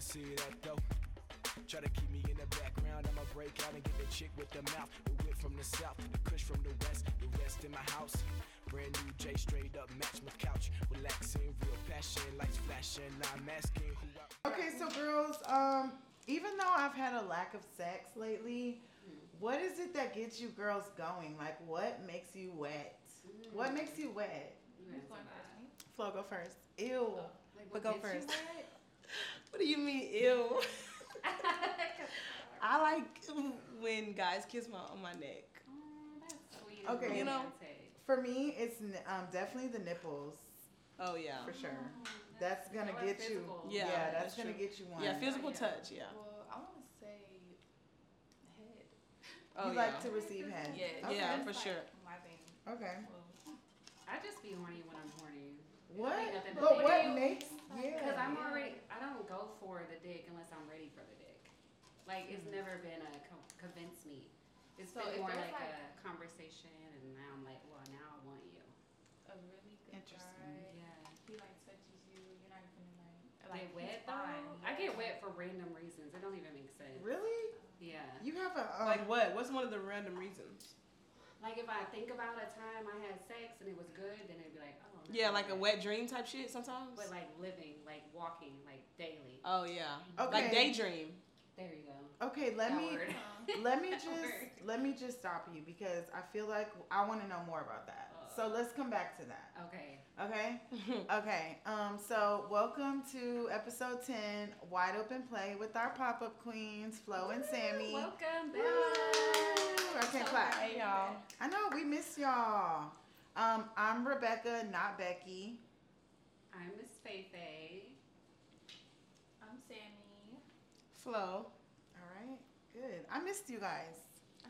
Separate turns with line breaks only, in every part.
see that though. Try to keep me in the background. I'ma break out and get the chick with the mouth. The whip from the south, the kush from the west, the rest in my house. Brand new J, straight up match my couch. Relaxing, real passion, lights flashing. I'm asking who I.
Okay, so girls, um, even though I've had a lack of sex lately, what is it that gets you girls going? Like, what makes you wet? What makes you wet? Flo, go first. Ew. but go first.
What do you mean, ew? I like when guys kiss my on my neck.
Oh,
Okay.
You know,
For me, it's n- um, definitely the nipples
Oh yeah.
for sure. That's gonna
Or
get you.
physical.
Yeah,
Yeah,
that's,
that's
gonna
true.
get you one.
Yeah, physical
Yeah.
touch. Yeah.
Well, I want to say head.
Oh
you
yeah.
like to receive head.
Yeah,
Okay.
Yeah, for
That's
sure.
My thing.
Okay.
Well,
I just be horny when I'm horny.
What?
Ain't nothing to
But
do.
what makes?
Because
Yeah.
I'm already, I don't go for the dick unless I'm ready for the dick. Like,
Mm-hmm.
it's never been a co- convince me. It's
So if
been more
there's
like,
like-
a conversation, and now I'm like, well, now I want you.
a really good
Interesting.
guy.
Yeah.
He like touches you. You're not even like.
Get
he's
wet though?
fine,
I get
yeah.
wet for random reasons. It don't even make sense.
Really?
Yeah.
You have a um,
Like what? What's one of the random reasons?
Like, if I think about a time I had sex and it was good, then it'd be like, oh. no.
Yeah, like a wet dream type shit sometimes.
But, like, living, like, walking, like, daily.
oh yeah.
Okay.
Like daydream.
There you go.
Okay, let
That
me
word.
Uh-huh.
let me
That
just
word.
let me just stop you because I feel like I want to know more about that.
Uh.
so let's come back to that.
Okay.
Okay? okay. Um so welcome to episode 10 Wide Open Play with our pop-up queens Flo and Sammy.
Welcome
Woo!
back.
Okay, clap. Hey y'all. I know we miss y'all. Um I'm Rebecca, not Becky.
I'm Miss Feifei.
I'm Sammy.
Flow.
All right. Good. I missed you guys.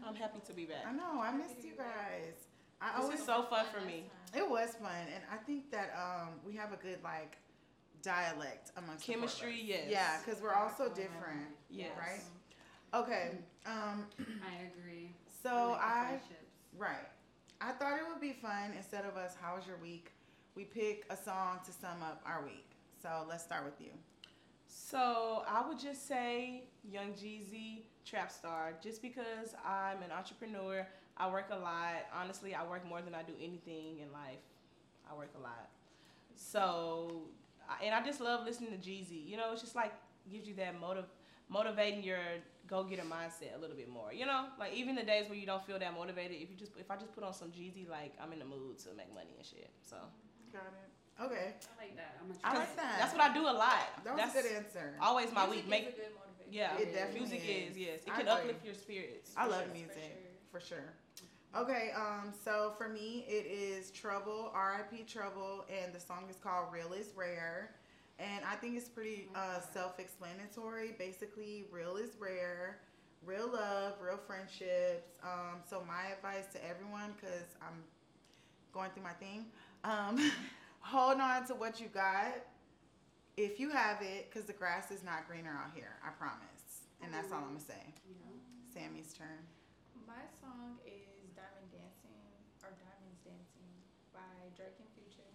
I'm happy to be
I
back.
know. I missed you guys. I
This
always
is so fun for me.
It was fun, and I think that um, we have a good like dialect amongst the four of us.
Chemistry, yes.
Yeah, because we're all so different.
Yes.
Right. Okay. Um.
I agree.
So
like the
I
friendships.
right. I thought it would be fun instead of us. How's your week? We pick a song to sum up our week. So let's start with you.
So I would just say Young Jeezy, Trap Star, just because I'm an entrepreneur. I work a lot. Honestly, I work more than I do anything in life. I work a lot. So, I- and I just love listening to Jeezy. You know, it's just like gives you that motive, motivating your go getter mindset a little bit more. You know, like even the days where you don't feel that motivated, if you just if I just put on some Jeezy, like I'm in the mood to make money and shit. So
Got it. Okay.
I like that. I'm a
I like
trans-
that.
that's what I do a lot.
That was
that's
a good answer.
always my
Music
week. Make
is a good motivator.
Yeah,
It definitely
music
is.
is. yes.
I
It can
agree.
uplift your spirits.
I love
sure,
music for
for
sure. Okay, um, so for me it is Trouble, R.I.P. Trouble, and the song is called "Real Is Rare," and I think it's pretty uh, self-explanatory. Basically, real is rare, real love, real friendships. Um, so my advice to everyone, because I'm going through my thing, um, hold on to what you got if you have it, because the grass is not greener out here. I promise, and that's all I'm gonna say. Sammy's turn.
My song is Diamond Dancing or Diamonds Dancing by Drake and Future.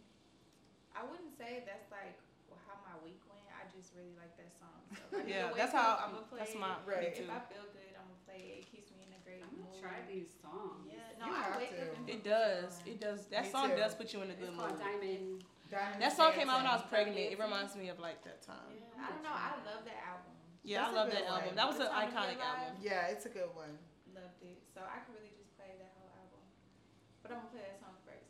I wouldn't say that's like how my week went. I just really like that song. So if I need to
Yeah,
wake
that's
up,
how.
I'ma play
that's
it.
my.
Right.
Me
If
too.
I feel good, I'm gonna play it. It keeps me in a great
I'm
mood.
gonna try these songs.
Yeah, no,
You have
I wake
to.
up and
It does. It does. That
Me
song
too.
does put you in a
It's
good
called
mood.
Diamond.
That song came out when I was pregnant. It reminds me of like
Yeah,
that time.
I don't know. I love that album.
Yeah,
That's
I
a
love
good
that
one.
album. That was
The
an
Time to Be
iconic
Alive.
album.
Yeah, it's a good one.
Loved it. So I could really just play that whole album. But I'm gonna play that song first.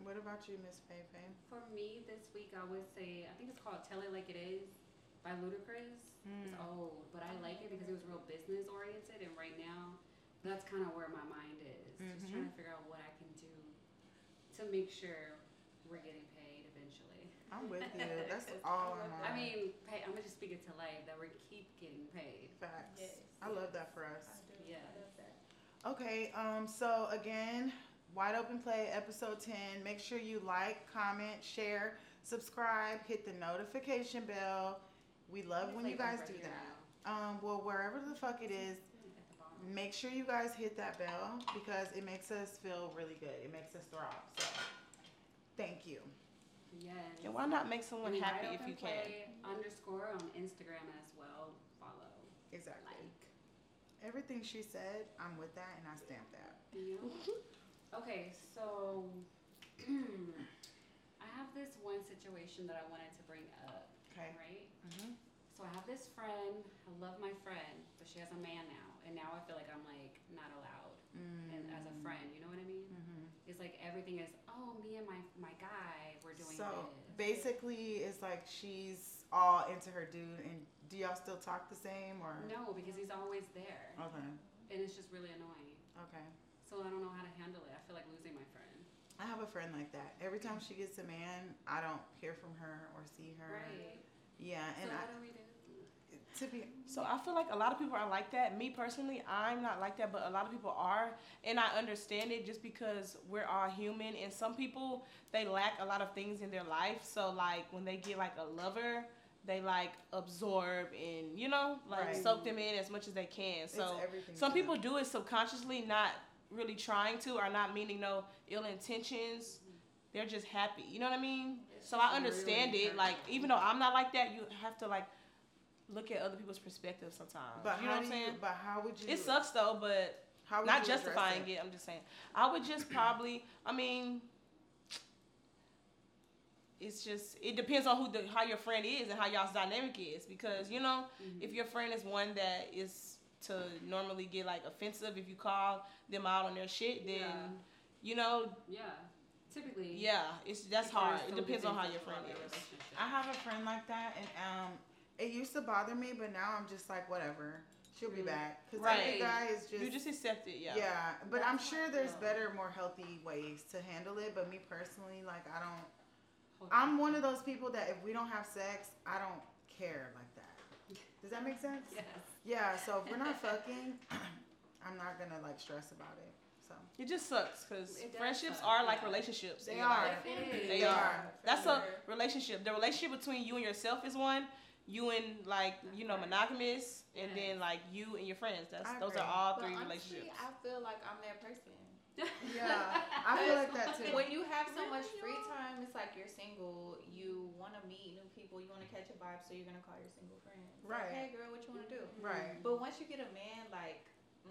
What about you, Miss Pepe?
For me this week, I would say I think it's called "Tell It Like It Is" by Ludacris. It's
Hmm.
old, but I like it because it was real business oriented, and right now, that's kind of where my mind is. Just
Mm-hmm.
trying to figure out what I can do to make sure we're getting paid eventually.
I'm with you. That's all I'm on.
I mean, pay, I'm gonna just speak it to life that we keep getting paid.
facts.
Yes.
I love that for
I
us.
do.
Yeah.
I love that.
Okay, um, so again, Wide Open Play episode 10. Make sure you like, comment, share, subscribe, hit the notification bell. We love when you guys
Like over
do
here
that. Um, well, wherever the fuck it is,
now, at the bottom.
make sure you guys hit that bell because it makes us feel really good. It makes us throb. So, thank you.
Yes.
And why not make someone
And
happy
Wide
if
Open
you can?
Play Underscore on Instagram as well. Follow,
Exactly.
like.
Everything she said, I'm with that and I stamp that.
Yeah.
Mm-hmm.
okay, so I have this one situation that I wanted to bring up,
Okay.
right? So I have this friend. I love my friend, but she has a man now, and now I feel like I'm like not allowed, and as a friend, you know what I mean?
Mm. Mm-hmm.
It's like everything is oh me and my my guy we're doing
So
this.
basically, it's like she's all into her dude, and do y'all still talk the same or?
No, because he's always there,
Okay.
and it's just really annoying.
Okay.
So I don't know how to handle it. I feel like losing my friend.
I have a friend like that. Every time she gets a man, I don't hear from her or see her.
Right.
Yeah, and
so
I
what do we do?
to be
So I feel like a lot of people are like that. Me personally, I'm not like that, but a lot of people are, and I understand it just because we're all human. And some people they lack a lot of things in their life. So like when they get like a lover, they like absorb and you know like
Right.
soak them in as much as they can.
it's
So
everything.
some
to them.
people do it subconsciously, not really trying to, or not meaning no ill intentions. They're just happy. You know what I mean?
It's
So
just
I understand
really
it. Like
hurtful.
even though I'm not like that, you have to like look at other people's perspectives sometimes.
But
you know
how
what I'm
do you?
saying?
But how would you?
It sucks though, but
how would
not
you address
justifying it. I'm just saying. I would just probably. I mean. It's just it depends on who the how your friend is and how y'all's dynamic is because you know
Mhm.
if your friend is one that is to normally get like offensive if you call them out on their shit, then you know,
yeah, typically
yeah, it's that's
people are
hard.
so
It depends on how your
defensive
friend
about their
is.
relationship.
I have a friend like that, and um, it used to bother me, but now I'm just like whatever. She'll be
Mm.
back because
Right.
every guy is just.
You just accept it, yeah.
yeah. but I'm
That's
sure
what-
there's
yeah.
better, more healthy ways to handle it. But me personally, like I don't.
Hold
I'm
on.
one of those people that if we don't have sex, I don't care like that. Does that make sense?
Yes.
Yeah, so if we're not fucking, I'm not gonna like stress about it. So
It just sucks because
It does
friendships
suck,
are like
yeah.
relationships.
They
you know, like,
are.
Definitely.
They
They
are.
are.
That's a
Sure.
relationship. The relationship between you and yourself is one. You and like you know
Right.
monogamous, and
Yes.
then like you and your friends. That's
I
those are
agree.
all
But
three
honestly,
relationships.
I feel like I'm that person.
Yeah, I feel like that too.
When you have so much
Really,
free
y'all?
time, it's like you're single. You want to meet new people. You want to catch a vibe, so you're gonna call your single friends. Like,
Right.
hey, girl, what you want to
Mm-hmm.
do?
right.
But once you get a man, like. Mm,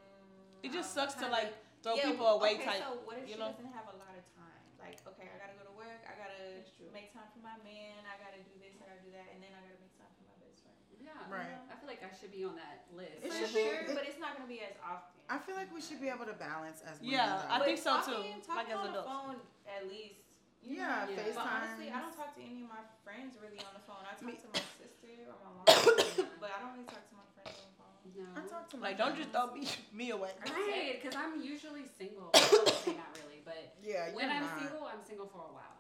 It just
I
sucks to
don't know,
like throw
yeah,
people
well,
away
okay,
type.
So what if
you
she
know?
doesn't have a lot of time? Like, okay, I gotta go to work. I gotta
That's true.
make time for my man. I gotta do this. I gotta do that, and then I gotta make time for my best friend. Uh-huh.
Yeah.
Right.
I feel like I should be on that list.
It
For
should be-
sure,
it-
but it's not gonna be as often.
I feel like we should be able to balance as women.
Yeah,
though.
I think so,
talking-
too,
Talking
like as
on the
adults.
phone at least. you
yeah,
Yeah.
FaceTime.
But honestly, I don't talk to any of my friends really on the phone. I talk
Me-
to my sister or my mom, but I don't really talk to my friends on the phone.
no.
I talk to my
Like don't
friends.
just throw me me away.
Right, because I'm usually single. Well, I say not really, but
Yeah, you're
when I'm
not.
single, I'm single for a while.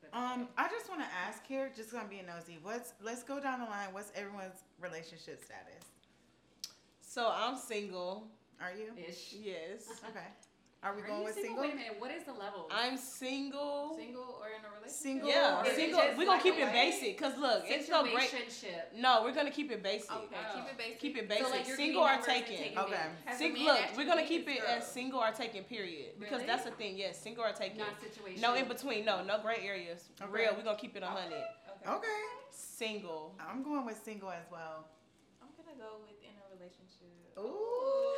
That's
Um,
it.
I just want to ask here, just gonna be nosy. What's let's go down the line. What's everyone's relationship status?
So I'm single.
Are you?
ish.
Yes.
Okay. Are we
Are
going
you
with
single?
single?
Wait a minute. What is the level?
I'm single.
Single or in a relationship?
Single
Yeah,
or-
Is it
single.
just
We're gonna
black
keep
and
it
white?
basic, cause look, it's no break.
Situationship.
No, we're gonna keep it basic.
Okay,
Oh.
keep it basic.
Keep it
So
basic.
like you're
single or
giving numbers and
taken.
taking
Okay.
names.
Has a
Single.
man
Look,
asked
we're
you
gonna
to
keep
meet
it
this
as
girl?
single or taken. Period. Because
Really?
that's the thing. Yes, single or taken.
Not situation.
No in between. No, no gray areas.
Okay.
Real. We're gonna keep it a hundred.
Okay.
Okay.
Single.
I'm going with single as well.
I'm gonna go with in a relationship.
Ooh.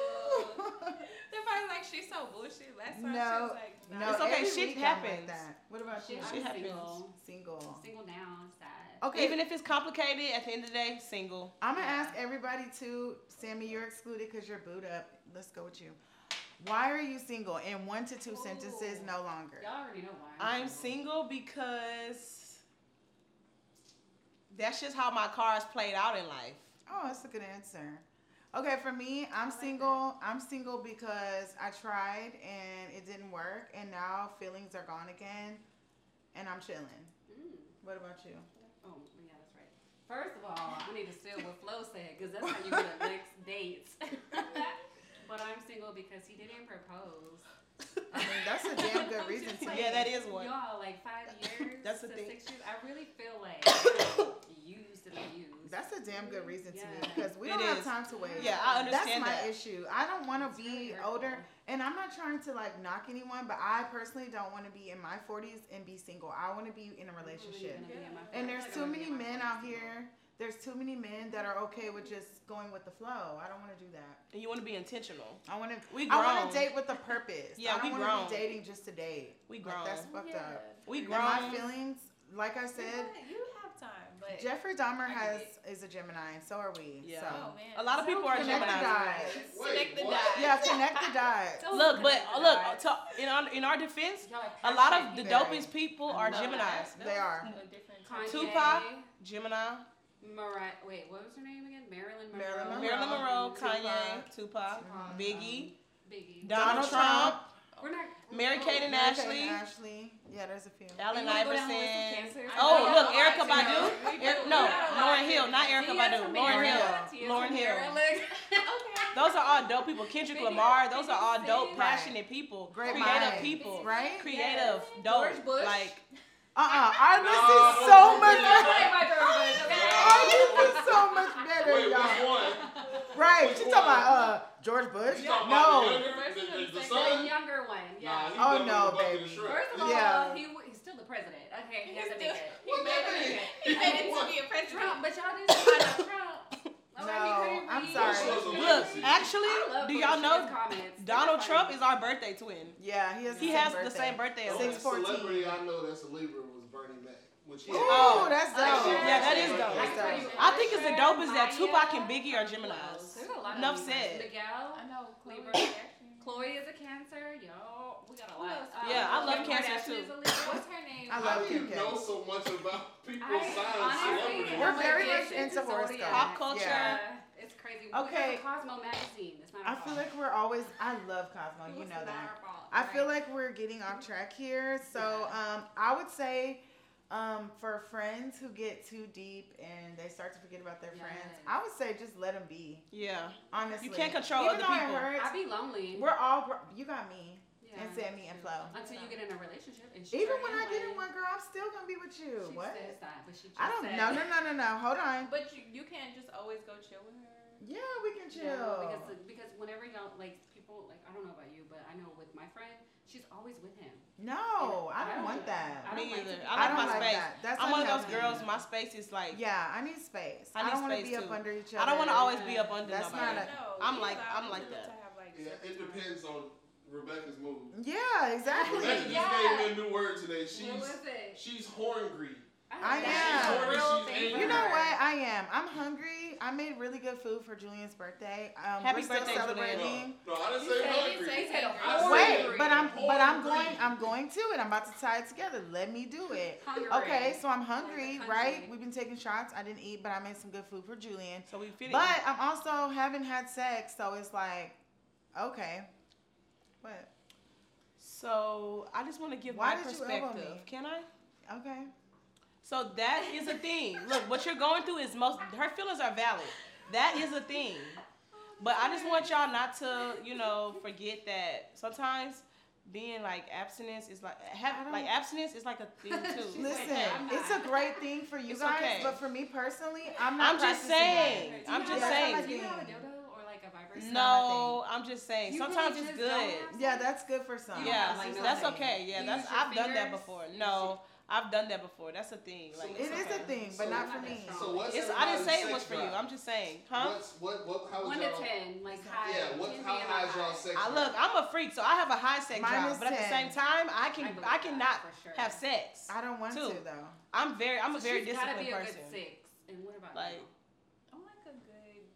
Everybody's like, she's so bullshit. Last time she
No,
was like,
no,
It's okay,
every
shit
week I'm like
happens.
that. What about you?
Shit,
Shit
I'm
happens.
single.
Single.
Single now. It's sad.
Okay.
Even if it's complicated, at the end of the day, single.
I'm gonna
Yeah.
ask everybody too. Sammy, you're excluded because you're booed up. Let's go with you. Why are you single? In one to two sentences,
Ooh.
no longer.
Y'all already know why.
I'm single because that's just how my cards played out in life.
Oh, that's a good answer. Okay, for me, I'm
like that.
single. I'm single because I tried and it didn't work, and now feelings are gone again, and I'm chilling.
Mm.
What about you?
Oh, yeah, that's right. First of all, I need to steal what Flo said because that's how you get a next date. but I'm single because he didn't propose.
I mean, that's a damn good
I'm
reason
just
to
like,
Yeah, that is one.
Y'all, like five years
That's the
to
thing.
six years, I really feel like used and abused. times.
That's a damn good reason to me
Yeah.
because we
It
don't have
is.
time to wait.
Yeah, I
That's
understand
my
that.
issue. I don't want
It's
to
really
be
hurtful.
older, and I'm not trying to like knock anyone, but I personally don't want to be in my 40s and be single. I want to be in a
I'm really
relationship.
gonna be in my
Yeah.
And there's
first- I'm
too
gonna
many
be in my
men
first
out
single.
here. There's too many men that are okay with just going with the flow. I don't want to do that.
And you want to be intentional.
I want to.
We grown.
I want to date with a purpose.
Yeah,
I don't
we
wanna
grown.
be dating just to date.
We
Like,
grown.
that's fucked up.
we
And
grown.
my feelings, like I
You
said,
got- you have time, but
Jeffrey Dahmer
I
has
get
is a Gemini, and so are we.
Yeah.
So.
oh man,
A lot of
So
people are
connect the
Gemini.
dots.
Wait,
Connect the
what?
dots.
Yeah, connect the dots.
So
look, but
connect the
look
dots.
to, in our in our defense,
Y'all like
a lot of
perfect
the
Very.
dopest people are
Love
Gemini's.
that.
They are.
That's a different type
Kanye,
of-
Tupac. Gemini,
Mariah. Wait, what was her name again? Marilyn Monroe.
Marilyn Monroe.
Marilyn Monroe,
Tupac.
Kanye, Tupac,
Tupac,
Biggie,
Biggie.
Um, Donald, Trump,
We're not.
Mary
oh,
Kate and
Mary-Kate
Ashley,
Ashley. Yeah, there's a few.
you
Allen
wanna go down the list of
Iverson.
cancers?
Oh,
Yeah,
look,
I
Erica
like to know.
Badu.
We
Eric-
do.
no,
We got a lot
Lauryn
of
Hill,
people.
not Erica
See, that's
Badu,
what
Lauryn
makes
Hill.
sense. Yes,
Lauryn Hill.
Look.
Those are all dope people. Kendrick
Biggie-
Lamar. Those are all
Biggie
dope,
said-
passionate people.
Great
creative
minds.
people.
Right?
Creative,
Yes.
dope.
George Bush.
Like
Uh uh Our list
No.
is so much
That's
better.
like my George Bush,
Our
okay?
list is so much better,
Wait, which
y'all.
one?
Right.
Which
She talking
one?
about uh George Bush?
You talking about
No.
the younger-
First
the-
of all,
the- the
he's
son?
the younger one.
Nah,
Yeah.
he
Oh,
definitely
no,
the bucket of
baby.
Shrek.
First of all,
Yeah.
he w- he's still the president. Okay, he
He's
has to
still-
make it. He
What
made
that
it.
mean?
He made it to
What?
be a
Trump,
president.
but y'all didn't find out Trump. All right, he
No, I'm
couldn't
sorry.
read.
Those are
Look,
legacy.
I love
actually, do y'all
Bush's
know
comments.
Donald
They're
Trump
funny.
is our birthday twin?
Yeah, he has.
He
the same
has
birthday.
the same birthday
The
as
Six
only
us.
four-
celebrity I know that's a Libra was Bernie Mac. When she
Ooh,
Oh,
that's dope.
Oh,
Yeah, that is
I
dope.
can tell you
I think it's the
Usher,
dopest that
Maya.
Tupac and Biggie are Gemini's.
There's a lot of
Enough
Libras.
said.
Miguel,
I know Chloe
Libra.
Kardashian.
Chloe is a Cancer. Y'all, we got a
Who
lot.
else?
Um,
Yeah, I
Kim
love Cancer
Kardashian
too.
is a Libra. What's her name?
I
How
love
do you
Kim K.
know so much about people's
I-
signs
honestly,
celebrities?
We're
I'm
very much
addicted
into
to
horoscopes.
Zodiac.
Pop culture.
Yeah, it's crazy.
Okay.
We have a Cosmo magazine. It's not.
I
our
feel
fault.
like we're always. I love Cosmo. You
It's
know
not
that.
our fault,
I feel
right?
like we're getting off
Mm-hmm.
track here. So um, I would say um, for friends who get too deep and they start to forget about their friends,
Yes.
I would say just let them be.
Yeah,
Honestly,
you can't control
Even
other
though
people.
It hurts,
I'd be lonely.
we're all. gr- You got me
Yeah.
and Sammy and Flo.
Until you get in a relationship. And she
Even when
turned
I get
away.
in one girl, I'm still gonna be with you.
She
what?
says that, but she just
I don't.
said,
No, no, no, no, no. Hold on.
But you, you can't just always go chill with her.
Yeah, we can chill.
No, because because whenever y'all like people like I don't know about you, but I know with my friend, she's always with him.
no, I
I
don't
don't
want
do
that.
that.
me
don't like
either.
to be-
I like
don't
my
like
space.
that. That's
I'm one of those
unhealthy.
girls. My space is like
Yeah, I need space.
I
I,
need
don't want to
space,
be up
too.
under each other.
I don't want to always be up under
That's
nobody.
not a-
No,
I'm
you
like-
allow
I'm
people
like that.
to have, like,
Yeah,
separate
it
time.
depends on Rebecca's mood.
Yeah, exactly.
Rebecca just
Yeah.
gave me a new word today. She's
what was it?
she's horngry.
I
That's
am.
a real
She's
thing
angry.
for
You know
her.
what? I am. I'm hungry. I made really good food for Julian's birthday. Um,
Happy
we're still
birthday,
celebrating.
No, no, I didn't
You said-
say
you
hungry.
said-
They said a
I said-
Wait,
hungry.
but I'm but I'm
Hungry.
going I'm going to it. I'm about to tie it together. Let me do it.
Hungry.
Okay, so I'm
Like
hungry,
the
right?
country.
We've been taking shots. I didn't eat, but I made some good food for Julian.
So we fit it.
But I'm also haven't had sex, so it's like, okay, what?
so I just want to give
Why
my
did you elbow
perspective.
me?
Can I?
Okay.
So that is a thing. Look, what you're going through is most her feelings are valid. That is a thing. But I just want y'all not to, you know, forget that sometimes being like abstinence is like
I
have,
don't-
like abstinence is like a thing
She's
too.
like,
Listen,
"Hey, I'm
it's
not."
a great thing for you
It's
guys,
okay.
but for me personally, I'm not.
I'm just
practicing that.
saying.
Do you
I'm
have
just
a-
Yeah,
saying.
Do you have a
saying.
dildo or like a vibrator?
No, I'm just saying.
You
Sometimes
really
it's
just don't
good.
have
Yeah, that's good for some.
You don't
Yeah,
have, like,
It's
no
that's
thing.
okay. Yeah,
You
that's
use your
I've done that
fingers.
before.
You
No, I've done that before. That's a thing. Like
It is a
okay.
thing, but
So-
not for
Not that
me.
strong.
So what's
It's I didn't say it
everybody's
was
sex
for you.
drive?
I'm just saying, huh?
What's what what how
One
would
to
y'all?
ten, like high.
Yeah, what
10
how
being
high is
high.
y'all sex?
I
drive?
look, I'm a freak, so I have a high sex
Mine
drive,
is
but at
10.
the same time, I can
I believe
I, cannot
that for sure.
have sex.
I don't want
Two.
to though.
I'm very I'm a
So
very
she's gotta
disciplined
be a
person.
Good six. And what about you?
Like,
I'm like a good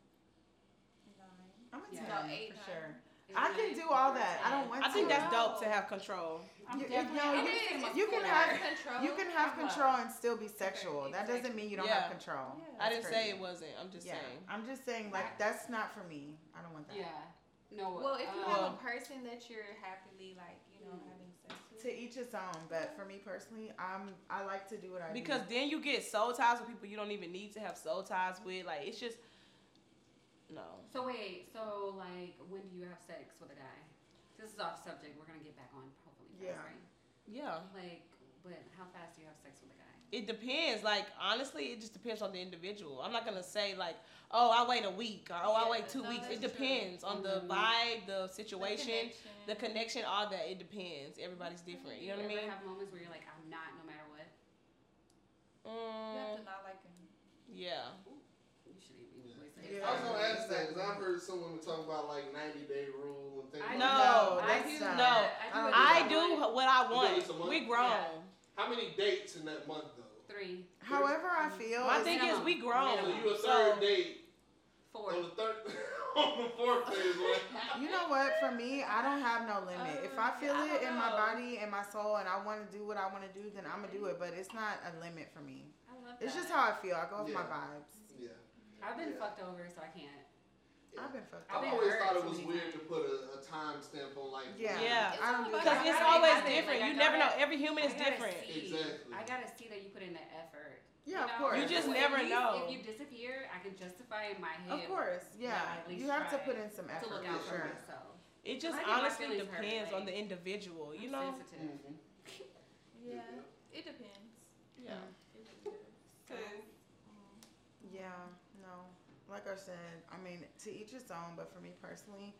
nine.
I'm a
Yeah.
ten
About eight,
for
nine.
sure.
Is
I
it
can
nine
do all
or
that. I
10?
don't want
I think
to.
that's dope to have control.
I'm
You-
definitely-
no,
I'm
you-
gonna say
you can
four.
have-
Control.
You can have
I'm up.
control and still be sexual. That
exactly.
doesn't mean you don't
Yeah.
have control.
Yeah.
I
That's
didn't
crazy.
say it wasn't. I'm just
yeah,
saying.
I'm just saying like that's not for me. I don't want that.
Yeah. No.
Well, if you
uh,
Uh-huh.
have a person that you're happily like, you know,
Mm.
having sex
To
with.
each his own, but for me personally, I'm I like to do what I
Because
do.
then you get soul ties with people you don't even need to have soul ties with. Like it's just no.
So wait, so like, when do you have sex with a guy? This is off subject. We're gonna get back on hopefully. Fast,
Yeah.
Right?
Yeah.
Like, but how fast do you have sex with a guy?
it depends. Like honestly, it just depends on the individual. I'm not gonna say like, oh, I wait a week or oh, I
Yeah,
wait two
no,
weeks. It
that's true.
depends on the
Mhm.
vibe, the situation, the
The connection.
connection, all that. It depends. Everybody's different. You know what I
ever
mean?
Have moments where you're like, I'm not, no matter what.
You have
Mm,
to not like him.
yeah.
You should even
Yeah.
voice
Yeah.
it.
I was gonna ask that because I've heard some women talk about like 90 day rule and things.
I
like
know.
No,
I
that's
do
not-
that.
I
what
I
want.
do what I
need some
want.
money?
We grown.
How many dates in that month though?
Three,
However, I feel.
My
it's
thing is
minimum.
we grown.
So you a
So
third date
four.
on the third on the fourth day is like
You know what? For me, I don't have no limit. If I
Um,
feel
I
it
don't
in my
know.
body and my soul, and I want to do what I want to do, then I'm gonna do it. But it's not a limit for me.
I love that.
It's just how I feel. I go with my
Yeah.
vibes.
yeah.
I've been
Yeah.
fucked over, so I can't.
I've been fucked. up.
I've
I've
been
always
hurt
thought it
so
was
many
weird
times.
to put a, a time stamp on like
Yeah.
Yeah.
It's
I don't
all
do
about
that.
because
I
it's
gotta
always
have it,
different.
like, I
you never know.
gotta-
Every human
I
is
gotta
different.
See.
Exactly.
I gotta see that you put in the effort.
Yeah,
know?
of course.
You just
At
never
least
know.
If you disappear, I can justify in my head.
Of course, yeah.
Yeah, at least
you have to
try
put in some
To
effort
look
for
out for
sure.
myself.
It just
I get my
honestly
feelings hurt,
depends on
like,
the individual. You
I'm
know.
sensitive.
Mhm.
Yeah. It depends.
Yeah.
It depends.
So,
Mm.
Yeah, no. Like I said, I mean, to each his own, but for me personally,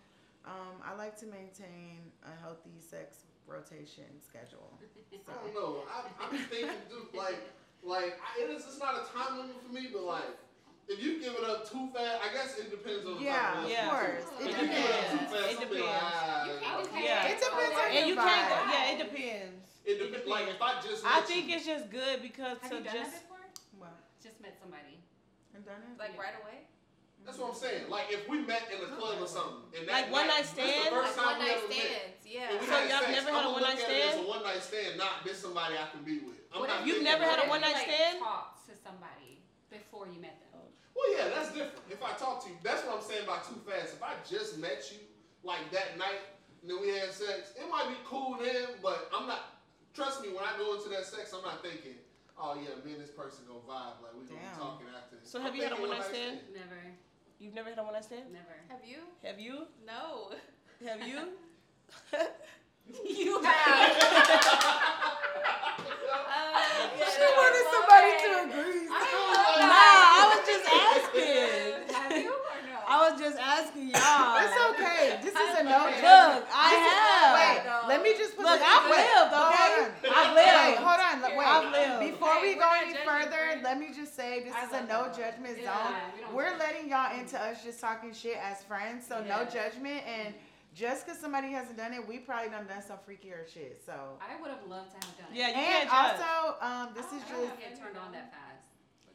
um, I like to maintain a healthy sex rotation schedule. So,
I don't know. I, I'm thinking just like, like I, it is. It's not a time limit for me, but like, if you give it up too fast, I guess it depends on. The
yeah,
type of
of
Yeah.
course.
relationship,
It
too. If you give it up
depends.
too fast,
It
I'll be like,
depends.
ah,
You can't just
Okay.
hang
Yeah.
out
It depends
with
on
all
your
And you
that.
can't go.
vibe.
Yeah, it depends.
It depends. Like if I just.
I
met
think
you,
it's just good because
Have
to
you done
just
that before?
Well,
Just met somebody.
I've done it.
Like right away?
That's what I'm saying. Like if we met in a club or something, and that
Like one night
this
stand?
the first
Like one
time we
night
ever met.
stands. Yeah.
and we
So
had
y'all
sex,
never had a
I'ma
one
look
night
at it as
stand?
A one night stand, not this somebody I can be with.
What
I'm not
if-
You've
thinking
never had
about
a
it.
What if
one-night
you, like,
stand?
Talked to somebody before you met them.
Well, yeah, that's different. If I talk to you, that's what I'm saying about too fast. If I just met you like that night and then we had sex, it might be cool then, but I'm not. Trust me, when I go into that sex, I'm not thinking, oh yeah, me and this person gonna vibe like we gonna
Damn.
be talking after this.
So
I'm
have you had a
thinking
one-night
one-night
stand?
Never,
You've never had a one night stand?
never.
Have you?
Have you?
No.
Have you?
You have.
Uh,
She
yeah,
wanted
no.
somebody to
Okay.
agree.
nah,
I
I was just
Have
asking.
you or no?
I was just asking y'all.
It's okay. This is a no judge.
Look, I
Wait,
have.
No.
let me just put
Look,
this-
I've
wait,
lived,
hold
okay?
on.
I've
Wait,
lived.
hold on. Look, Wait,
I've lived.
Before we
Hey,
go
we're not
any
judging,
further,
friend.
let me just say this
I
is a
love
no
that.
judgment zone.
Yeah, we don't
We're
judge.
letting y'all into us just talking shit as friends, so no
Yeah.
judgment. And just because somebody hasn't done it, we probably done done some freakier shit. So,
I would have loved to have done
Yeah,
it.
you
and
can't judge.
also, um, this
Oh,
is
I
Julie-
don't
just.
get turned on that fast.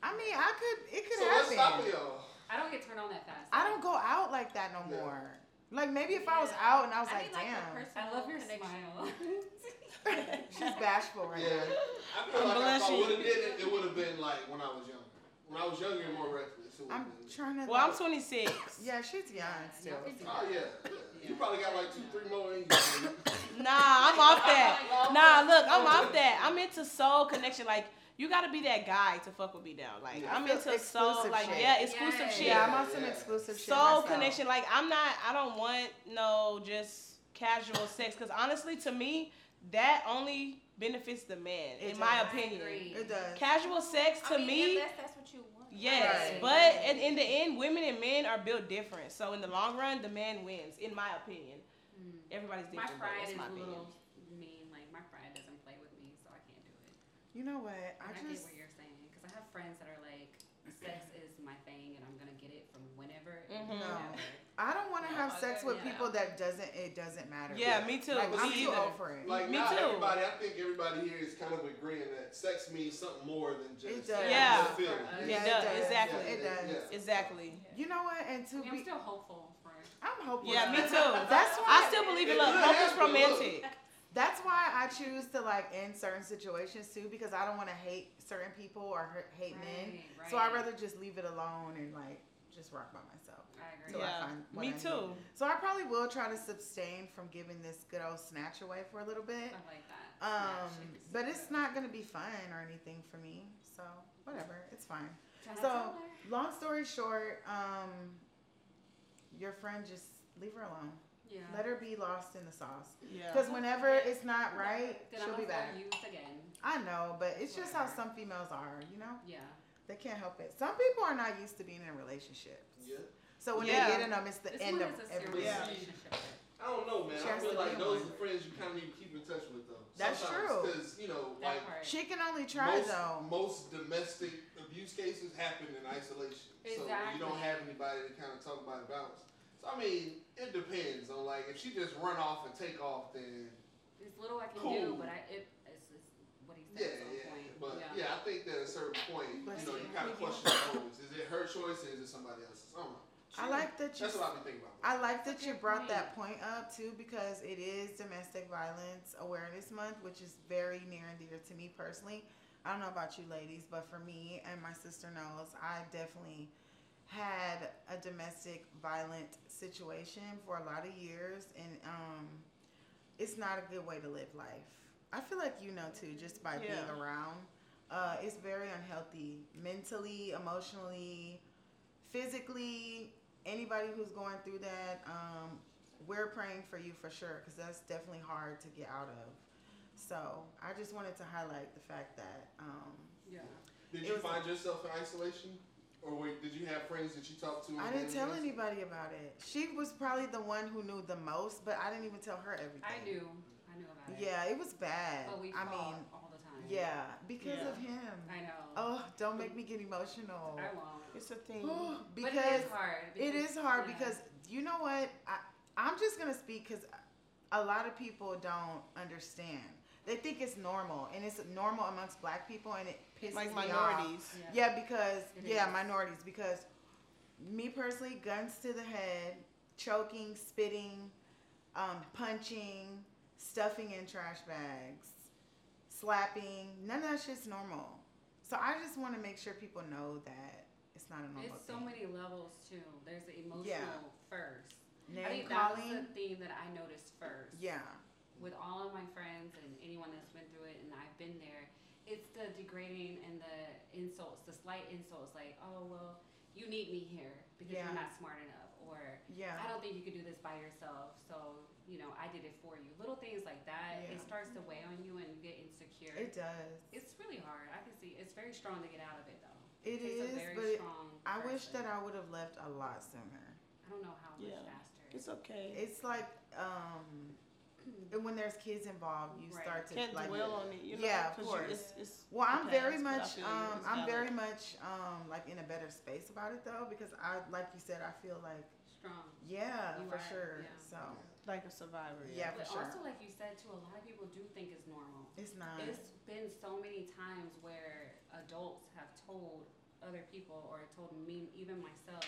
I mean, I could. It could
So what's
happen.
stopping y'all?
I don't get turned on that fast.
I don't go out like that no
Yeah.
more. Like maybe if I was
Yeah.
out and I was
I
like,
need, like, a
damn,
personal
I love your
connection.
smile.
she's bashful right
Yeah,
now.
I feel
I'm
like if I
blushing.
would have did it, it would have been like when I was younger. When I was younger and more reckless, it would
I'm
have been.
trying to.
Well, I'm
like-
26.
Yeah, she's young still.
y'all can do
Oh
that.
yeah, yeah. you probably got like two, three more in you.
Nah, I'm off that. Nah, look, I'm off that. I'm into soul connection. Like, you gotta be that guy to fuck with me down. Like,
Yeah.
I'm
Feel
into soul.
exclusive
Like,
shit.
yeah, exclusive
Yes.
shit.
Yeah, I'm on
Yeah,
some
yeah.
exclusive shit.
soul
myself.
connection. Like I'm not. I don't want no just casual sex. Cause honestly, to me, that only benefits the man,
It
in my
does.
I
opinion.
agree.
It does.
Casual sex to
I mean,
me.
unless that's what you want.
Yes,
Right.
but in, in the end, women and men are built different. So in the long run, the man wins, in my opinion.
Mm.
Everybody's
My
different. but
pride
that's
is
my
a
opinion.
little mean. Like my pride doesn't play with me, so I can't do it.
You know what?
I,
I
get
just
what you're saying because I have friends that are like, sex is my thing, and I'm gonna get it from whenever. and
Mhm.
No.
whenever."
I don't want to
No,
have
I
sex
get
with
it.
people that doesn't it doesn't matter.
Yeah, me too.
Like
me
I'm too
either.
over it.
Like
Me
not
too.
everybody. I think everybody here is kind of agreeing that sex means something more than just
It does.
Yeah.
just feeling.
Yeah,
yeah,
It's-
it does,
does.
exactly.
It does.
Exactly.
You know what? And
I
to
mean, I'm
be,
still hopeful for.
I'm hopeful.
Yeah, me too.
That's why
I still believe in
It
love.
could
Hope is
happen, look.
romantic.
That's why I choose to like in certain situations too because I don't want to hate certain people or hurt- hate men.
Right, right.
So I rather just leave it alone and like just rock by myself.
I agree.
So I
Yeah.
find what
Me
I need.
too.
So I probably will try to abstain from giving this good old snatch away for a little bit.
I like that.
Um,
Yeah, shit.
but it's not gonna be fun or anything for me. So whatever, it's fine.
Try not
so-
to tell her.
Long story short, um, your friend just leave her alone.
Yeah.
Let her be lost in the sauce.
Yeah.
Because whenever it's not right,
Then
she'll
I'm
be back.
You again.
I know, but it's just how
Whatever.
some females are, you know?
Yeah.
They can't help it. Some people are not used to being in relationships.
Yeah.
So when
Yeah.
they get in them, it's the
This
end
one
of
is a serious
everything.
Yeah.
relationship.
I don't know, man.
She
I
has
feel
to
like
be
those
one.
are friends you kind of need to keep in touch with, though.
That's true.
Because, you know, like,
That part.
She can only try
most,
though.
most domestic abuse cases happen in isolation. So you
Exactly.
don't have anybody to kind of talk about it about. So, I mean, it depends on, like, if she just run off and take off, then,
There's little I can do,
Cool.
but I it, it's, it's what he
yeah,
said at some
yeah.
point.
But,
yeah.
yeah. I think that at a certain point,
Bless
you know,
you.
you kind of question the motives. Is it her choice or is it somebody else's? I don't know.
I like that you
That's what I've been thinking about.
I like that you
Good
brought that point up too because it is Domestic Violence Awareness Month, which is very near and dear to me personally. I don't know about you ladies, but for me and my sister knows, I definitely had a domestic violent situation for a lot of years, and um, it's not a good way to live life. I feel like you know too, just by
Yeah.
being around. Uh, it's very unhealthy mentally, emotionally, physically, anybody who's going through that, um, we're praying for you for sure because that's definitely hard to get out of. So I just wanted to highlight the fact that um,
Yeah.
Did
It
you
was-
find yourself in isolation, or were, did you have friends that you talked to? and
I didn't
then-
tell anybody about it. She was probably the one who knew the most, but I didn't even tell her everything.
I knew. I knew about it.
Yeah, it was bad.
But we
I
fought
mean,
all the time.
yeah, because of him.
I know.
Oh, don't make me get emotional.
I won't.
It's a thing.
because
but it is hard.
It
because-
is hard
yeah.
because you know what? I, I'm just gonna speak because a lot of people don't understand. They think it's normal, and it's normal amongst Black people, and it pisses
Like
me off.
minorities.
Yeah.
Yeah, because
It
yeah,
is.
minorities. Because me personally, guns to the head, choking, spitting, um, punching, stuffing in trash bags, slapping. None of that shit's normal. So I just want to make sure people know that it's not a normal
It's so
thing.
many levels too. There's the emotional first.
Name
I think that was
calling.
the thing that I noticed first.
Yeah.
With all of my friends and anyone that's been through it, and I've been there, it's the degrading and the insults, the slight insults, like, oh well, you need me here because
Yeah.
you're not smart enough, or
Yeah.
I don't think you can do this by yourself, so you know I did it for you. Little things like that,
Yeah.
it starts to weigh on you and you get insecure.
It does.
it's really hard. I can see it's very strong to get out of it though.
It
takes
is,
a very
but it-
strong.
I wish
person.
that I would have left a lot sooner.
I don't know how much
Yeah.
faster.
It's okay.
It's like um and when there's kids involved, you
Right.
start to
Can't
like
dwell on it. You know,
Yeah, of
'cause you-
course.
It's, it's
Well, I'm
the
very
past, but I
much
feel you.
um
It's
I'm
valid.
very much um like in a better space about it though because I like you said I feel like
Strong.
yeah,
You
for
are,
sure.
yeah.
So
like a survivor.
Yeah. for
but
sure.
also, like you said too, a lot of people do think it's normal.
it's not
It's been so many times where adults have told other people or told me, even myself,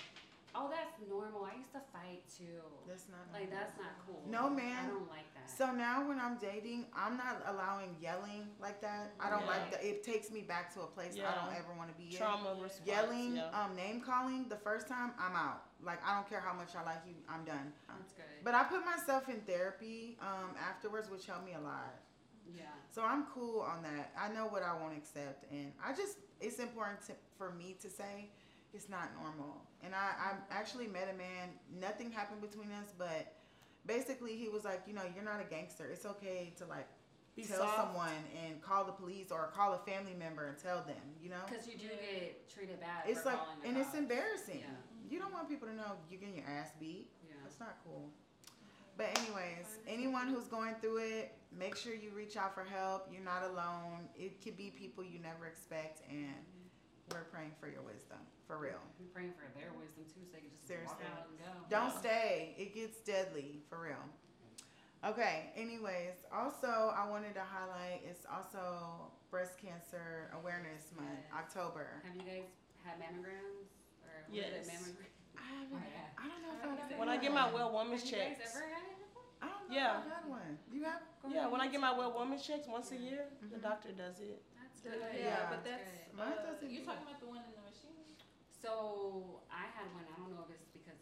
"Oh, that's normal. I used to fight too.
that's not
Like
normal.
that's not cool.
No,
I
ma'am.
don't like that.
So now when I'm dating, I'm not allowing yelling like that. I don't
Yeah.
like that. It takes me back to a place I don't
Yeah.
ever want to be in.
Trauma response.
yelling,
Yeah.
um, name calling the first time, I'm out. Like I don't care how much I like you, I'm done.
that's good.
But I put myself in therapy um, afterwards, which helped me a lot.
yeah.
So I'm cool on that. I know what I won't accept, and I just it's important to, for me to say it's not normal. And I, I actually met a man. Nothing happened between us, but basically he was like, you know, you're not a gangster. It's okay to like
Be
tell
soft.
someone and call the police or call a family member and tell them. You know,
Because you do get treated bad.
it's
for
like
calling the
and it's
cops.
embarrassing.
Yeah.
You don't want people to know you're getting your ass beat.
Yeah.
That's not cool. But anyways, anyone who's going through it, make sure you reach out for help. You're not alone. It could be people you never expect, and we're praying for your wisdom, for real.
We're praying for their wisdom too, so they can just
Seriously.
walk out and go.
Don't stay. It gets deadly, for real. Okay. Anyways, also I wanted to highlight it's also Breast Cancer Awareness Month,
Yes.
October.
Have you guys had mammograms or what is it,
Yes.
mammogram?
I haven't.
Yeah.
I don't know if I've had
When I get my
one.
well
Have
woman's
you guys
checks.
ever had it before?
I don't know
Yeah.
if I've had one. You have?
Go
Yeah,
ahead. Mm-hmm.
when I get my well woman's checks once a
Yeah.
year, the
Mhm.
doctor does it.
That's
The-
good.
yeah,
Yeah,
but
that's
that's
good.
Mine
uh,
doesn't
you're
do
talking about the one in the machine.
So I had one. I don't know if it's because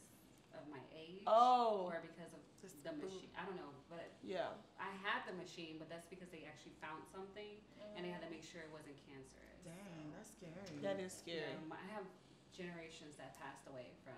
of my age
Oh,
or because of
Just
the machine. I don't know, but
yeah.
I had the machine, but that's because they actually found something and they had to make sure it wasn't cancerous.
Dang, that's scary.
That is scary.
Yeah, my- I have generations that passed away from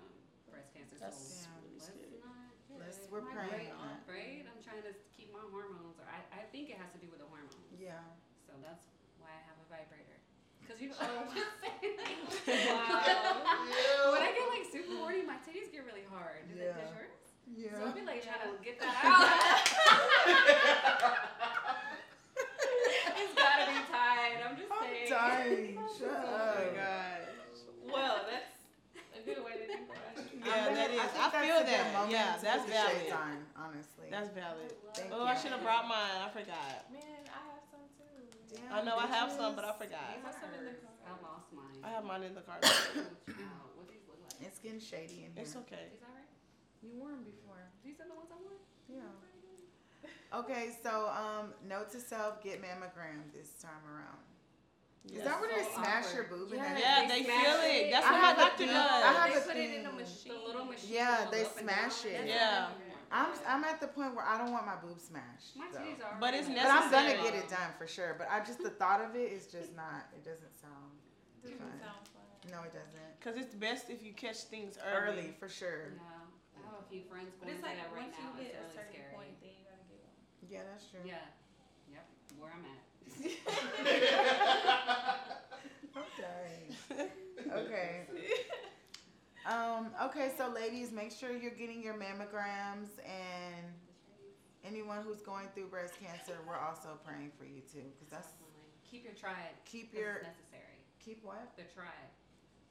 breast cancer.
That's
so
Yeah.
really
let's
scary.
not
Let's-
Good.
we're
My
praying
great
on
aunt, right? I'm trying to keep my hormones, or I, I think it has to do with the hormones.
Yeah.
So that's why I have a vibrator. Cause you know, oh, I'm just saying.
Wow.
when I
Yeah.
get like super horny, my titties get really hard. Is it
Yeah.
does yours?
Yeah.
So I'll be like trying to get that out. it's gotta be tight. I'm just
I'm
saying.
dying. Shut
Oh
up.
my
Well, that's a good way to do that.
I'm
Yeah,
gonna-
that is.
think
I
that's
feel
a good
that.
moment
Yeah,
to
that's
put the shades
valid.
on, honestly.
That's valid.
Thank
Oh, I
you.
should have brought mine. I forgot.
Man, I have some too.
Damn,
I know I have some, but I
bitches.
forgot.
These are some in the
Hers. I
car.
lost mine.
I have mine in the car.
Mm-hmm.
Wow, what these look like?
It's getting shady in here.
It's okay.
These alright?
You wore them before.
These are the ones I want.
Yeah. Okay, so um, note to self: get mammogram this time around. Is
Yes.
that where they
So
smash
awkward.
your boob? in
Yeah.
that?
Yeah,
They
they
smash
feel it.
it.
That's
I
what my
have a
doctor
thing. I
does.
have-
They
a
put it in a
thing.
machine.
The little machine.
Yeah,
goes
they
up and
smash
down.
it.
That's
Yeah.
what I want.
I'm I'm at the point where I don't want my boobs smashed.
My
though.
titties are.
But it's
already
But I'm gonna
necessary.
get it done for sure. But I just the thought of it is just not. It doesn't sound.
Doesn't
Fine.
sound fun.
No, it doesn't.
Because it's best if you catch things
Early
early.
for sure.
Yeah, I have a few friends
But
going
it's
through
like
that right
once you
now.
hit
It's really
a certain
scary.
point, then you gotta get one.
Yeah, that's true.
Yeah. Yep. Where I'm at.
I'm dying. okay. Um, okay, so ladies, make sure you're getting your mammograms and anyone who's going through breast cancer, we're also praying for you too. Cause that's
Definitely. Keep your triad.
keep
'cause
your
It's necessary.
keep what?
The triad.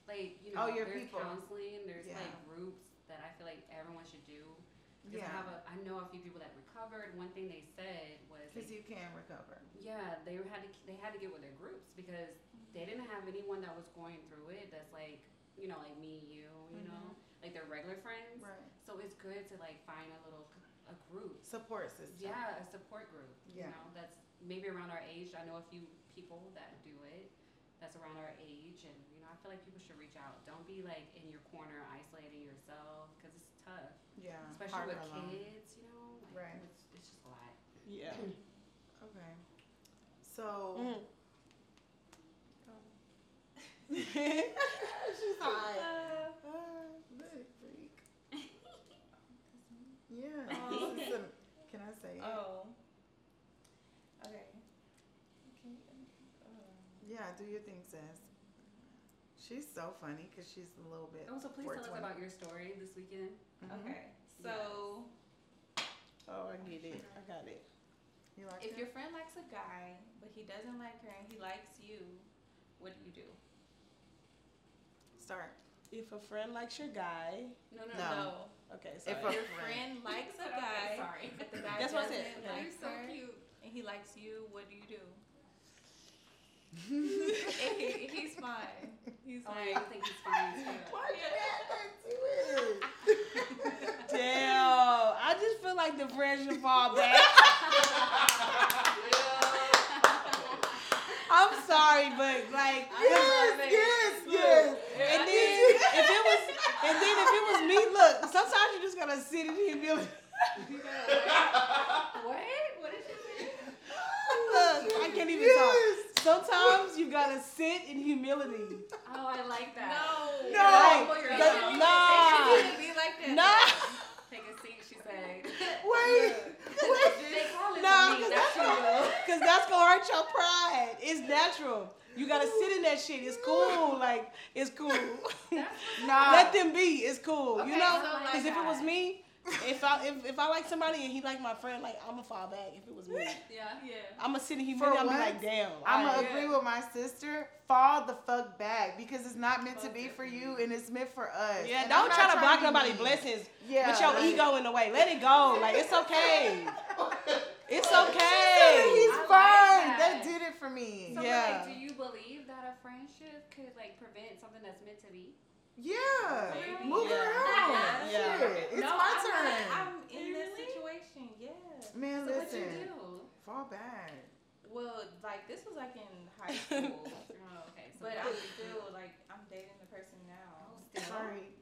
Like you
Oh,
know,
your
there's
people.
counseling. There's
Yeah.
like groups that I feel like everyone should do. Because
Yeah.
I have a, I know a few people that recovered. One thing they said was
Cause
they-
you can recover.
yeah, they had to they had to get with their groups because they didn't have anyone that was going through it. That's like you know, like me, you, you know, like their regular friends.
Mm-hmm. Right.
So it's good to like find a little c- a group.
Support system.
Yeah, a support group.
Yeah.
You know, that's maybe around our age. I know a few people that do it. That's around our age, and you know, I feel like people should reach out. Don't be like in your corner isolating yourself because it's tough,
Yeah. hard
especially with
alone.
kids. You know, like,
Right.
It's, it's just a lot.
Yeah.
Okay. So
Mm.
she's
Uh,
Ah, look, freak. Yeah. this is a- can I say? it?
oh. Okay. Can you, uh,
Yeah, do your thing, sis. She's so funny because she's a little bit.
Also, please tell us
420.
about your story this weekend.
Mhm.
Oh, okay. So
Oh, I get it. I got it.
You like
if
that?
your friend likes a guy but he doesn't like her and he likes you, what do you do?
Start.
If a friend likes your guy,
No, no,
No.
okay,
If
sorry.
a
Your friend likes a
Okay,
guy,
sorry.
but the guy
That's what I
doesn't
said. Okay.
like
You're so
her
cute.
and he likes you, what do you do? He- he's fine. He's
Oh,
like,
I think he's fine. He's fine.
Why you add that to it?
Damn, I just feel like the friend should fall back. I'm sorry, but like,
yes, yes, yes.
and then if it was, and then if it was me, look, sometimes you just gotta sit in here and be like,
What? What did you say?
look, I can't even
Yes.
talk. Sometimes you gotta sit in humility.
Oh, I like that.
no,
No,
Humble
that-
yourself.
nah.
It shouldn't be like that.
Nah,
Take a seat, she said.
Wait.
They call it
Nah,
the meat,
'cause
not you.
cause that's gonna hurt your pride. It's natural. You gotta sit in that shit. It's cool. Like it's cool.
Nah.
Let them be. It's cool. you
Okay,
know,
so, like,
because if it was me, if I if, if I like somebody and he like my friend, like I'ma fall back. If it was me,
Yeah.
Yeah.
I'ma sit in humility.
For
I'ma be
once,
like, damn.
I'm
I-
gonna
Yeah.
agree with my sister. Fall the fuck back because it's not meant to
Fuck
be
it.
for you and it's meant for us.
yeah,
And I'm
don't
not
try to block
be
nobody
mean.
blessings
Yeah,
with your
like-
ego in the way. Let it go. Like it's okay. It's okay.
He's
I like
fine. That
that.
did it for me.
So, like,
Yeah.
do you believe that a friendship could, like, prevent something that's meant to be?
Yeah.
Maybe.
Move
Yeah.
around.
Yeah.
Shit. It's
no,
my
I'm
turn.
Not, I'm in
You
this
really?
situation. Yeah.
Man,
so
listen.
what you do?
Fall back.
Well, like this was like in high school,
Oh, okay. So
but
what-
I'm still like I'm dating the person now.
Oh, still?
Sorry.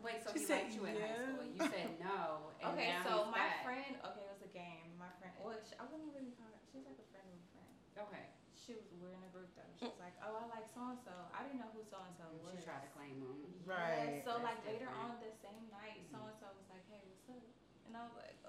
Wait, so
She
he
said
liked you in high
yeah.
school. You said no. And
Okay,
now
so
he's
my
back.
friend, okay, it was a game. My friend, well, she, I wouldn't really call her. She's like a friend of a friend.
Okay.
She was we're in a group though. She was like, oh, I like so and so. I didn't know who so and so was.
She tried to claim him.
Yeah,
Right. Mm-hmm.
So
That's
like later
different.
on the same night, so and so was like, hey, what's up? And I was like, oh.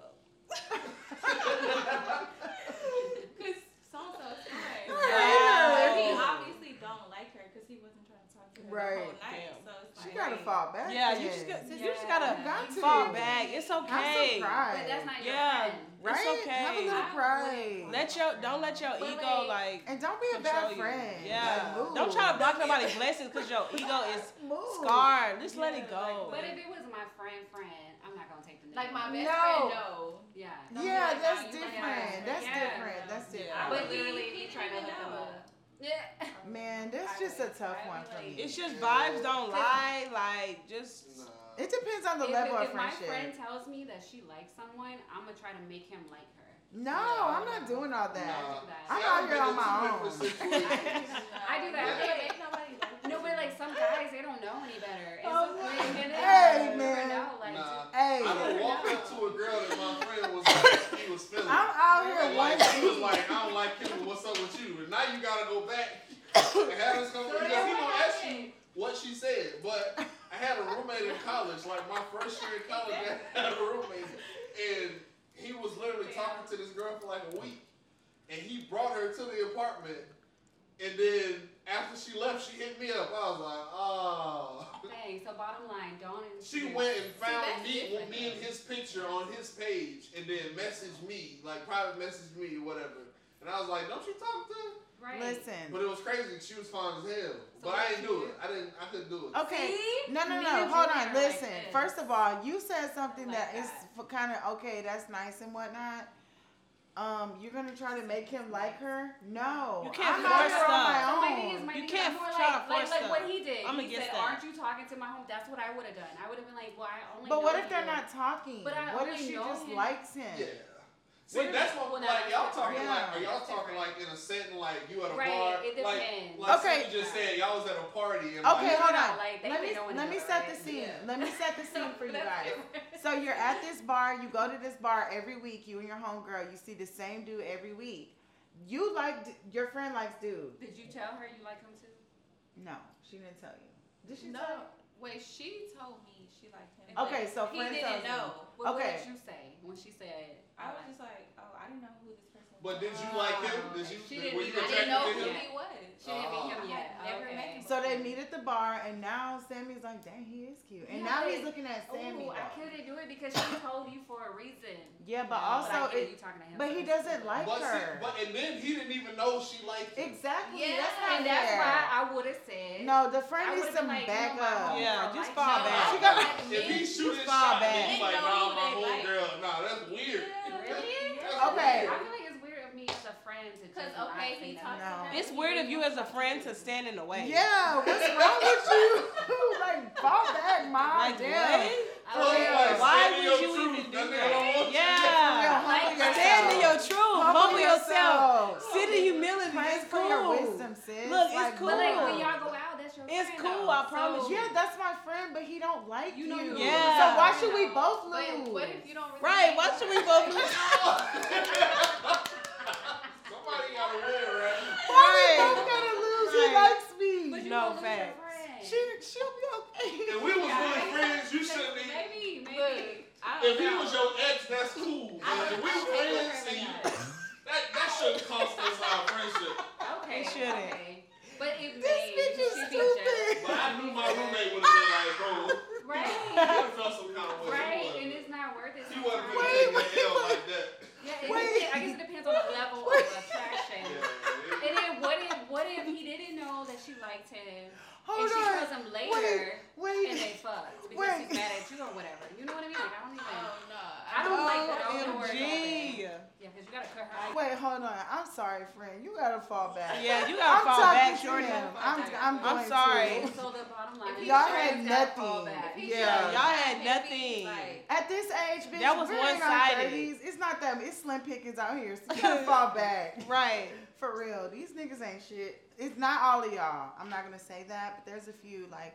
Because so and so is fine.
Yeah.
He obviously don't like her because he wasn't trying to talk to her the
Right.
whole night.
Damn.
So it's
She
like,
gotta
wait.
fall back.
Yeah, you
then.
just got, you
Yeah.
just gotta
You
got to.
fall back. It's
Have
okay.
some pride.
But that's not your
Yeah.
friend.
right? Have a
okay.
little
I
pride.
wouldn't.
Let your don't let your
But
ego
wait.
like
and don't be a
control
bad
you.
friend.
Yeah.
Like, move.
Don't try to block nobody's blessings because your ego is
Move.
scarred. Just let it
Yeah, like,
go.
But if it was my friend, friend, I'm not gonna take the
Like my
nigga.
best
No.
friend, no.
yeah.
No,
yeah,
like,
that's
no, you
different.
like that.
that's
Yeah.
different. That's
Yeah.
different.
I
But
would
literally,
he-
he
he
trying to
didn't
hook him
know.
up.
Yeah.
Man, that's
I
just a
would-
tough
I
one
would,
for
like-
me.
It's just vibes don't lie. Like just
Nah.
It depends on the
If,
level
if
of
my
friendship.
friend tells me that she likes someone, I'm gonna try to make him like her.
no, I'm not doing all that.
Nah.
I'm
See,
out
I've
here
been
on
in
my
two
own.
different situations.
I do that.
You
I'm
can't
like-
make nobody like
No,
you.
but like some guys, they don't know any better. It's
Oh,
like, and they
hey,
don't never
man.
know, like,
Nah.
Hey,
I
I'm
done walked up to a girl that my friend was like, he was feeling.
out here
And like,
one
she was
seat.
like, I don't like him, what's up with you? And now you gotta go back and have this
So
conversation.
then
Because he
what
gonna ask you
happened?
what she said. But I had a roommate in college, like my first year in college, I had a roommate. And he was literally
Yeah.
talking to this girl for like a week. And he brought her to the apartment. And then after she left, she hit me up. I was like, oh.
hey, so bottom line, don't.
She went and found
that's
me,
different.
me and his picture on his page, and then messaged me, like private messaged me or whatever. And I was like, "Don't you talk to him?"
Right.
Listen.
But it was crazy. She was fine as hell, but I
what
didn't
did
do
you
it. I didn't. I couldn't do it.
Okay.
See?
No, no,
Me
no.
and
Hold
Julian
on.
are like
Listen.
this.
First of all, you said something
Like
that is kind of okay. That's nice and whatnot. Um, you're gonna try to make him like her? No.
You can't
I'm out
force
here on
So
stuff.
my
my
thing
own.
is, my
You
thing
can't
is more
try to
like, like,
force
like what
stuff.
he did.
I'm
he
against
said,
that.
"Aren't you talking to my home?" That's what I would have done. I would have been like, "Well, I only."
But what
know
if they're
you."
not talking?
But I
What if
only
she
know
just
him.
likes him?
Yeah. See,
What if-
that's what
well, now
like
that's
y'all
different.
talking like.
Yeah.
Are y'all
That's
talking like
different.
in a setting like you at a
Right,
bar?
it
like,
depends.
like
Okay.
you just said y'all was at a party.
Okay,
And Like,
hold
Yeah,
on.
like, they
let
been
me
knowing
let me
each
set
other,
the scene.
yeah.
Let me set the scene for you
That's
guys.
different.
So you're at this bar, you go to this bar every week, you and your homegirl, you see the same dude every week. You like d- your friend likes dude.
Did you tell her you like him too?
No, she didn't tell you. Did she
No.
tell you?
Wait, she told me she liked him.
Okay, so
he
friend tells
didn't
you.
know.
But
Okay.
What did you say when she said?
I was just like, oh, I didn't know who this person was.
But did you like him?
Oh,
Did
okay.
you?
She
did-
didn't
were
even-
I
you
didn't
attracted
know
to
who
him?
he was.
She didn't
Oh.
meet him
I
yet.
had never
okay.
met him.
So they meet at the bar, and now Sammy's like, dang, he is cute. And
Yeah,
now
but-
he's looking at Sammy.
Ooh, I
though.
couldn't do it because she told you for a reason.
Yeah, but
No, I
also
get
it-
you talking to him,
but
so
he
that's
doesn't
cool.
like-
But, see,
her.
but and then he didn't even know she liked him.
Exactly.
Yeah,
that's not
And that's
fair.
why I would have said.
no, the friend
would've
needs
been
some
like, you know,
backup.
my homegirl
Yeah, just
likes
fall
you.
back.
Nah,
She got-
like, if he shoot his
far
shot, then
back.
he's like,
They know
nah,
who
my
they like.
homegirl. Nah, that's weird.
Really?
That's
Okay.
I
weird.
feel like it's weird of me as a friend to just
Because,
not
okay,
say
he
nothing.
talked to
No.
her.
It's weird of you as a friend to stand in the way.
Yeah, what's wrong with you? like, fall back, mom.
Like
damn.
what?
I
Oh,
was
real.
like,
Why
stand in
would
your
you
truth.
even do
That nigga
that?
don't want you.
Yeah.
Like,
Like,
Stand in your truth. Humble, yourself. Sit in humility.
Praise
it's
for
cool.
your wisdom, sis.
Look, it's
Like,
cool.
But like
move.
when y'all go out, that's your
It's
friend.
cool,
though.
I promise
So-
yeah, that's my friend, but he don't like you.
You know you
lose. Yeah.
So why should we
No.
both lose?
But what if you don't really like
Right, why
her?
should we both
Oh,
lose?
Somebody gotta win, right?
Why we both gotta lose? He
Right.
But
likes me.
you
No
gonna lose your
facts.
friend.
She, she'll be okay.
If we was
Yeah.
really friends, you
So
shouldn't be.
Maybe, maybe.
Look, I don't
If he
know.
was your ex, that's cool.
I
But
would-
if we
I
were
would take her
friends,
for
and you,
that.
that that shouldn't cost us our friendship.
Okay.
They shouldn't.
Okay. But it
This
may.
bitch
you
is
should be
stupid.
But I knew my roommate would have been like, bro,
jealous. Right.
he felt some kind of way.
Right.
He
And
wasn't-
it's not worth it.
he wasn't
sometimes.
gonna
Wait,
take that L like that.
Yeah, it
Wait.
depends- I guess it depends on the level
Wait.
of attraction.
Yeah,
And
it-
then what if what if he didn't know that she liked him and she
Hold
tells
on.
him later and
Wait.
they fuck because
Wait.
she's mad at you or whatever. You know what I mean? Like I don't even.
Oh, no.
I don't like that. I don't know where it's
OMG.
Yeah, because you gotta cut her. off.
Wait, hold on. I'm sorry, friend. You gotta fall back.
Yeah, you
I'm
gotta fall
talking
back,
to
Jordan.
him. I'm, I'm,
I'm
going
sorry.
to.
So the bottom line.
If
is
y'all
your
had
friends gotta fall
nothing,
back.
If he
Yeah.
shows
Y'all
had
that, maybe,
nothing.
like,
At this age, bitch,
That was
we're in our
one-sided.
30s. It's not that. It's slim pickings out here. So you gotta fall back.
Right.
For real, these niggas ain't shit. It's not all of y'all. I'm not gonna say that, but there's a few like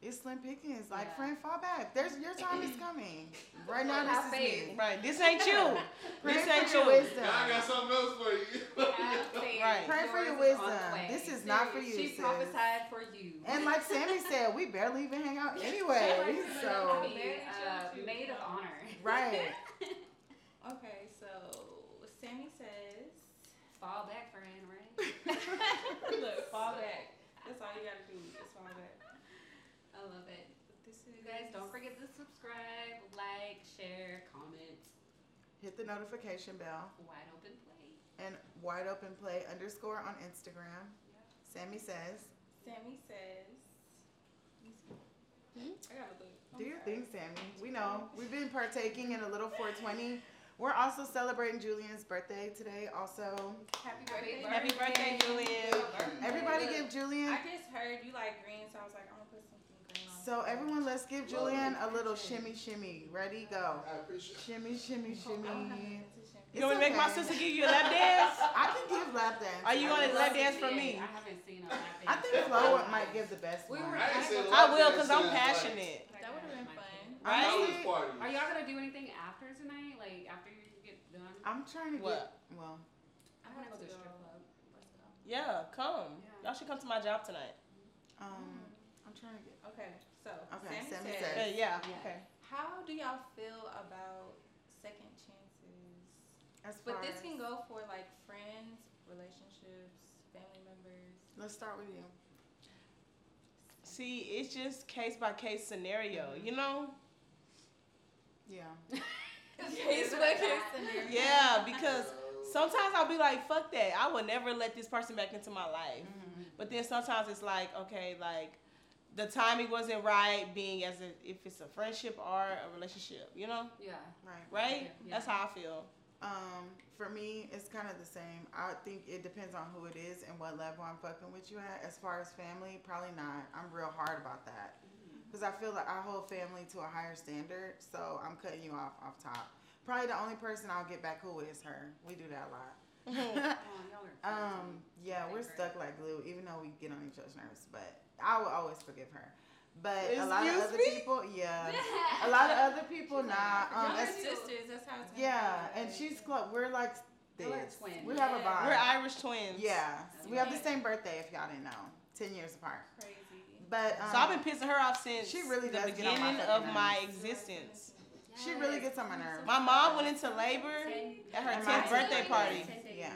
it's slim pickings. Like
Yeah.
friend, fall back. There's your time is coming. Right now,
Well,
this
have
is
faith.
me.
Right. This ain't you.
Pray
This
for
ain't
your
you.
wisdom.
Now I got something else for you.
Have faith.
Right.
Pray for
Yours
your
is on the
wisdom.
way.
This is not for you,
She
sis.
prophesied for you.
And like Sammy said, we barely even hang out anyway.
She likes to
so
be, uh, maid of honor.
right.
Okay, so Sammy says,
Fall back, friend, right?
"Look, fall back. That's all you gotta do. Just fall back."
I love it.
This is
You guys, don't forget to subscribe, like, share, comment.
Hit the notification bell
Wide open play.
and wide open play underscore on Instagram. Sammy says,
Sammy says.
Mm-hmm.
I gotta look. I'm
Do your thing,
sorry.
Sammy. We know. We've been partaking in a little 420. We're also celebrating Julian's birthday today, also.
Happy
Happy
birthday!
Happy birthday, Julian.
Everybody
Look,
give Julian.
I just heard you like green, so I was like, I'm gonna put something green on.
So,
it.
everyone, let's give Julian a little shimmy shimmy. Ready? Go.
I appreciate it.
Shimmy shimmy
Oh, I don't have
shimmy.
nothing to share.
It's
you want me to make my
okay.
sister give you a lap dance?
I can give lap dance.
Are you
I
gonna
would
lap
love to
dance
see
for
it.
me?
I haven't seen a lap
I
dance.
think Flo might give the best
We
one.
were-
I ain't said
I
I
love
will,
that
cause
shit,
I'm
but
passionate.
That would have been
Like,
fun.
I
Honestly,
was partying.
Are y'all gonna do anything after tonight? Like after you get done?
I'm trying to
What?
get. Well,
I wanna go to a strip club. Let's go.
Yeah, come.
Yeah.
Y'all should come to my job tonight.
um,
Mm.
I'm trying to get.
Okay, so
Okay, Sammy
Sammy, says,
Uh,
says-
yeah.
Yeah.
Okay.
how do y'all feel about second chances?
As far
But this
as-
can go for like friends, relationships, family members.
Let's start with you.
See, it's just case by case scenario. You know?
Yeah.
Case by case scenario.
Yeah, because
So,
sometimes I'll be like, "Fuck that! I will never let this person back into my life."
Mhm.
But then sometimes it's like, okay, like the timing wasn't right, being as if it's a friendship or a relationship, you know,
Yeah.
Right.
right?
Yeah.
That's how I feel.
Um, for me, it's kind of the same. I think it depends on who it is and what level I'm fucking with you at. As far as family, probably not. I'm real hard about that because I feel like I hold family to a higher standard. So I'm cutting you off off top. Probably the only person I'll get back cool with is her. We do that a lot.
Oh, y'all are
Um, yeah, we're stuck like glue, even though we get on each other's nerves. But I will always forgive her. But a lot of
Excuse
other
me?
people, yeah, a lot of other people,
She's
nah.
like, "I
Um,
Y'all are
forgot
as,
you."
sisters. That's how it's. gonna
yeah,
be,
and
like-
she's close. We're like this.
We're like twins.
We have a
Yeah.
bond.
We're Irish twins.
yeah,
That's
we have the
right.
same birthday. If y'all didn't know, ten years apart.
crazy.
But um,
So I've been pissing her off since
She really
the
does get on my
beginning of
fucking
my
July
existence.
17th.
She really gets on my nerves.
My mom went into labor. at her
10th
birthday party.
Yeah.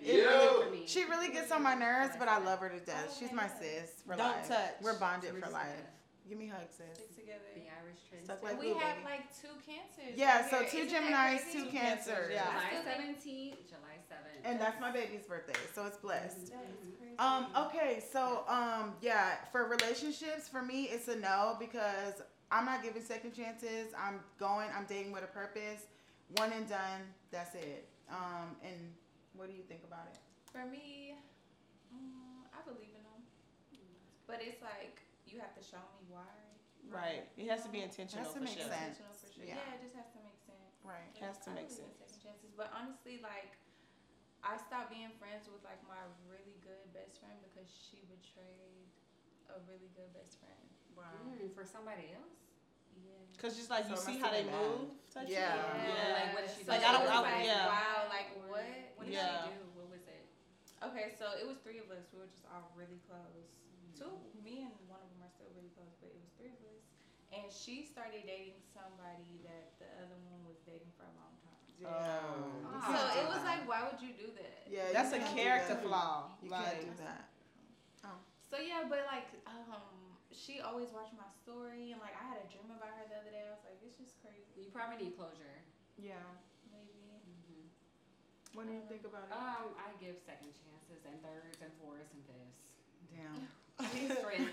It really-
she really gets on my nerves, but I love her to death. She's my sis for
Don't
life.
touch.
We're bonded
We're
for
stuck.
life. Give me hugs, sis.
Stick together.
The Irish twins.
Stuck
too.
like
we
glue,
have
baby.
like two cancers.
Yeah,
right
so
here.
two
Isn't that
Geminis,
crazy?
two
Two Cancers,
cancers.
yeah.
July
Still there.
17th. July 7th.
And that's my baby's birthday, so it's blessed.
That is crazy.
Um, okay, so um yeah, for relationships, for me it's a no because I'm not giving second chances. I'm going, I'm dating with a purpose. One and done, that's it. Um and what do you think about it?
For me, mm, I believe in them, but it's like you have to show me why.
Right. It has to be intentional
Has to
for
make
sure.
sense.
Intentional for sure.
Yeah.
Yeah. it just has to make sense.
Right.
Yeah,
Has to
I
make
believe in
sense.
Second chances, but honestly, like. I stopped being friends with like my really good best friend because she betrayed a really good best friend.
Wow.
Mm, for somebody else?
Yeah.
Cause just like you
So it
see
must
how
have
they
been bad.
move. touch
Yeah.
you.
Yeah.
Yeah.
Like, what did she
So
Like,
she
I don't-
was
I-
like,
yeah.
Wow, like what?
What
what
did
is-
Yeah.
she do? What was it?
Okay, so it was three of us. We were just all really close. Two, me and one of them are still really close, but it was three of us. And she started dating somebody that the other one was dating for a long time.
Yeah.
Oh.
You can't
Oh.
So
do
it was
that.
like, why would you do that?
Yeah, you
That's a
can't do
character
that.
flaw.
You
Like,
can't do that.
So yeah, but like, um, she always watched my story, and like, I had a dream about her the other day. I was like, this is crazy.
You probably need closure.
Yeah.
Maybe.
What do you think about it?
Mm-hmm. Um, I give second chances and thirds and fours and fifths.
Damn.
Please, friends.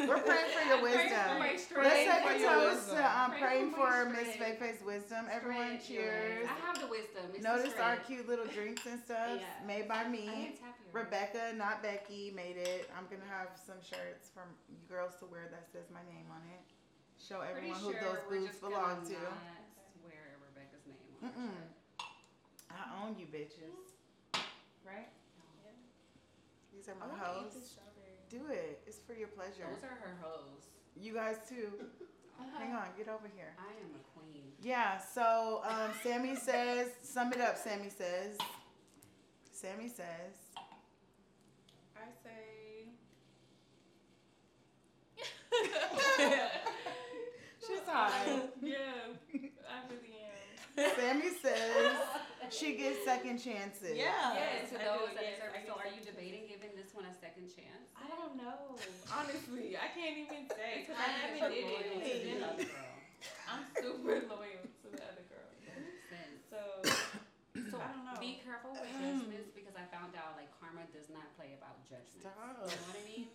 We're praying for your
Praying
wisdom.
for my
Let's
strength.
Praying
take
for
a
your
toast
wisdom.
to um,
Praying
praying
for my
for Miss Fei
strength.
Fei's wisdom. Everyone,
Strength,
cheers.
yes. I have the wisdom. It's the
Notice our
strength.
cute little drinks and stuff
Yes.
made by me.
I can't tap your-
Rebecca, not Becky, made it. I'm gonna have some shirts from you girls to wear that says my name on it. Show
Pretty
everyone
sure
who those
we're
boobs
just gonna
belong to.
not Swear Rebecca's name. On our
Mm-mm.
shirt.
I own you bitches. Right?
No.
These are
I
my
want to eat
hoes.
this strawberry.
Do it. It's for your pleasure.
Those are her hoes.
You guys too. Hang on, get over here.
I am a queen.
Yeah, so um, Sammy says, sum it up, Sammy says. Sammy says.
I say.
She's high.
yeah, I really
Sammy says she gives second chances.
Yeah.
Yes, to
I do,
those that
yes,
deserve
I
it.
do
So are you
think-
debating giving this one a second chance?
I don't know. Honestly, I can't even say.
Because
I haven't did
loyal to
it.
the other girl.
I'm super loyal to the other girl.
That makes sense.
So
So
I don't know.
be careful with judgments because I found out like karma does not play about judgments. You know what I mean?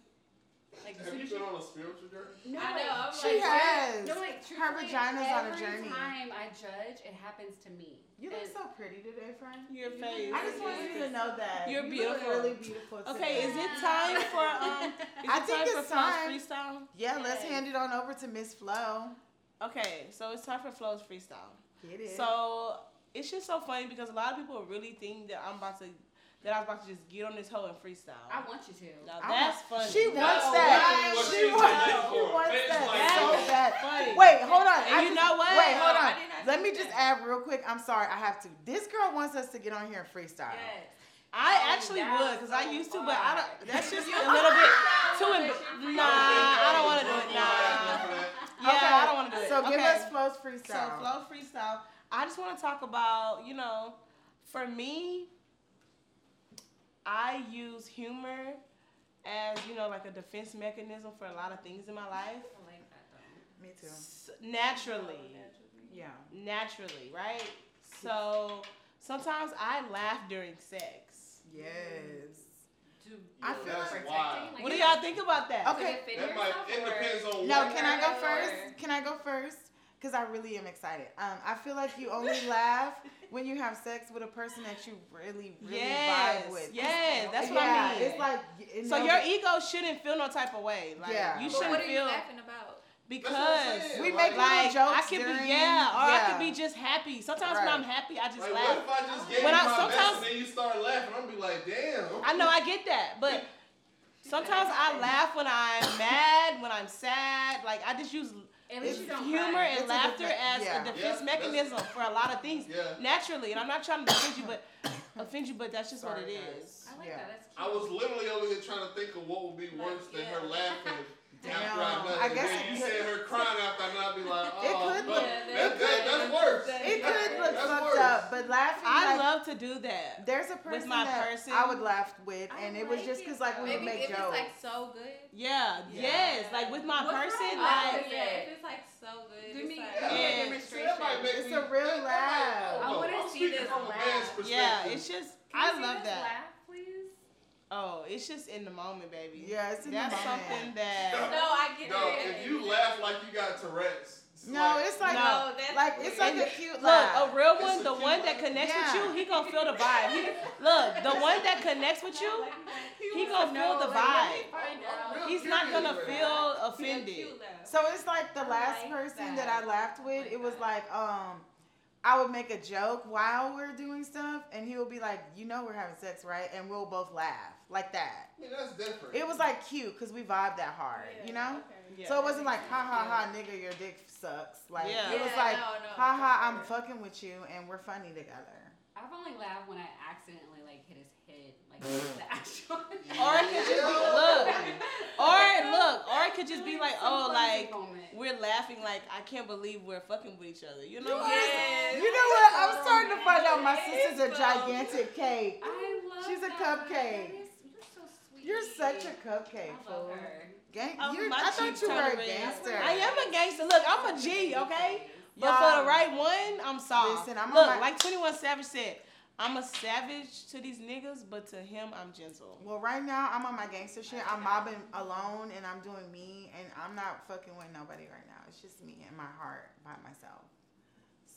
Like as
Have
soon
you
as
been
you
on a spiritual journey?
no,
I know. I'm
She
like,
has.
No,
Her
like truthfully,
vagina's on a
every
journey.
time I judge, it happens to me.
You look
And-
so pretty today, friend.
Your face.
I just wanted you to know that.
You're
You look
beautiful.
really beautiful. Today.
Okay, is it time for, um, Is
I
it
think
time
it's
for Flo's
time.
freestyle.
Yeah, let's
Yes.
hand it on over to Miss Flo.
Okay, so it's time for Flo's freestyle.
Get it.
So it's just so funny because a lot of people really think that I'm about to that I was about to just get on this hoe and freestyle.
I want you to.
now
I
that's funny.
Oh, she
No,
wants that.
what
She wants,
she's
she
looking for.
wants
It's like
that so
that.
bad.
funny.
Wait, hold on.
And
I
you
just-
know what?
Wait, hold
No, I
on.
did not
Let
do
me just add real quick. I'm sorry, I have to. This girl wants us to get on here and freestyle.
Yes.
I
Oh,
actually
that
would because I
was
used to,
so
but I
hard.
don't. That's just a little bit too. Im- nah, I don't want to do it. Nah. Yeah,
Okay,
I don't want to do it.
So give
Okay.
us Flo's freestyle.
So flow freestyle. I just want to talk about, you know, for me, I use humor as, you know, like a defense mechanism for a lot of things in my life.
I like that though.
Me too.
S- naturally.
Yeah.
Naturally, right? So sometimes I laugh during sex.
Yes. I
I
feel
feel
like-
protecting,
Wow.
like
What do y'all think about that?
Okay.
Defend
That might,
yourself
it
or-
depends on
No,
what.
can I go
Or-
first? Can I go first? Because I really am excited. Um, I feel like you only laugh when you have sex with a person that you really, really
yes.
vibe with.
Yes, that's what
yeah,
I mean.
It's like it
so
knows-
your ego shouldn't feel no type of way. Like
Yeah.
you
But
But
shouldn't
what are you
feel
laughing about?
That's what I'm
because
saying,
We
like-
make
like
little
I
jokes
could
during-
be yeah, or I could
yeah.
be just happy. Sometimes
Right.
when I'm happy, I just
Like,
laugh.
what if I just gave
When
you
I-
my best
sometimes-
and then you start laughing? I'm gonna be like, damn.
I know I get that, but sometimes I laugh when I'm mad, when I'm sad. Like I just use
At least
It's
you don't
humor
cry.
It's a
and laughter
defe-
as
yeah.
a defense
Yeah, that's-
mechanism for a lot of things
Yeah.
naturally. And I'm not trying to defend you, but offend you, but that's just what
Sorry,
it
guys.
is.
I like
Yeah.
that. That's cute.
I was literally over here trying to think of what would be worse than her
yeah.
laughing
Damn,
after I nutted.
I
And
guess
then
it
you
could-
said her crying after I nutted. I'd be like, oh,
could
no,
look-
that,
Yeah,
that, that's worse.
It could look
That's
fucked
worse.
up, but laughing.
I
like,
love to do that.
There's a person
my
that
person.
I would laugh with,
I
and it was
like
just
it,
because like we would
Maybe
make
if
jokes.
it's like so good.
Yeah,
Yeah.
yes. Like with my
What
person,
kind of
like
laughter?
Oh, yeah, if it's like so good.
Do
it's
me-
like,
Yeah.
Yeah, like, it makes- that might make
It's
me-
a real
that might-
laugh.
oh,
I
no,
wanna
I'm
see
speaking
this
from a
laugh.
man's
yeah,
perspective.
it's just
Can
I
you see this
love that.
Laugh, please.
Oh, it's just in the moment, baby.
yeah, it's in
That's
the moment.
something that
No, I get
No,
it.
if you laugh like you got Tourette's. it's
No,
like,
it's like "Oh,
No.
that's
like it's like a
And-
cute
look
laugh.
a real
It's
one,
a
the
cute
one that
laugh.
connects
Yeah.
with you, he gonna feel the vibe. He- look, the one that connects with you, he gonna feel the vibe.
I'm- I'm real
He's not
curious
gonna
right now.
feel offended.
So it's like the
I
last
like
person that.
that.
I laughed with.
like
it was
that.
like um, I would make a joke while we're doing stuff, and he would be like, "You know, we're having sex, right?" And we'll both laugh like that.
I mean, that's different.
It was like cute because we vibe that hard, you know.
Yeah.
So it wasn't like ha ha ha nigga your dick sucks. Like
Yeah.
it was like
no, no,
ha ha I'm
for sure.
fucking with you and we're funny together.
I've only laughed when I accidentally like hit his head, like the actual.
Or it could just be look, or look, or it could just be like, oh,
Some
like
clumsy moment.
we're laughing, like I can't believe we're fucking with each other. You know?
Yes.
Yes.
You know what? I'm
Oh,
starting to find out my
man.
sister's a
So-
gigantic cake.
I love
She's a
that.
cupcake.
That is- You're so sweet.
You're such a cupcake,
I love
fool.
her.
Gang-
Um,
you're,
my
I thought
cheeks
you were a
turn red.
gangster.
I am a gangster. Look, I'm a G, okay? But for
Y'all-
the right one, I'm soft.
Listen, I'm on
Look,
my-
like 21 Savage said, I'm a savage to these niggas, but to him, I'm gentle.
Well, right now I'm on my gangster shit. I'm mobbing alone and I'm doing me and I'm not fucking with nobody right now. It's just me and my heart by myself.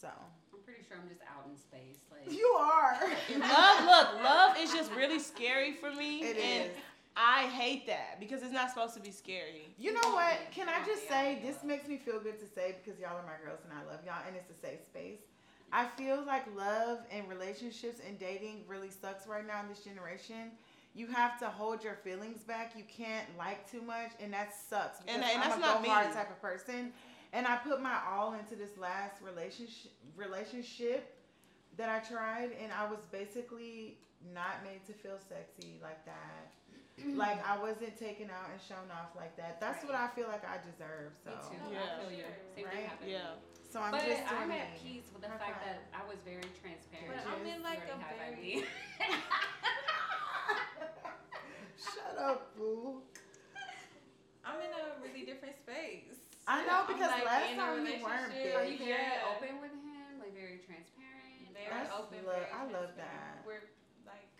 So
I'm pretty sure I'm just out in space. Like
you are.
Love, look, love is just really scary for me.
It
and
is.
I hate that because it's not supposed to be scary.
You know what? Can I
Yeah,
just
yeah,
say
yeah.
this makes me feel good to say because y'all are my girls and I love y'all and it's a safe space. I feel like love and relationships and dating really sucks right now in this generation. You have to hold your feelings back. You can't like too much, and that sucks.
And-
because
and
I'm
that's
a
not
go hard
me.
type of person, and I put my all into this last relationship relationship that I tried, and I was basically not made to feel sexy like that like I wasn't taken out and shown off like that. That's what I feel like I deserve. So
Me too.
No,
Yeah.
I feel you. Same
Right?
thing happened. to
Yeah.
me.
So I'm
but
just doing
I'm
me.
at peace with the
High
fact
five.
that I was very transparent.
But I'm in like a
Already high
very.
five me.
Shut up, boo.
I'm in a really different space.
I know
I'm
because
like,
last
in a
time you weren't,
relationship,
Are
bitch.
you very
Yeah.
open with him? Like very transparent?
Very
That's
open.
love-
very
I love
transparent.
that.
We're like.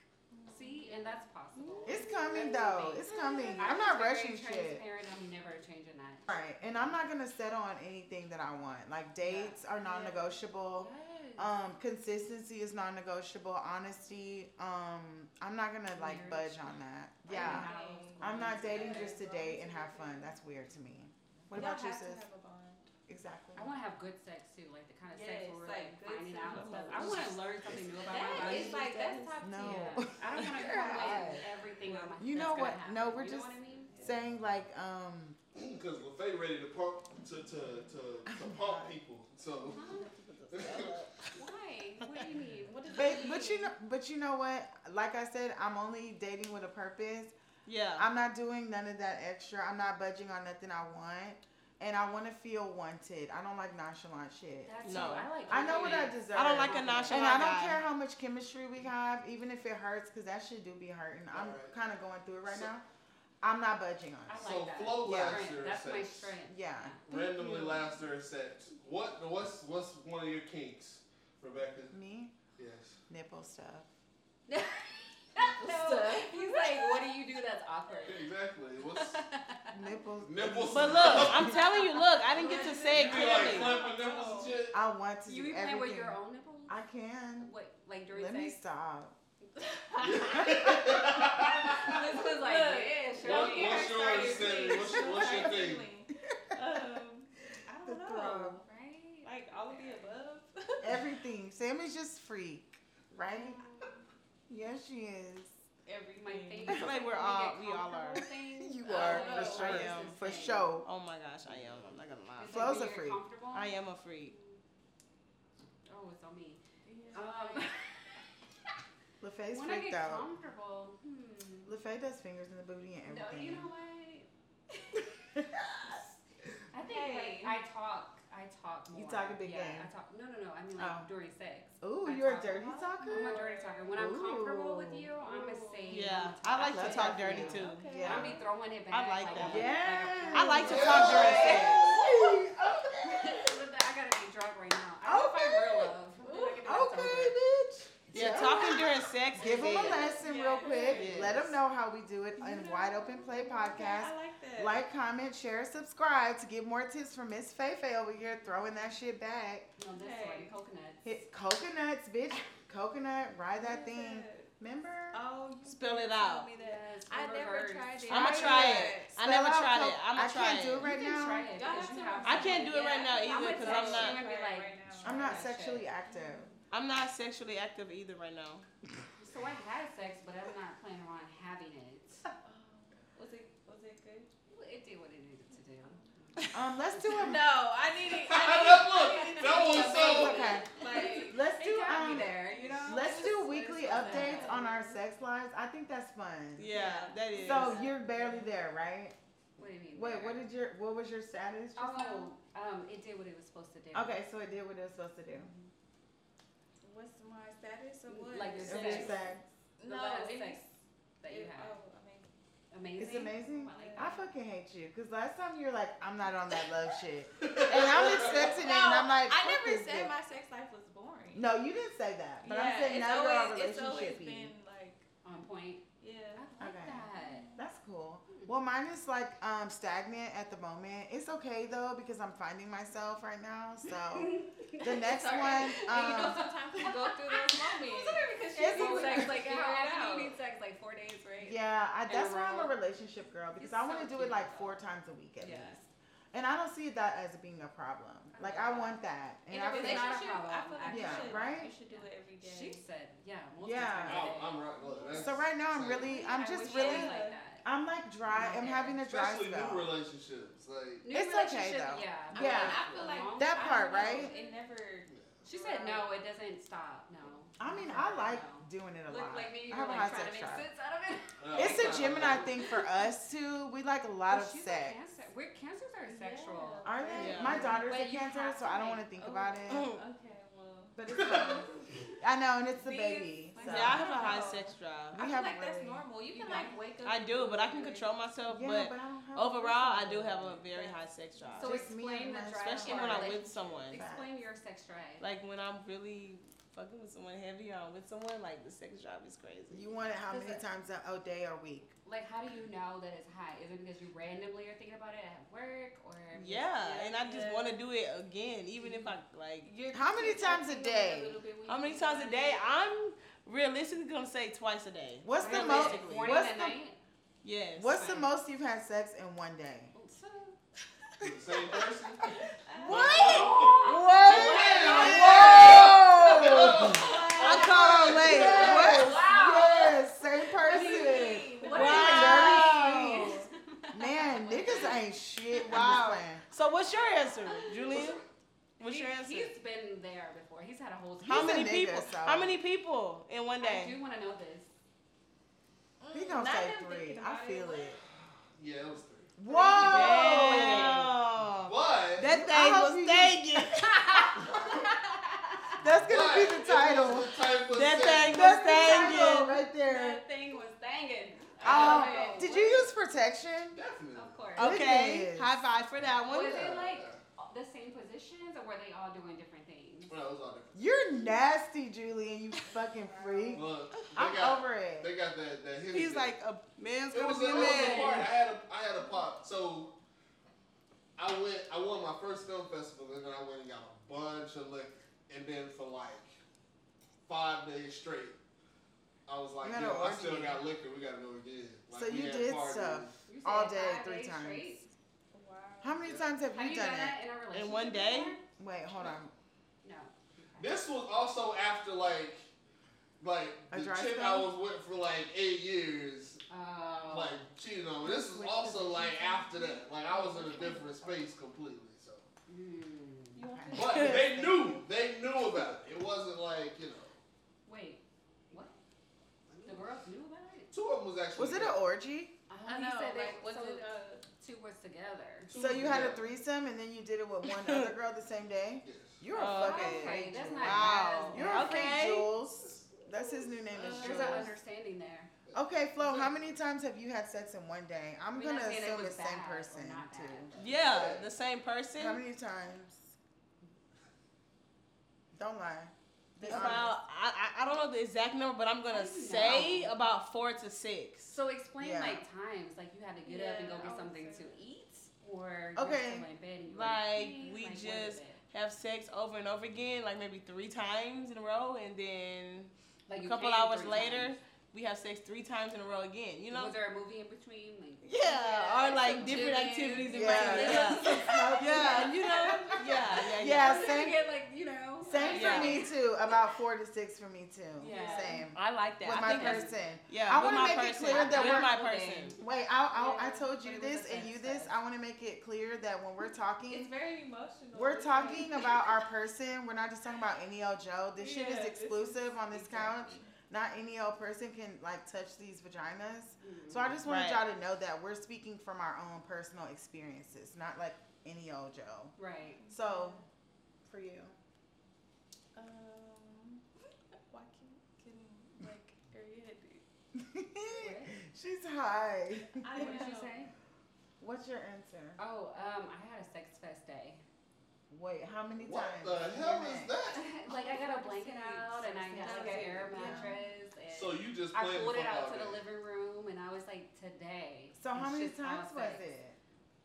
See, and that's possible.
It's coming
That's the
though.
thing.
It's coming.
I'm
Mm. I'm not
just
rushing
very
shit.
Transparent. I'm never changing that.
Right, and I'm not gonna settle on anything that I want. Like dates are non-negotiable. Um, consistency is non-negotiable. Honesty. Um, I'm not gonna like
Marriage.
budge on that.
Like,
Yeah,
how it's
I'm
going
not
to
dating
go.
just to date and have fun. That's weird to me. What
Y'all
about you,
have to
sis?
have a bond.
Exactly.
I want to have good sex too, like the kind of sex
Yes,
where we're
like
like,
good
finding
sex.
out stuff. I want to learn something new about my
That
body.
is like that's top
No.
tier.
Yeah. I don't want to
Girl.
correlate everything on my.
You
that's
know
gonna
what?
Happen.
No, we're
you
just-
Know what I mean?
Saying like, um,
Because Lafay ready to park to to to,
Oh
to pump people. So
Why? What do you mean? What does
but
that
but you
mean?
know, but you know what? Like I said, I'm only dating with a purpose.
Yeah.
I'm not doing none of that extra. I'm not budging on nothing I want, and I want to feel wanted. I don't like nonchalant shit.
That's
No.
it. I like.
I know what I
compliments.
deserve.
I don't like a
And
nonchalant
And I don't
guy.
care how much chemistry we have, even if it hurts, because that shit do be hurting. I'm
Alright.
kind of going through it right
So-
now. I'm not budging on
I
it.
like
so
that.
flow
Yeah.
last
Strength.
year.
That's my
sex.
strength.
Yeah.
Randomly
you.
last year sex. What what's what's one of your kinks, Rebecca?
Me,
Yes.
nipple stuff.
no, he's like, what do you do that's awkward?
Exactly. What's
Nipples.
nipples?
But look, I'm telling you, look, I didn't get to say
You
it
be like
clearly.
clamping nipples and shit.
I want to
You
do
be
everything.
playing with your own nipples?
I can.
What, like during
Let me
sex?
stop.
this was like,
Look,
yeah, sure.
don't
What-
get her
what's your
started,
understanding?
please.
What's your- what's your thing?
Um, I
The
don't know.
throb.
Right?
Like all of the above.
Everything. Sammy's just freak, right? Yes, she is.
Everything.
My thing.
I feel like we're all- we all are.
You
Oh,
are
no,
for sure.
I am.
For sure.
Oh my gosh, I am. I'm not gonna lie.
Flow- Flo's a freak.
I am a freak.
Oh, it's on me.
Yeah.
Um,
LaFay's
when I
freaked
get
out.
comfortable, hmm.
LaFay does fingers in the booty and
No, you
everything.
know what? I think
Hey.
like I talk. I talk more.
You talk a big
yeah,
game.
I talk. No, no, no. I mean like
Oh.
during sex.
Ooh,
I
you're a
talk
dirty
lot. I'm a
talker.
dirty talker. When I'm comfortable with you, I'm a
Ooh.
say.
Yeah,
I'm a
I like
I
to
love that.
talk dirty too.
Okay.
Yeah.
I'll be throwing it back.
I like that.
a-
Yeah.
a-
I like to
a-
talk during sex.
But I gotta be drunk right now. I don't find real
Okay.
love.
Okay, bitch.
Yeah, talking during sex.
Give
is
them a
it.
lesson
Yeah.
real quick. Let
Yes.
them know how we do it in Wide Open Play podcast.
I like that.
Like, comment, share, subscribe to get more tips from Miss Feifei over here throwing that shit back.
No, this
Hey.
one, coconuts.
Hit coconuts, bitch. Coconut, ride that thing. Remember?
Oh, you
Spell it
told
out.
me that.
Yes,
I
in
never
reverse.
tried it.
I'ma
I
try
did.
it. I
Spell
never
out
tried
coke-
it. I'ma
I
try
can't
it.
do it
You
right
can
now.
try it
Y'all
because
have
you
to
have
I can't do it right
Yeah.
now
I'ma
either because
text
I'm
you
not.
and be like,
I'm
That
not
"Oh,
shit.
sexually active.
I'm not sexually active either right now.
So I had sex, but I'm not planning on having it.
Was it was it good?
Well, It did what it needed to do.
Um, let's do
No,
a
I need it. I
That
need,
look, that was so.
okay.
Like,
Let's
It
do
got me
um,
there, you know.
let's do weekly updates
bad.
on our sex lives. I think that's fun.
Yeah, that is.
So you're barely there, right?
What do you mean?
Wait,
there?
what did your what was your status? just
Oh, um, it did what it was supposed to do.
now? Okay, so it did what it was supposed to do.
what's my status or what?
Like your
It was
Sex.
sex.
The
No,
last
it
sex
was-
that you
it-
had.
Oh, I mean,
Amazing.
It's amazing.
I like
I
that.
fucking hate you because last time you were like, I'm not on that love shit, and I'm accepting it, and I'm like,
I
fuck
never
this
said
bitch.
my sex life was boring.
No, you didn't say that, but
yeah,
I'm saying
it's
now
always,
you're
it's
all
always
relationship.
been like,
On point. I
yeah.
like
Okay.
that.
That's cool. Well, mine is like um, stagnant at the moment. It's okay though because I'm finding myself right now. So the next
Sorry.
one,
and you
um,
know, sometimes we go through those moments.
because
It's
needs
a-
sex like
Yeah.
how often do you need sex like four days, right?
yeah, I,
a
that's why I'm a
row.
relationship girl because
It's
I
so
want to do it
cute,
like
though.
four times a week at
Yeah.
least, and I don't see that as being a problem.
I
Like
love
I
that.
want that, and
In
I
a
feel-
It's not a
relationship, I
problem,
feel like you
Yeah,
should,
right?
you should do it every day.
She said, yeah, multiple
Yeah.
times.
Oh, I'm right. Look, that's-
so right now I'm
same.
really, I'm
I
just
wish
really,
it was like that.
I'm like dry. I'm having a dry
Especially new
spell.
relationships. Like,
New
It's okay,
relationship,
though.
Yeah.
I
but
mean,
Yeah.
I feel like
long-
That
I
part,
don't know.
right?
It never.
She said no, it doesn't stop. No.
I mean, I like
No.
doing it a
Look
lot.
like me,
I
you're
have a high
like trying to
sex
make
drive.
sense out of it.
Uh,
It's a Gemini thing for us too. We like a lot
But
of
she's a
sex.
Cancer. We're cancers are sexual.
Yeah.
Are they?
Yeah.
My daughter's a
But you
cancer,
have
so
to
I don't
like-
want to think
oh.
about it.
Okay, well.
But it's fun. I know, and it's the
These-
baby.
my
So.
Yeah, I have a
I
high
don't know.
sex drive.
I
We
feel
have
like that's
really-
normal. You
You
can
don't?
like wake up.
I
and
do,
feel
but I can
good.
control myself.
yeah,
but
but I don't have
overall, I do have a very high sex drive,
So
Just me
explain
and
the
my-
drive.
especially
part.
when I'm
Like,
with someone.
Explain your sex drive.
Like when I'm really fucking with someone heavy or I'm with someone, like the sex drive is crazy.
You want it how
Does
many
it-
times a, a day or week?
Like, how do you know that it's high? Is it because you randomly are thinking about it at work or?
Yeah, and I just
Yeah.
want to do it again, even if I like.
How many times a day?
How many times a day? I'm realistically gonna say twice a day.
What's the most?
Realistically.
Morning
what's
and
the-
night.
Yes.
What's the
fine.
most you've had sex in one day?
The same person.
Whoa! I caught on late.
Yes.
What?
Wow.
Yes, same person.
What
Wow.
is that?
Man, niggas ain't shit.
Wow.
Wow.
So what's your answer, Julian? What's
He-
your answer?
He's been there before. He's had a whole.
How
he's a
many
nigga,
people?
so-
How many people in one
I
day?
do want to know this.
He gonna
Now
say
that I'm
three.
thinking
I
about
feel it.
Yeah, it was three.
Whoa!
Damn.
But
That
I
thing
hope
was
you-
thinking.
That's gonna
but
be the
It
title.
was the type of
That
sex-
thing was
That's the title
thinking.
right there.
That thing was banging.
Um,
I love it.
did you use protection?
Definitely.
Of course.
Okay,
Goodness.
high five for that one.
Was
Yeah.
it like the same positions, or were they all doing different things?
Well, it was all different.
You're nasty, Julian. You fucking freak.
But
I'm
they got,
over it.
They got that, that hidden
He's
dick.
like a man's
It
gonna
was,
be
a,
a
it was a part. I
man.
had a, I had a pop. So I went. I won my first film festival, and then I went and got a bunch of liquor. And then for like five days straight, I was like,
You had
Yo,
an
I still
orgy.
got liquor. We gotta go again. Like,
So
we
you
had
did
parties.
stuff.
You said
All day,
five
three
days
times.
straight?
Wow.
How many times have
Have
you done
that
it?
in a relationship?
one day?
before?
Wait, hold on.
No.
This was also after like, like
A
the
dry
chick
spell?
I was with for like eight years,
Oh.
like cheating on. me. This was
Switch
also
positions.
like after that. Like I was in a different space completely. So,
Mm.
You want to-
but they knew. They knew about it. It wasn't like you know.
Wait. What? The girls knew about it?
Two of them was actually.
Was it an orgy?
Oh,
I
you
know.
said they
like, was
so
it uh,
two was together.
So you had a threesome and then you did it with one other girl the same day?
Yes.
You're a
Oh,
fucking
okay,
freak.
that's
Jules.
not
Wow.
bad.
You're a
Okay.
freak, Jules. That's his new name is
Uh,
There's an
Jules.
understanding there.
Okay, Flo, how many times have you had sex in one day? I'm
We're
gonna
not saying it
assume the
was
same
bad or
person
not bad,
too.
but-
Yeah, the same
How
person.
many times? Don't lie. Um, Be
About
honest.
I, I I don't know the exact number, but I'm
How
gonna
do you
say about four to six.
So explain
Yeah.
like times, like you had to get up and go
Yeah, I
get
would
something to
say that.
eat, or you were
Okay.
still in bed and you were
Like,
eating,
we
like, what is
just-
it?
Have sex over and over again, like maybe three times in a row, and then
like
a
you
couple
came
hours
three
later,
times.
we have sex three times in a row again. You know?
was there a movie in between? Like
Yeah, or
some
like different
chilling,
activities in
Yeah.
between. Yeah. yeah, you know, yeah, yeah,
Yeah,
yeah.
You
same-
get like you know.
Same
Yeah.
for me too. About four to six for me too.
Yeah.
Same.
I like that.
With
I
my
think that's-
person.
yeah,
I
with
wanna
my
make it
person.
clear that
with
we're-
my person.
Wait, I, I I
Yeah,
told
but
you
it was
this
a
and you
sex
this. I want to make it clear that when we're
It's
talking,
very emotional.
we're
It's like-
talking about our person. We're not just talking about any old Joe. This shit is
Yeah, this
exclusive on this couch.
Exactly.
Not any old person can like touch these vaginas.
Hmm.
So I just wanted
Right.
y'all to know that we're speaking from our own personal experiences, not like any old Joe.
right.
So, for you,
Um, why can't getting like Ariadne?
she's high.
I
What did you
know.
say?
What's your answer?
Oh, um, I had a sex fest day.
Wait, how many
What
times?
the hell is that?
like I got a blanket out and I had like an
Okay.
air
Yeah.
mattress and
So you just
I
playing
pulled it
football
out to the
game.
living room and I was like, today.
So how
it's
many
just all
times was
sex.
it?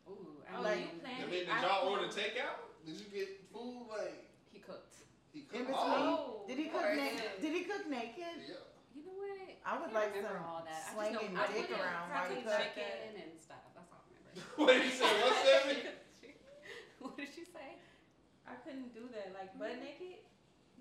Ooh,
Oh,
I
Like-
mean,
you planned
I mean,
it.
did
I
y'all
planned
order
it.
takeout? Did you get food like?
he cooked.
He
In
cooked?
between?
Oh,
Oh,
Did he cook?
Or
Lord.
Na-
is it-
did he cook naked?
Oh.
yeah.
You know what?
I would
can't
like
remember
some
all that. I just know-
slanging
I
dick
wouldn't-
around while
I
you
cooked
cook.
chicken and stuff. That's all I remember.
Wait, you said what's that?
what did she say?
I couldn't do that. Like
Mm-hmm.
butt naked.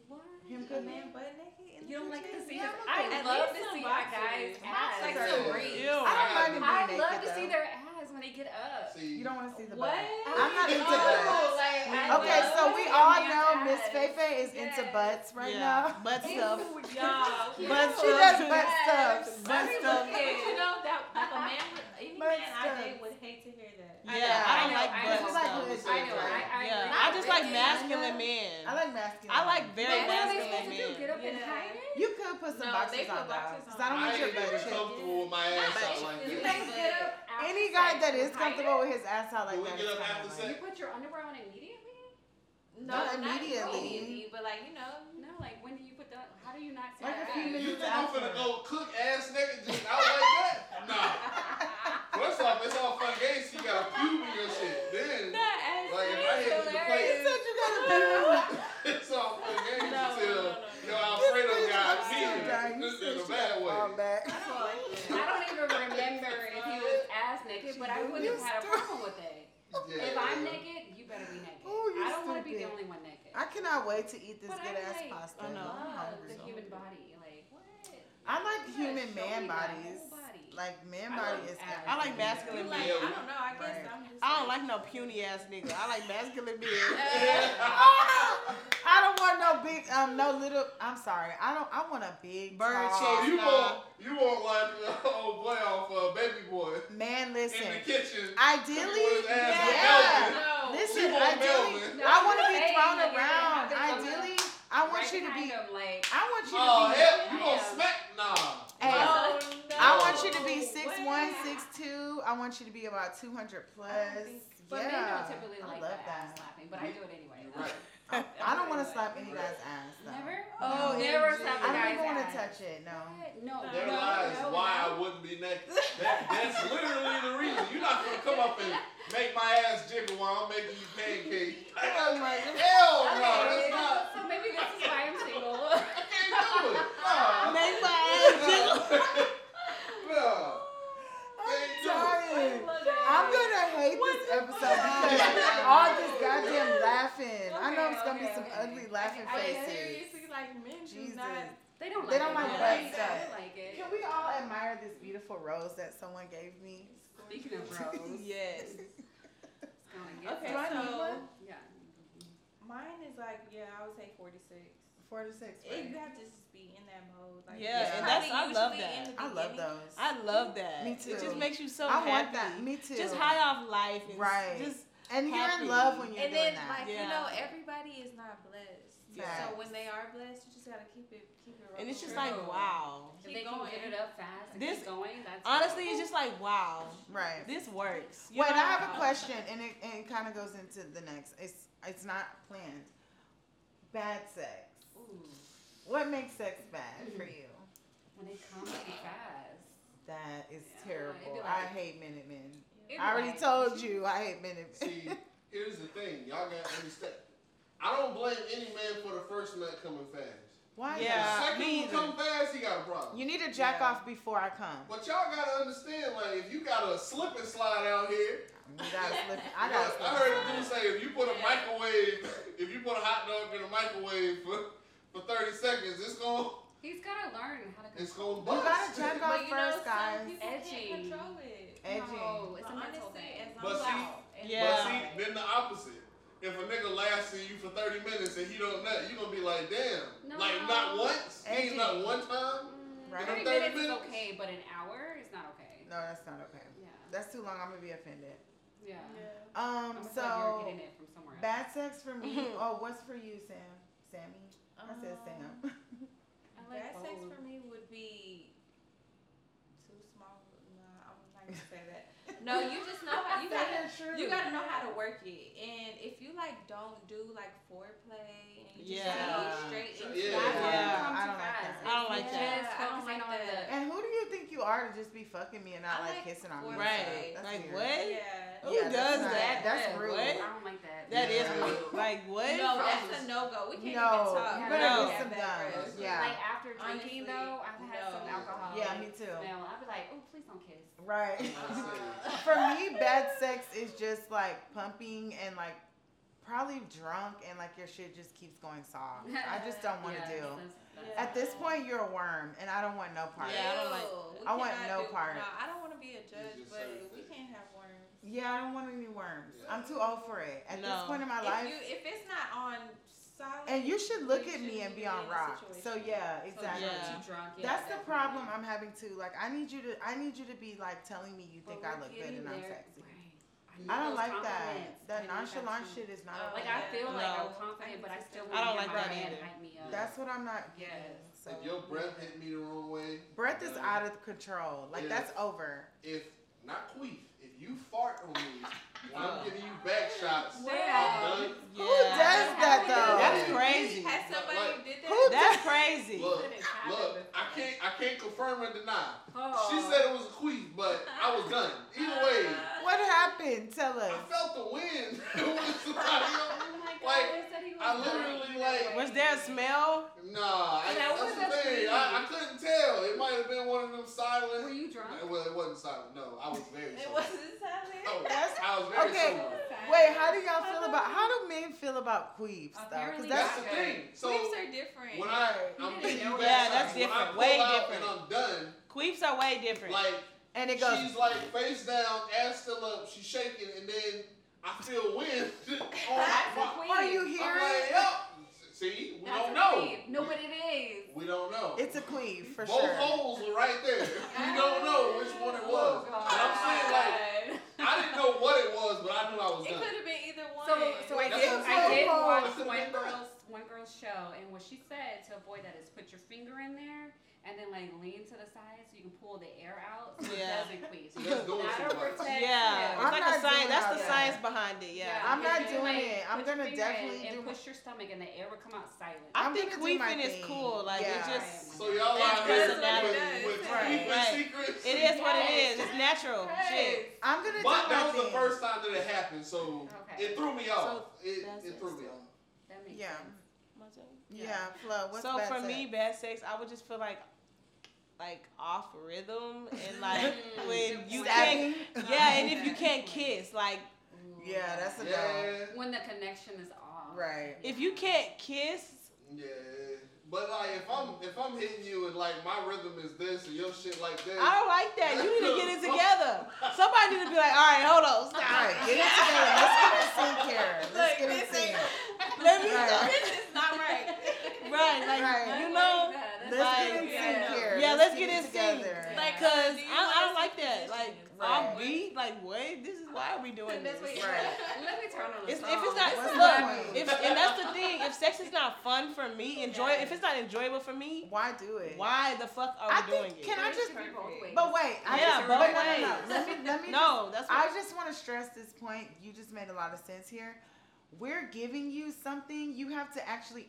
What?
Him
A
cooking?
man butt naked. In
You
the
don't like
kitchen?
to see
Yeah,
his.
I'm
I
okay.
I love
At
to
least
see
some
our
boxers.
guys'
Mine
ass.
is
Like
already-
some
Ew.
rings.
I
Ew.
don't mind him being
I
naked
love to
though.
see their ass when they get up.
See,
You don't want to see the
What? Oh,
butt. I'm not
Oh,
no,
into that.
Like, I
Okay,
know
so
it's
we
in
all
your
know Miss
eyes.
Feifei is into
Yes.
butts right now.
Butt
Ew,
stuff.
y'all,
But
yeah.
But she does butt stuff.
Butt
Let me
stuff.
look
But
at it.
you know that like a man would any
But
man I
stuff.
date would hate to hear that.
I know,
Yeah, I don't
know,
like
I know.
butt
I like
stuff.
hood
I
shit,
know. I,
right?
I,
Yeah,
agree
I
with
just
that.
like
Yeah.
masculine men.
I like masculine.
I like very
But what are they
masculine
supposed to do? Get
men.
up and
Yeah.
hide it?
You could put some
No,
boxes
they put
on though,
boxes
because I
on.
don't
I
want
ain't
your
even
butt shit.
comfortable with my ass out like
You
that.
guys get up after
Any guy
sex
that
and
is
hide
comfortable
it?
with his ass out like
Will we
that.
get
is
up
kinda
after
like-
sex?
You put your underwear on immediately?
No,
Not immediately.
immediately, but like you know,
No, like when do you put the? How do you not say
Like a
that?
few minutes
You think I'm
after.
finna go cook ass nigga just out like that? Nah. First off, it's all fun games. You gotta prove your shit. Then,
That ass
Like, if
is
I hit you with the
hilarious.
You said you got a poo.
it's all fun games
No,
until
no, no, no.
yo Alfredo
This bitch,
got
I'm
me.
still dying. You
This
said
in a
she
bad
got
way.
all back.
I don't like that.
I don't even remember if he was ass naked, but I wouldn't have had a problem with it.
Yeah.
If I'm naked, you better be naked.
Oh, you're
I don't want to be the
stupid.
only one naked.
I cannot wait to eat this
But I
good ass
like-
pasta.
I know.
I'm
love
hungry.
the human body. Like what?
I like
You gotta
human
show
man
me that
bodies.
whole body.
Like man
I
body
love
is.
ass.
I like
everything.
masculine
uh,
You like, I
Yeah, we-
don't know. I guess
Right.
I'm just.
I don't like no puny ass nigga. I like masculine men.
I don't want no big, um, no little. I'm sorry. I don't. I want a big,
Bird
tall,
Oh,
shit.
you
Nah.
want you want like the old boy off uh, baby boy
man.
in
Listen,
the kitchen.
ideally,
With his ass
yeah.
melting.
No.
Listen,
You want
ideally,
Melvin.
I want to be
No,
thrown around.
you're gonna have to come
Ideally, I want
right
you to be.
behind him, like.
I want you
Oh
to be.
hell, you gonna
Yeah.
smack? Nah.
Hey,
Nah.
No,
I want you to be
oh, no
six
way.
one, six two. I want you to be about two hundred plus.
I don't think- But
yeah,
men don't typically
I
like
love
that, ass
that.
slapping, but I do it anyway.
You're right.
I don't want to slap any guy's ass. Though.
Never?
Oh,
No. never
OMG.
slap a
I don't
guy's
even want
ass.
to touch it. No.
No, no,
There
no,
lies
no,
why
no.
I wouldn't be naked. That, that's literally the reason. You're not gonna come up and make my ass jiggle while I'm making you pancakes. Hell no, that's
Okay,
not.
So maybe this is why I'm single.
I can't do it. Nah.
Make my ass jiggle.
No.
I'm
Can't do it.
tired.
Love
I'm
it.
gonna hate this episode because all this goddamn laughing. I know it's gonna be
Okay,
some
okay,
ugly
okay.
laughing
I
Like,
guess.
faces.
seriously, like men do
Jesus.
not.
They don't like
They
it.
don't like
no.
butt
They
stuff.
don't like it.
Can we all admire this beautiful rose that someone gave me?
Speaking of bros, it's
Yes.
going to
Okay,
Do I need
so
one?
Yeah.
mine is like yeah, I would say forty six.
Four to six.
It
Right?
got to just be in that mode. Like,
Yeah,
it's
and
that's-
probably
I love
usually in
that.
the
I love
beginning.
those. I,
I love that.
Me
It
too.
just makes you so happy.
want that. Me too.
Just high off life. And
Right.
Just
and you're
happy.
in love when you're
And
doing
then,
that.
like you
Yeah.
know, everybody is not blessed.
Facts.
So when they are blessed, you just gotta keep it, keep it.
and it's just
rolling.
like
True.
wow.
If
Keep
they can
going.
get it up fast and
This-
keep going, that's
Honestly, it's just like wow.
right.
This works. You
Wait, I
know?
have a question, and it, and it kind of goes into the next. It's it's not planned. Bad sex.
Ooh,
What makes sex bad for
Mm-hmm.
you?
when it comes too fast.
That is
Yeah, it'd
terrible.
be
I
like-
hate Minutemen.
It'd
I
be
already
like-
told you I hate Minutemen.
See, here's the thing. Y'all gotta understand. I don't blame any man for the first nut coming fast.
Why?
Yeah,
the second
me
one come fast, he got a problem.
You need to jack
Yeah.
off before I come.
But y'all gotta understand, like, if you got a slip and slide out here,
You gotta slip- I
Yeah,
got
I heard a dude say if you put a
Yeah.
microwave, if you put a hot dog in a microwave for, for 30 seconds, it's gonna
He's got to learn how to
it's gonna
You
bust.
gotta jack
But
off
you know,
first,
some
guys.
people
Edging.
can't control it.
Edging.
No, it's
But
a mental
honestly,
thing.
as long
But
as
see-
I- as
Yeah.
But
long as
see,
I-
then the opposite. If a nigga laughs at you for 30 minutes and he don't nut, you gonna be like, damn.
No.
Like not once, he ain't
Edgy.
not one time.
Right.
30
30
minutes is
minutes.
okay, but an hour is not okay.
No, that's not okay.
Yeah.
That's too long. I'm gonna be offended.
Yeah.
Yeah.
Um,
I'm so
so
you're getting it from somewhere else.
bad sex for me. oh, what's for you, Sam? Sammy? I said
Um,
Sam.
I like
Bad sex
bold.
for me would be too small. Nah, I'm not gonna say that. No, you just know how you gotta you gotta know how to work it. And if you like don't do like foreplay and you
Yeah.
just straight
Yeah.
into
Yeah,
it,
Yeah,
come
I
too
don't like
fast.
that. I don't like
It's
that.
just
Yeah, I don't
focusing
like
on the-
that.
And who do you think you are to just be fucking me and not
I
like,
like
kissing on me? and
Right.
stuff? That's
like
weird.
what?
Yeah.
Who
Yeah, that's
does
not-
that?
that's rude.
What?
I don't like that.
That is
Yeah.
rude. Like what?
No,
Promise.
that's a no go. We can't
No,
even talk.
you
about
better
that
listen
bad
down.
breath.
Yeah.
Like after
Honestly,
drinking though, I've had
no.
some alcohol.
Yeah,
like,
me too.
Smell. I'd be like, oh, please don't kiss.
Right.
Uh,
For me, bad sex is just like pumping and like probably drunk and like your shit just keeps going soft. I just don't want to
Yeah,
do.
that's- that's-
At this point, you're a worm and I don't want no part.
Yeah, I don't
Ew,
like
we
I want
cannot
no
do-
part.
No, I don't want to be a judge,
just
but
say-
we can't have worms.
Yeah, I don't want any worms.
Yeah.
I'm too old for it at this
No.
point in my life.
If, you, if it's not on solid,
and you should look
you
at me
shouldn't
and be
even
on
in the
rock. So
situation.
yeah,
So
exactly.
drunk,
Yeah.
too drunk, yeah,
That's the
definitely.
problem I'm having too. Like I need you to, I need you to be like telling me you
But
think
we're
I look good
getting
and I'm
there.
sexy.
Right.
I
I don't
those
like that.
compliments. I
That
need that
nonchalant
too.
shit is not.
Oh,
okay.
Like I feel like I'm
No.
confident, but I still
I
want
don't
to
like
my
that
man
either.
hype me up.
That's what I'm not getting.
Yes.
So
If your breath hit me the wrong way,
breath is
Yeah.
out of control. Like
Yeah.
that's over.
if not queef, if you fart on me, when I'm giving you back shots,
What?
I'm done.
Who
does that, though?
That's
Yeah.
crazy.
Has somebody
Like,
did that?
who
That's crazy.
Look,
That has happened
look, I
before.
can't, I can't confirm or deny.
Oh.
She said it was a queef, but I was done. Either way,
Uh,
What happened? Tell us.
I felt the wind. It was somebody else.
Oh my god,
Like,
they said he was
I
dying.
literally, like-
Was there a smell?
Nah, I,
That
that's
was a
the thing.
queef.
I, I couldn't tell. It might have been one of them silent.
Were you drunk?
Well, it wasn't silent. No, I was very.
It
sober.
wasn't solid.
I was-
That's-
I was very
okay.
sober.
Wait, how do y'all feel about? How do men feel about queefs though?
Apparently
That's
that's
the
Okay.
thing. So
Queefs are different.
when I, I'm
Yeah,
thinking
yeah,
back,
that's
when I
different.
pull
Way
out
different.
And I'm done.
Queefs are way different.
Like
and it goes.
she's like face down, ass still up. She's shaking, and then I feel wind. on
That's a
oh, my-
queef.
Are you
I'm
hearing?
like, yup. See, we
That's
don't
a
know.
queef. No, but it is.
We don't know.
It's a queef for
Both
sure.
holes were right there. We don't know which one it was.
Oh,
But I'm saying like.
God.
I didn't know what it was, but I knew I was
It
done.
could have been either one.
So, so I
That's
did,
what I'm
I did
saying.
watch
That's what
one
I'm saying.
girl's one girl's show, and what she said to avoid that is put your finger in there and then like lean to the side so you can pull the air out so
Yeah.
it doesn't squeeze.
That's doing
That'll
too much.
protect-
yeah,
I'm
it's
not
like a science.
doing
That's
all
the
that.
science behind it. Yeah.
I'm
if
not
you,
doing it. I'm
put your
gonna
finger in
definitely
and
do my-
push your stomach, and the air will come out silent.
I
I'm
think
gonna do my
queefing is
thing.
cool. Like
Yeah.
it just,
so y'all
That's
out here
personality.
with, with
Right.
keeping
Right.
secrets.
it is what it
Yes.
is. It's natural. Shit.
Yes.
I'm gonna do
But
my
that was the
thing.
first time that it happened, so
Okay.
it threw me off. it
that's
it
it
threw
still.
me off.
That makes
Yeah.
sense.
Yeah, Flo. What's
so
bad
for
sex?
me, bad sex, I would just feel like, like off rhythm and like
Mm,
when
good
you
point.
can't,
Sagging?
yeah, and if you
Good
can't
point.
kiss, like
Ooh.
Yeah, that's a
Yeah.
no.
when the connection is off.
Right.
if you can't kiss,
Yeah. But like if I'm if I'm hitting you and like my rhythm is this and your shit like this.
I don't like that. You need to get it together. Somebody need to be like, all right, hold on,
All
stop.
right, get it together. Let's get it synced here. Let's
Look,
get it
this ain't-
synced.
Let me
Right.
This is not right.
right, like
Right.
you know,
That's
Let's
like-
get it
Yeah.
synced here.
Yeah, let's get it synced.
together.
Like,
because
Do you
I, I
want
don't
us
like
to
that.
position
Like
it?
Right.
offbeat, like what? This is why are we doing
That's
this?
what you
Right.
Let me turn on the
It's, if
song.
it's not
What's the
look,
point?
if and that's the thing. If sex is not fun for me, enjoy. If it's not enjoyable for me,
Why do it?
why the fuck are we
I
doing
think.
it?
Can I
It's
just?
perfect.
But wait. I
Yeah,
just,
but
wait, no, no,
wait.
no. Let me. Let me. just-
no, that's
I
what,
just want to stress this point. You just made a lot of sense here. We're giving you something. You have to actually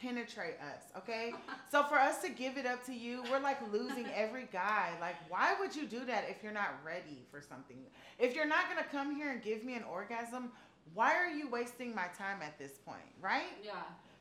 penetrate us, okay? so for us to give it up to you, we're like losing every guy. Like, why would you do that if you're not ready for something? If you're not gonna come here and give me an orgasm, why are you wasting my time at this point, right?
yeah.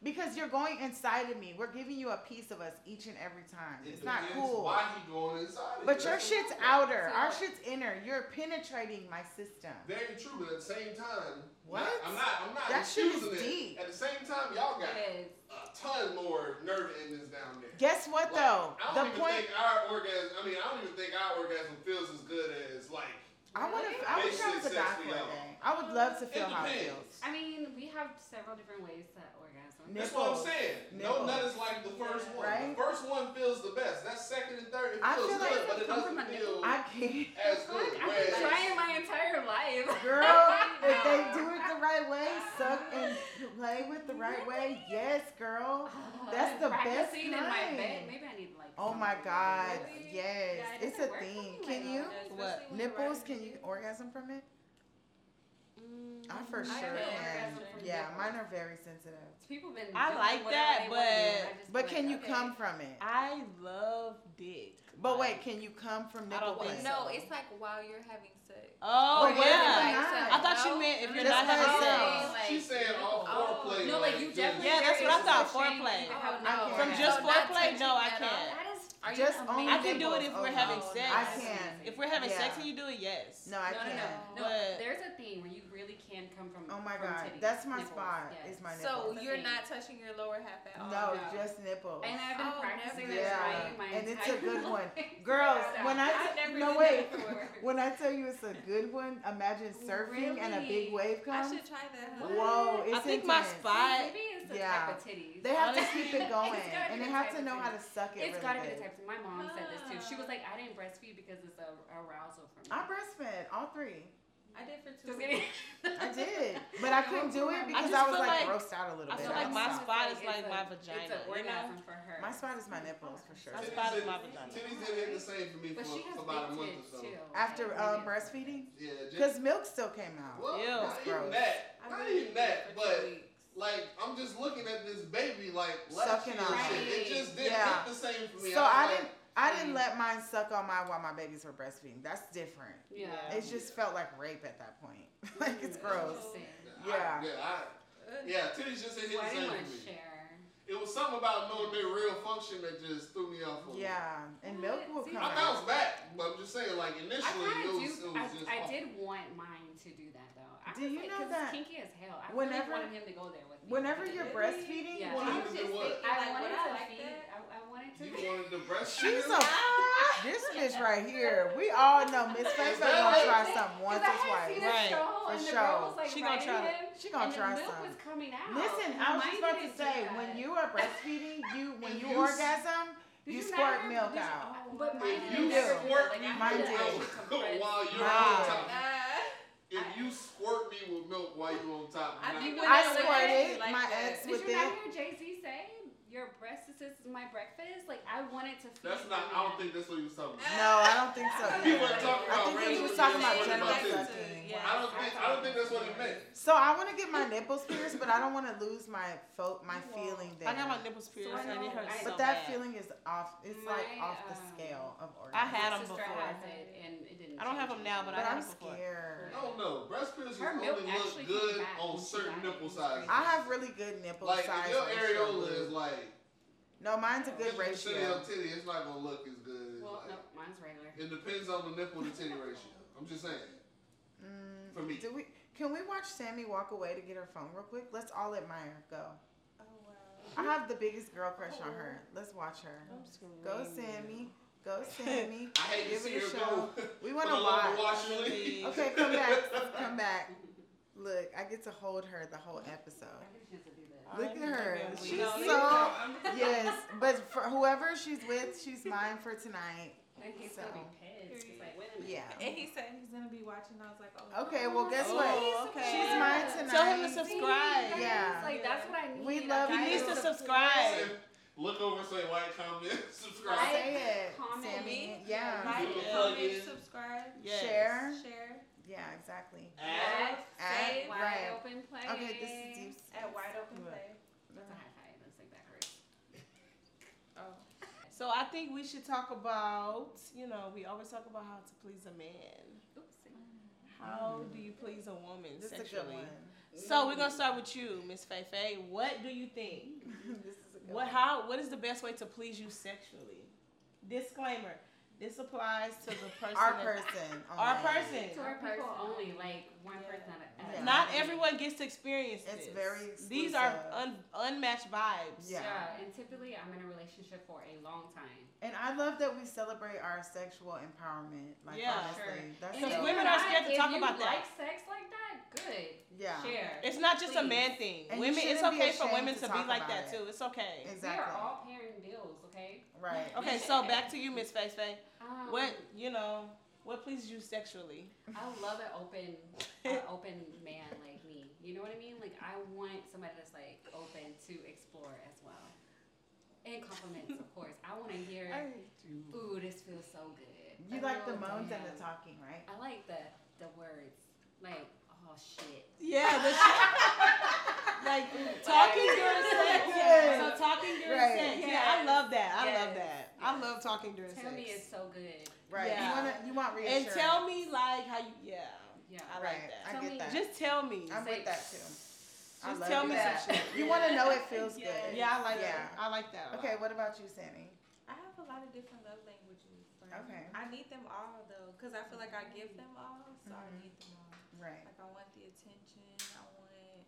Because you're going inside of me. We're giving you a piece of us each and every time.
it
it's not
depends
cool.
Why he going inside? of
But
you.
your
That's
shit's
the problem.
outer.
So-
Our shit's inner. You're penetrating my system.
Very true, but at the same time,
What?
not- I'm not. I'm not.
That shit is
excusing it.
deep.
At the same time, y'all got
It is.
a ton more nerve endings down there.
Guess what
Like,
though?
I
The
don't even
point
think our orgasm. I mean, I don't even think our orgasm feels as good as like.
I want
Really?
to. I wish I
Basic
was a
sex
guy
for
for a
y'all.
day. I would love to
It
feel how it
depends.
feels.
I mean, we have several different ways to orgasm.
Nip-
That's what I'm
Nipples.
saying. No
Nipples.
nut is like the first one.
Right?
The first one feels the best. That second and third, it
I
feels
feel like
good,
it
but it
comes from
doesn't
a
feel
I can't.
as
Fuck,
good.
I've been
Whereas-
trying my entire life.
Girl, if they do it the right way, suck and play with the right way, yes, girl.
Oh,
That's
I've
the
been
best
practicing in my
kind.
bed. Maybe I need like.
Oh my
something.
God,
Really?
yes,
Yeah, it
it's a
doesn't work for
thing.
me
Can
like
you?
that, especially
What?
when you're
Nipples,
riding
can you
shit.
orgasm from it? I
Mm.
for
Mm-hmm. I
sure
can
can.
orgasm from
Yeah,
nipples.
mine are very sensitive.
People been.
I
doing
like
whatever
that,
they wanna do,
but-
I just
But
feel
can
like,
you
okay.
come from it?
I love dick.
But wait,
Like,
can you come from
I
nipple
don't
play?
think
No,
so.
it's like while you're having sex.
Oh
But what if
yeah,
it's
I thought you meant if you're
That's
not
what I
having
said.
sex.
She said all
Oh,
foreplay.
No, like you
just-
definitely.
Yeah, that's
there
what I
is
thought,
a shame
foreplay.
you have
Oh,
no
I can't.
orgasm.
From just
So not
foreplay, no, I
touching at all.
can't.
That is.
Are you
Just
amazing?
only
I can do it
nipples.
if
Oh,
we're having
no.
sex.
I can't.
If we're having sex
Yeah.
and you do it, yes.
No, I
no,
can't.
no, no, no.
But-
There's a thing where you really can come from.
Oh my
from
god,
titties,
that's my
nipples,
spot.
yes.
Is my
So
nipple?
nipples.
you're not touching your lower half at all.
no,
Oh, no.
just nipples.
And I've been
Oh,
practicing
never.
this
yeah,
right my
and and it's a good one.
Like,
Girls,
stop.
when I
I've never
no
done
wait,
that before.
when I tell you it's a good one, imagine surfing and a big
Really?
wave
I
comes.
should try that. huh?
Whoa,
What?
it's
I think my
intense.
spot.
Maybe it's the
yeah.
type of titties.
They have to
Honestly,
keep it going,
it's gotta
and
be
they
the
have
type
to
of
know how to
thing.
suck it.
It's
really
gotta be
good.
the type. My mom said this too. She was
Ah.
like, "I didn't breastfeed because it's a arousal for me."
I breastfed all three.
I did for two
Just
weeks.
kidding.
I did, but I couldn't do it because
just
I, was
feel
like,
like-
grossed out a little
I
bit.
feel like
I'm
my
sorry.
It's
spot is
it's
like
a-
my
It's
vagina,
an
you
orgasm
know?
for her.
my spot is my nipples for sure.
That's
Titties
probably
didn't-
my vagina.
Titties didn't hit the same for me
But she has
for
big
about a month or
tits
so.
too.
After
Like,
um,
women.
breastfeeding,
Yeah, just
because milk still came out.
well,
Ew.
not
That's
even
gross.
that.
I
Not
really
even
did for
that,
two
but
weeks.
like I'm just looking at this baby like last
Sucking
year. and
on
shit.
it.
It just didn't
Yeah.
hit the same for me.
So
was
I
like,
didn't. I
Mm-hmm.
didn't let mine suck on mine while my babies were breastfeeding. That's different.
Yeah.
It just felt like rape at that point. like it's
Mm,
gross.
interesting.
nah, I-
Yeah.
yeah, I,
Ugh.
yeah. Titties just didn't hit
Why
the
do you
same
want
for
to
me.
share?
It was something about knowing their real function that just threw me off. a little.
Yeah, and milk will
See,
come
I
out.
bounced back, but I'm just saying, like
I
initially,
kind
it
of
was,
do.
it was
I,
just.
I
off.
did want mine to do that though. I
Do
was
you
like,
know
'cause
that
it's kinky as hell. I
whenever-
really wanted him to go there with me.
Whenever
He
you're
did.
breastfeeding,
Yeah.
when
I
you-
was
do
just
what?
thinking,
I
like,
wanted
would
to
I like
feed.
that?
I, I wanted to.
You wanted the breast
she's
milk?
a this bitch right here. We all know Miss Faith gonna try something once
Because I
or
had
twice.
seen the
Right.
show,
For
and the
sure.
girl was like
She gonna
riding
try to-
him,
She gonna
and
try
the milk
something.
was coming out.
Listen, I was just about to say, when you are breastfeeding, you when
If
you
you s-
orgasm, you squirt milk out.
But mine
If
didn't
you
never do
squirt
that. Like, I had
me
with
to
milk
actually compress.
while you're
Wow.
on top,
Ah.
if you squirt me with milk while you're on top,
I
nah.
think when
I
they look at
squirted
you like
my
that.
ex
Did
with
you
it.
not hear Jay Z say your breast is is my breakfast? Like I wanted to feed.
that's not.
him
I don't
that.
think that's what you was talking about.
No, I don't think so.
He
either.
wasn't talking
I
about
think he
random
was talking
shit,
about
he was
general
talking about
sucking.
Yeah.
I don't think. I don't think that's what he meant.
So I want to get my nipples pierced, but I don't want to lose my fo- my
You won't.
feeling there.
I got my nipples pierced
I
and
know,
it hurts
I-
so
But that
bad.
feeling is off. It's like
My,
off the
um,
scale of orgasm.
I had
My
'em
sister
before.
has it, and it didn't
I don't have
change
'em now, but
anything.
but I'm
I had it before.
scared.
I don't know. Breast piercings
Her
only
milk actually came
look good
back
on
when she
certain
got it.
nipple
It was crazy.
sizes.
I have really good nipple
Like
size.
if your
ratio.
areola is like
no, mine's a good
50% of your
ratio.
titty, it's not gonna look as good. as,
Well,
like,
no, mine's regular.
It depends on the nipple to titty ratio. I'm just saying.
Mm,
For me.
do we? Can we watch Sammy walk away to get her phone real quick? Let's all admire. Go.
Oh, wow.
I have the biggest girl crush on her. Let's watch her. Go Sammy. Go Sammy.
I hate
Give
to see
it a
her
show.
go.
We
Put
want
her
to
on
watch.
the washing machine.
Okay, come back. Come back. Look, I get to hold her the whole episode.
I think she has to do this.
Look at her. She's
No,
you
so
I'm-
yes. But for whoever she's with, she's mine for tonight.
And he's gonna be pissed. He's like, wait a minute.
Yeah.
And he said he's gonna be watching. I was like, oh.
Okay, well guess
Oh,
what?
okay.
She's mine tonight.
Tell him to
See,
subscribe.
guys,
Yeah.
Like that's what I need.
We
Like,
love
I
you.
He needs to
don't-
subscribe.
Look over, say like, comment, subscribe.
Like,
Say it,
comment,
Sammy.
Me?
Yeah.
Like,
Yeah.
comment,
Yeah.
subscribe,
Yes.
Share.
share
Yeah, exactly.
At,
At-
say wide
right.
open play.
Okay, this is deep.
at wide open play.
That's a high five. That's like backwards.
Oh.
So I think we should talk about, you know, we always talk about how to please a man.
Oops.
How do you please a woman
Mm-hmm. This is a good
sexually?
one.
So we're gonna start with you, Miss Fei Fei. What do you think?
this is a good
What
one.
how what is the best way to please you sexually? Disclaimer. This applies to the person
Our
that-
person.
our
only.
person.
To our people
person.
only, like one
Yeah.
person at a
Yeah.
time.
Not everyone gets to experience
It's
this.
very
These are
exclusive.
un, unmatched vibes.
Yeah.
Yeah.
and typically I'm in a relationship for a long time.
And I love that we celebrate our sexual empowerment. Like
Yeah.
honestly,
Sure.
that's
And
Because
if
so,
you
women are
like-
scared to
if
talk
you
about that.
Like sex like that, good.
yeah.
Share.
It's not just a
Please.
man thing.
And you
women, it's
shouldn't be
okay for
ashamed
women
to
to, be
talk
like
about
that
it.
too. It's okay.
We are
Exactly.
all pairing bills, okay?
Right.
Okay, so back to you, Miss Face Face.
Um,
What you know? What pleases you sexually?
I love an open, an open man like me. You know what I mean? Like I want somebody that's like open to explore as well, and compliments, of course. I want to hear, "Ooh, this feels so good."
You like
oh,
the moans and the
talk.
talking, right?
I like the the words, like "oh shit."
Yeah, the shit. like talking during sex. Yeah.
Yes.
So talking during
Right.
sex. Yeah, I
Yes.
love that. I love
Yes.
that. I
Yes.
love talking during
Tell
sex.
me it's so good.
Right.
Yeah.
You want to you want reassurance.
and tell me like how you. Yeah,
Yeah.
I
Right.
like that.
I
Tell
get
me-
that.
Just tell me.
I'm
say-
with that too. I
Just
love
tell
you
me
that.
some
You want to know it feels
Yes.
good.
yeah, I like
Yeah.
that. I like that. a lot.
Okay. What about you, Sammy?
I have a lot of different love languages. Like,
Okay.
I need them all though, cause I feel like I give them all, so I
Mhm.
need them all.
Right.
Like I want the attention. I want,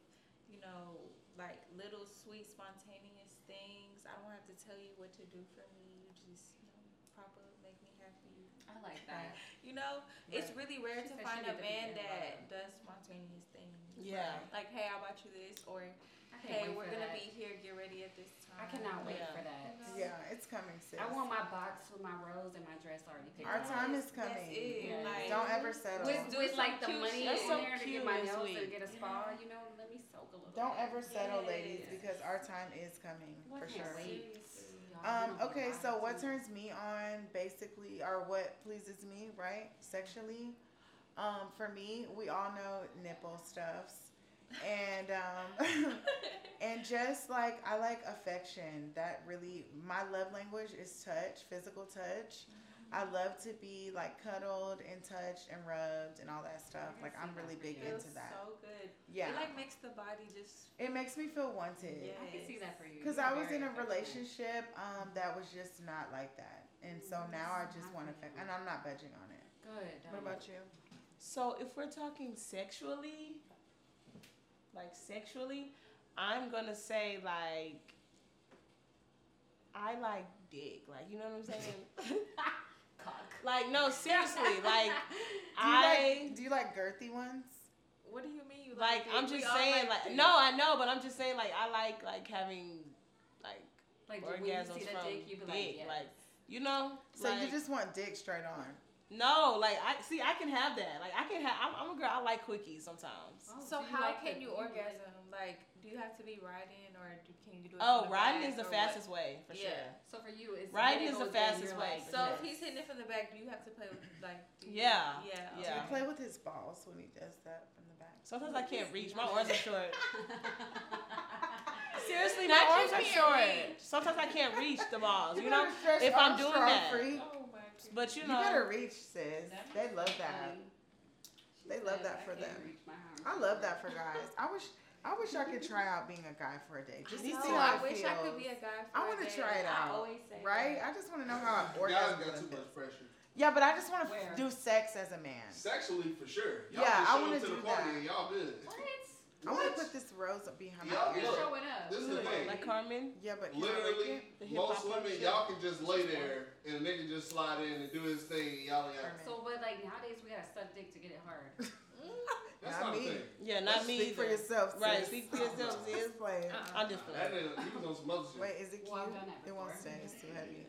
you know, like little sweet spontaneous things. I don't have to tell you what to do for me. You just, you know,
I like that.
You know, it's really rare
She said she
to find
need to
a
be
man
in
that does spontaneous things.
Yeah.
Like, hey, I bought you this, or
I can't
hey,
wait
we're
for
gonna
that.
be here. Get ready at this time.
I cannot wait
Yeah.
for that.
Yeah, it's coming, sis.
I want my box with my rose and my dress already picked
Our
out.
time is
That's
coming.
it.
Yeah.
Like,
Don't ever settle.
with,
Do
with
some
like the
cute
money in
shit. That's so
there to get
cute
my
and
nails
sweet.
and get a spa, you know, let me soak a little.
Don't
bit.
ever settle, ladies,
Yes.
because our time is coming
I
for
can't
sure.
wait. Y'all, I'm
Um,
gonna
okay,
buy
so
it
what
too.
turns me on basically, or what pleases me, right? Sexually. Um, for me, we all know nipple stuffs. And um and just like I like affection. That really my love language is touch, physical touch.
Mm-hmm.
I love to be like cuddled and touched and rubbed and all that stuff.
can
Like
see
I'm
that
really
for
big
you.
feels
into that.
so good.
Yeah.
It like makes the body just.
It makes me feel wanted.
Yeah.
I can see that for you.
Because
You're
I was
very
in a
affectionate.
relationship um, that was just not like that. And so now I just want to, fa- and I'm Mm, not budging on it.
Good.
What
um,
about you?
So if we're talking sexually, like sexually, I'm gonna say like I like dick. Like you know what I'm saying?
cock?
like no, seriously, like
Do you,
I
like, do you like girthy ones?
What do you mean? You
like,
like,
I'm
it? We
just
all
saying
like
like,
it.
no, I know, but I'm just saying like I like like having like
Like when you
orgasms
see that
from
dick, you be
dick,
like, yes.
like, you know.
So
like,
you just want dick straight on.
no, like I see, I can have that. Like I can have. I'm, I'm a girl. I like quickies sometimes.
Oh,
So
you
how
like
can
the-
you orgasm? Like, do you have to be riding, or do, can you do it?
Oh,
from the
riding
back
is the
or what?
fastest way for
Yeah.
sure.
So for you, it's
Riding
hitting
is the
those days,
fastest
you're
way.
like,
So
yes.
if he's hitting it from the back, do you have to play with like? do you-
Yeah.
Yeah.
Do you
Yeah.
play with his balls when he does that from the back?
Sometimes I can't reach. My arms are short.
That's
Seriously, my arms are
can't
short. Sometimes I can't reach the balls. You know.
better stretch
if I'm
arms
doing
strong,
that.
freak.
Oh my god.
But you
You
know,
better reach, sis. They love that.
funny. She
They love
said,
that
"I
for
can't
them."
reach my arms."
I love that for guys. I wish, I wish I could try out being a guy for a day. Just to see
know,
how
I
it
wish
feels.
I could be a guy. For
I wanna
a day.
try it
I
out,
always say
right?
that.
I just want to know how an
Y'all
orgasm
got too
feels.
much pressure.
Yeah, but I just want to
Where?
do sex as a man.
Sexually, for sure.
Yeah,
Y'all
I
just show
wanna
up to the
do
party
that.
and y'all good.
What?
I want
What?
to put this rose up behind
Y'all
my ear. ear.
You're
look,
showing up.
this is the thing.
like Carmen.
Yeah, but can I lick
Literally,
it?
The hip
most
hop
women,
shit.
y'all can just lay there and they can just slide in and do his thing. And y'all ain't got.
So, but like nowadays, we gotta suck dick to get it hard.
That's
Not
not, a
me.
thing.
Yeah, not
Let's
me.
Speak for
either.
yourself. Sis.
Right, speak for yourself,
Sis
sis.
is playing.
I'm just
That
playing.
nigga, he was on some other shit.
Wait, is it cute?
Uh-uh. Well, I've done that
it won't
before.
stay. It's too heavy.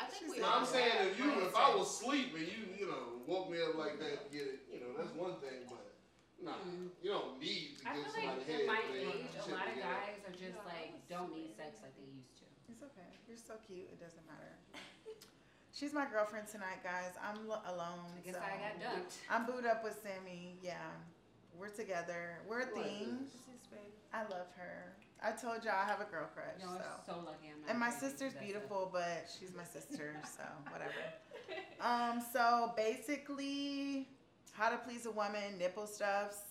I
She
think we.
said-
No,
all
I'm saying
have
if you
friends
if I
that-
was asleep and you you know woke me up like that, get it, you know that's one thing, but nah,
Mhm.
you don't need to
I
give
feel
somebody
like
head.
in my
for their
age,
shit
a lot
to
of
get up.
guys are just like don't need sex like they used to.
It's okay. You're so cute. It doesn't matter. She's my girlfriend tonight, guys. I'm lo- alone.
I guess
so.
I got dunked.
I'm booed up with Sammy. Yeah, we're together. We're a
Like
thing.
this.
I love her. I told y'all I have a girl crush.
Y'all are
so.
so lucky I'm not.
And my
married to
sister's
that
beautiful, but she's my sister, so whatever. Um, so basically, how to please a woman, nipple stuffs,
stuff.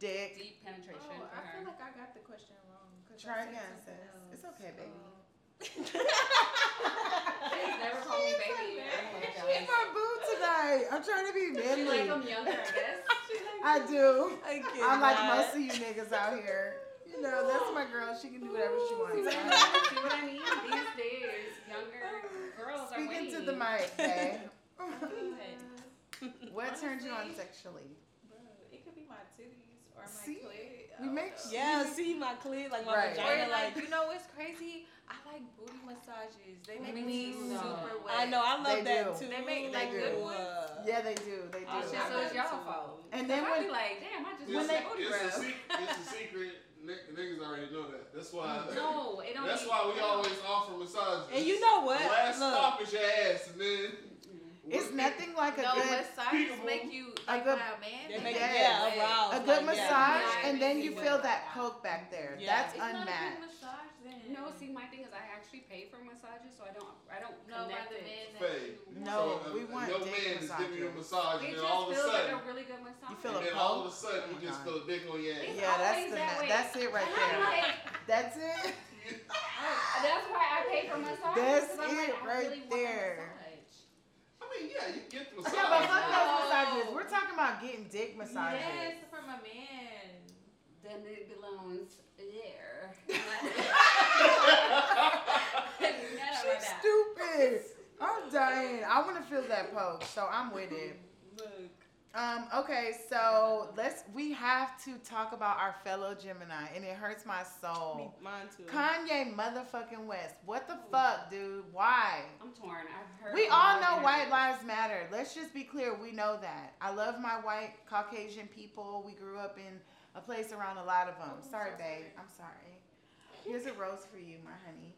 dick.
Deep penetration
Oh,
for
I feel
her.
like I got the question wrong. 'cause I
Try
said
again,
something
sis. It's
else.
okay, baby.
Oh.
Please never call me baby. Oh
She's my boo tonight. I'm trying to be
You like
manly.
I'm younger, I guess.
I do.
Thank you.
I'm like most of you niggas out here. You know, that's my girl. She can do whatever she
See
wants.
what I mean? See what I mean? These days, younger girls are
Speaking
waiting.
to the mic, babe.
Oh,
what turns you on
Honestly,
sexually?
Bro, it could be my titties or my
See?
clit. Oh, I
We
don't
make
know.
shit.
Yeah, see my clit, like my
Right.
Or
vagina,
like,
like.
you know what's crazy? I like booty massages. They make
Me
me
too, though.
super wet.
I know, I love
They do.
that too.
They make,
like, good
ones.
Uh,
Yeah, they do. They do.
Oh, shit, so it's y'all fault.
And
Then
then
I'd
when
be like, damn, I just
It's,
want
a-
that booty
it's, a,
grab.
secret, it's a secret. Ni- Niggas already know that. That's why.
No, it don't.
that's
need-
why we always offer massages.
and you know what?
Last
Look,
stop is your ass, and then
It's nothing like a
No,
good
massages make you
A
like
good-
my man.
they
like,
make
Yes.
yeah,
wet.
aroused.
a good
like,
massage,
yeah.
Yeah,
and then
maybe
you
you
feel
would.
that poke back there.
Yeah.
That's
It's not a good
unmatched.
massage then.
No, see, my thing is, I actually pay for massages, so I don't. I don't
No, by
connect
the
it.
man that
Fade.
you want.
No,
so, uh,
we want
your
dick
man is giving you a
massages.
It
massage, and then
just
all of a
feels
sudden,
like a really good massage.
You feel a
and then all of a
pulse?
sudden,
Oh my
you just
God.
feel a dick on your ass.
It's
Yeah, that's
always
the
that
ma-
way.
that's it right
And I'm
there.
like,
That's it.
that's why I pay for massages.
That's
'cause I'm like,
it
I
right
really want a
there.
massage.
I mean, yeah, you get the massage.
Yeah, but fuck
No.
those massages. We're talking about getting dick massages.
Yes, from a man.
Then it belongs there. no,
She's stupid. I'm dying. I want to feel that poke, so I'm with it.
Look.
Um, okay, so let's we have to talk about our fellow Gemini, and it hurts my
Me-
soul.
Mine too.
Kanye motherfucking West. What the fuck, dude? Why?
I'm torn. I've heard.
We
a
all
lot
know
of
white
interviews.
lives matter. Let's just be clear. We know that. I love my white Caucasian people. We grew up in a place around a lot of them. Sorry, babe. I'm sorry. Here's a rose for you, my honey.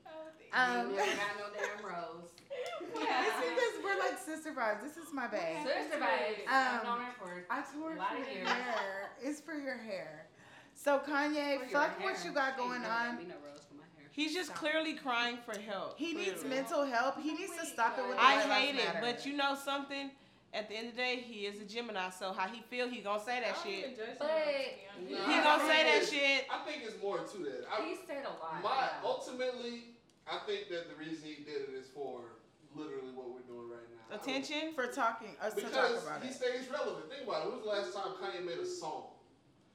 Um,
You never got no damn rose.
It's because we're like sister vibes. This is my bag.
Sister vibes. I've
Um,
known her for.
I tore it
Lot
for
of
your
hair.
hair. It's for your hair. So Kanye,
for your
fuck what
hair.
you got
Ain't
going
never got
on.
me no rose for my hair.
He's just
Stop.
clearly crying for help.
He needs
clearly.
mental help. He needs to stop it with the
I
Black Lives
hate it,
Matter.
but you know something? At the end of the day, he is a Gemini, so how he feel, he gonna say that shit.
But
No,
He
I
gonna
think
say that
it's-
shit.
I think it's more to that. I,
he said a lot.
My oh,
yeah.
ultimately, I think that the reason he did it is for literally what we're doing right now.
Attention.
for talking us to talk
Because
about
he
it.
stays relevant. Think about it. When was the last time Kanye made a song?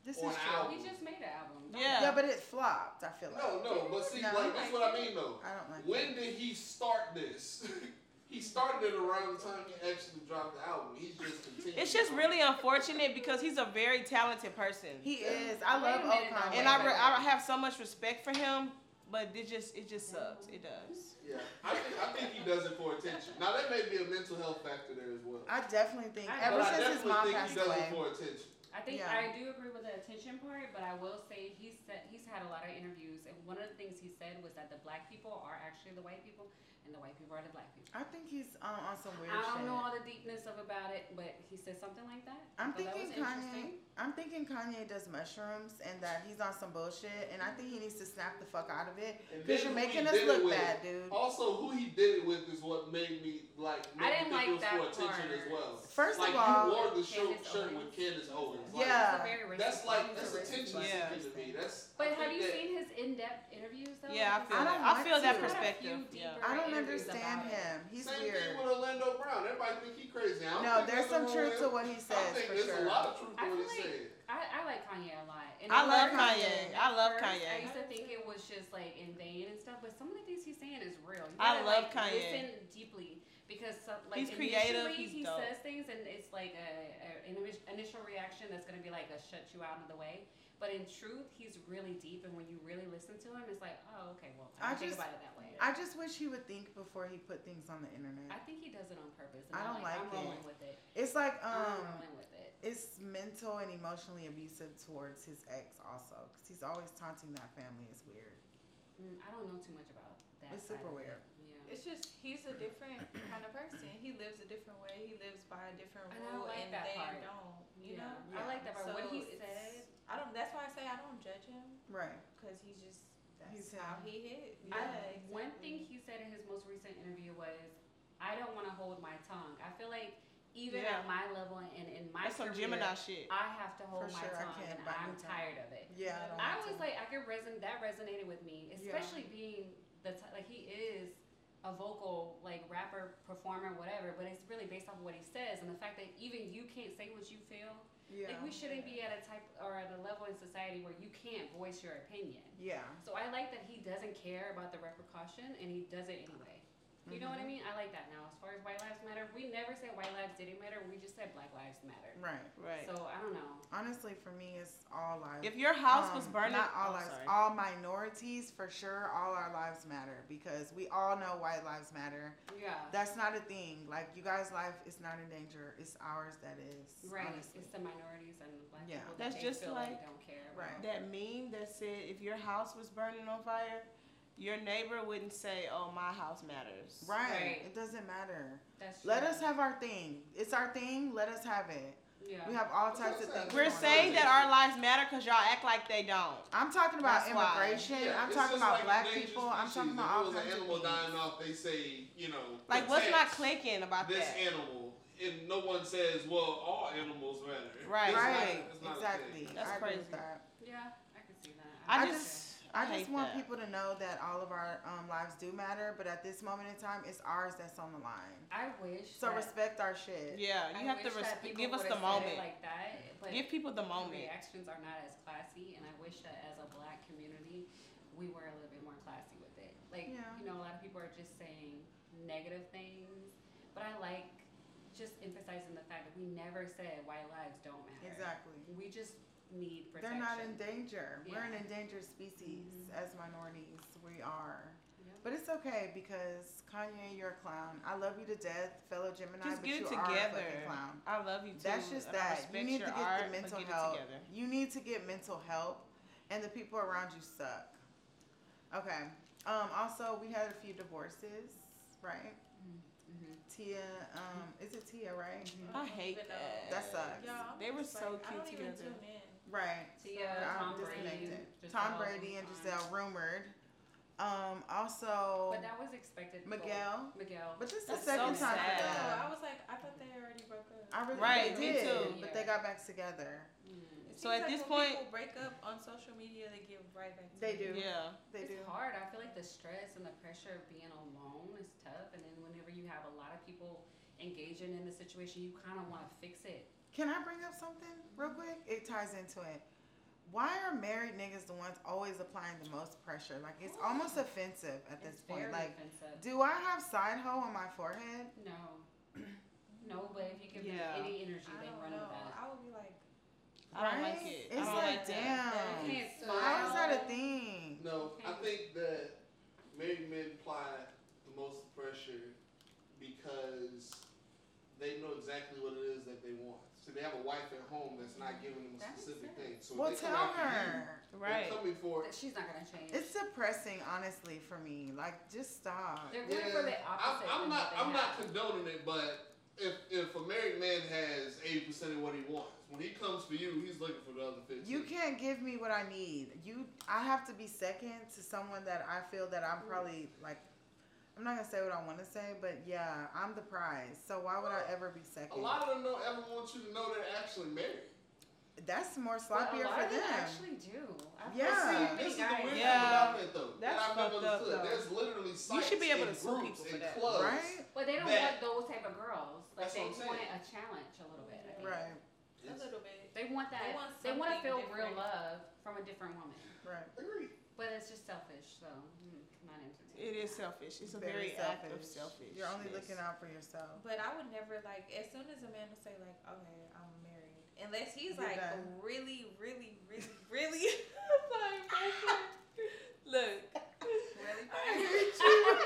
This is
on
true.
album?
He just made an album. Don't-
Yeah.
Yeah, but it flopped. I feel like
No, no. But see,
No.
like that's what I mean though.
I don't like.
When did he start this? he started it around the time he actually dropped the album. He's just continuing.
It's just
on.
really unfortunate because he's a very talented person.
He is. I
Wait
love
a
old
minute,
Kanye.
though.
And I, re- I have so much respect for him, but it just it just sucks. It does.
Yeah, I think I think he does it for attention. Now that may be a mental health factor there as well.
I definitely think
I-
ever
but I
since his
definitely
mom
think
passed
he does
away.
it for attention.
I think
Yeah.
I do agree with the attention part, but I will say he said he's had a lot of interviews, and one of the things he said was that the black people are actually the white people, and the white people are the black people.
I think he's um, on some weird
I
shit.
don't know all the deepness of about it, but he said something like that.
I'm
So that
thinking
was
Kanye.
interesting.
I'm thinking Kanye does mushrooms and that he's on some bullshit. And I think he needs to snap the fuck out of it
And
because you're
then who he
making us
did it
look
with.
bad, dude.
Also, who he did it with is what made me like. Made
I
me
didn't
think
like
it was
that
for attention
part.
as well.
First
like
of all,
you wore the shirt,
Candace
shirt
Owens.
with Candace Owens. Like,
Yeah.
It's a very racist
That's like
thing.
that's attention
Yeah.
seeking to me. That's. I
But have
think
you
that-
seen his in-depth interviews though?
Yeah, I feel
I
that.
don't
I
like
feel that
to.
perspective.
Deeper
Yeah.
I don't
interviews
understand
about it.
him. He's
Same
weird.
thing with Orlando Brown. Everybody think he crazy. I don't
No,
think
there's
nothing
some
wrong
truth
with
to
him.
what he says
I think
for
there's
sure.
a lot of truth to
I
what
feel
he
like-
said.
I, I like Kanye a lot. And
I
at
love
first-
Kanye. I love
first, I
Kanye.
used to think it was just like in vain and stuff, but some of the things he's saying is real. You
I
gotta,
love
like,
Kanye.
Listen deeply because some- like
He's creative,
initially
he's
he
dope.
says things and it's like a, a an imi- initial reaction that's gonna be like a shut you out of the way. But in truth, he's really deep, and when you really listen to him, it's like, oh, okay, well,
I
I,
just-
didn't think about it that way.
I just wish he would think before he put things on the internet.
I think he does it on purpose. And
I
I'm
don't
like,
like
I'm rolling
that.
with it.
It's like
I'm
um,
rolling with it.
it's mental and emotionally abusive towards his ex also because he's always taunting that family. It's weird.
Mm, I don't know too much about that.
It's
side
super
of it.
weird.
Yeah.
It's just he's a different kind of person. He lives a different way. He lives by a different
And I
rule,
like
and
that
they
part.
don't. You
Yeah.
know,
I like that part.
So
What he
it's-
said-
I don't. That's why I say I don't judge him
Right.
because he's just that's
He's him.
how he hit.
I-
Yeah,
One thing
exactly.
he said in his most recent interview was, "I don't want to hold my tongue. I feel like even
Yeah.
at my level and in my
That's some
career,
Gemini shit.
I have to hold
For
my
sure, I
tongue,
can't
and
bite my
I'm
tongue.
tired of it."
Yeah. I, don't
I
want
was
to.
like, I could reson. That resonated with me,
Yeah.
especially being the t- like he is a vocal like rapper, performer, whatever. But it's really based off of what he says and the fact that even you can't say what you feel.
yeah.
Like we shouldn't be at a type or at a level in society where you can't voice your opinion.
yeah.
So I like that he doesn't care about the repercussion and he does it anyway. You know what I
Mm-hmm.
mean? I like that now. As far as white lives matter, we never said white lives didn't matter. We just said black lives matter.
Right.
Right.
So I don't know.
Honestly, for me, it's all lives.
If your house was
Um,
burning,
Not all
oh,
lives,
sorry.
all minorities for sure. All our lives matter because we all know white lives matter.
Yeah.
That's not a thing. Like you guys' life is not in danger. It's ours that is.
right.
Honestly.
It's the minorities and the black
Yeah.
people.
That's
that they
just
feel
like-
they don't care.
Right.
About.
that meme that said if your house was burning on fire, your neighbor wouldn't say, "Oh, my house matters."
Right.
Right.
It doesn't matter.
That's
Let
true.
us have our thing. It's our thing. Let us have it.
Yeah.
We have all types of things.
We're
going on.
saying that our lives matter because y'all act like they don't.
I'm talking about
That's why.
immigration.
Yeah,
I'm
it's
talking
just
about
like
black
endangered
people. I'm talking
species.
about
If
all
it was
kinds
an
of
animal
people.
dying off. They say, you know,
Like, what's not
protect
clicking about
this
that?
animal, and no one says, well, all animals matter.
Right.
It's not-
Right.
it's not a
exactly.
thing.
That's
I agree with
crazy.
that.
Yeah. I can see that.
I,
I
just,
just- I just
hate
want
that.
people to know that all of our um, lives do matter, but at this moment in time, it's ours that's on the line.
I wish.
So
that,
respect our shit.
Yeah, you
I
have to
wish that
respect.
people
Give us
would've
the
said it
moment.
Like that. But
give people the moment.
Reactions are not as classy, and I wish that as a black community, we were a little bit more classy with it. Like,
Yeah.
you know, a lot of people are just saying negative things But I like just emphasizing the fact that we never said white lives don't matter.
Exactly.
We just need
They're
protection.
not in danger. We're an
Yeah.
endangered species
Mhm.
Mm-hmm.
as minorities. We are.
Yep.
But it's okay because Kanye, you're a clown. I love you to death, fellow Gemini,
Just
but
get
you
it
are a
together.
fucking clown.
I love you too.
That's just
and I
that. You
respect
need to
your
get
art,
the
but
mental
get it
help.
together.
You need to get mental help, and the people around you suck. Okay. Um, also, we had a few divorces, right?
Mm-hmm.
Mhm.
Tia, um, is it Tia, right?
Mm-hmm.
I hate
But no.
that.
That sucks.
Y'all, I'm
They were
just
so
like, I
cute
don't even
together.
tune in.
Right.
Tia,
Sorry, I'm
Tom Brady,
disconnected.
Giselle,
Tom Brady and
um,
Giselle rumored. Um, also
But that was expected. for-
Miguel.
Miguel.
But this is the
That's so
second time
sad.
for
No,
them.
I was like, I thought they already broke up.
I really
Right,
they
me
did,
too.
But they got back together.
Mm.
It
So at
seems like
this
when
point-
people break up on social media, they get right back.
They
together.
do.
Yeah.
They
it's
do.
hard. I feel like the stress and the pressure of being alone is tough. And then whenever you have a lot of people engaging in the situation, you kind of want to fix it.
Can I bring up something real quick? It ties into it. Why are married niggas the ones always applying the most pressure? Like it's almost offensive at this
it's
point.
very
Like,
offensive.
do I have side hoe on my forehead?
No. No, but if you give
Yeah.
them any energy,
I
they
don't
run
know.
with that.
I would be like,
I don't
right?
like it. I
It's
don't
like,
like that.
damn.
You can't smile.
How is that a thing?
No, I
Okay.
think that married men apply the most pressure because they know exactly what it is that they want. So they have a wife at home that's not giving them a
That makes
specific
sense.
thing. So
Well,
they come
tell
after you,
her.
they're
Right.
coming for
That She's not going to change.
It's depressing, honestly, for me. Like, just stop.
They're going for
Yeah,
the
I'm,
opposite.
I'm
than
not.
what they
I'm not
have.
condoning it, but if if a married man has eighty percent of what he wants, when he comes for you, he's looking for the other fifteen.
You can't give me what I need. You, I have to be second to someone that I feel that I'm probably like. I'm not gonna say what I want to say, but yeah, I'm the prize. So why would I ever be
A
second?
lot of them don't ever want you to know they're actually married.
That's more
But a
sloppier
lot
for
of them
them.
actually do. I've
Yeah.
seen
This
many
is the weird
guys.
thing
Yeah.
about that though.
That's
that I've
fucked up,
never understood.
though.
There's literally sites
should be able
and
to sue people
groups
for
and
that.
clubs.
right?
But they don't
That-
want those type of girls. Like
That's
they
what I'm
want
saying.
a challenge a little bit. I think.
Right.
a
It's-
little bit.
They want that.
They want
They want to
something
feel real
different.
love from a different woman.
Right.
Agreed.
But it's just selfish, so mm, not entertaining.
It is selfish. It's a very, act of selfish.
You're only looking out for yourself.
But I would never like. As soon as a man would say like, okay, I'm married, unless he's
You're
like
done.
really, really, really, really. I'm like, look.
I hate you.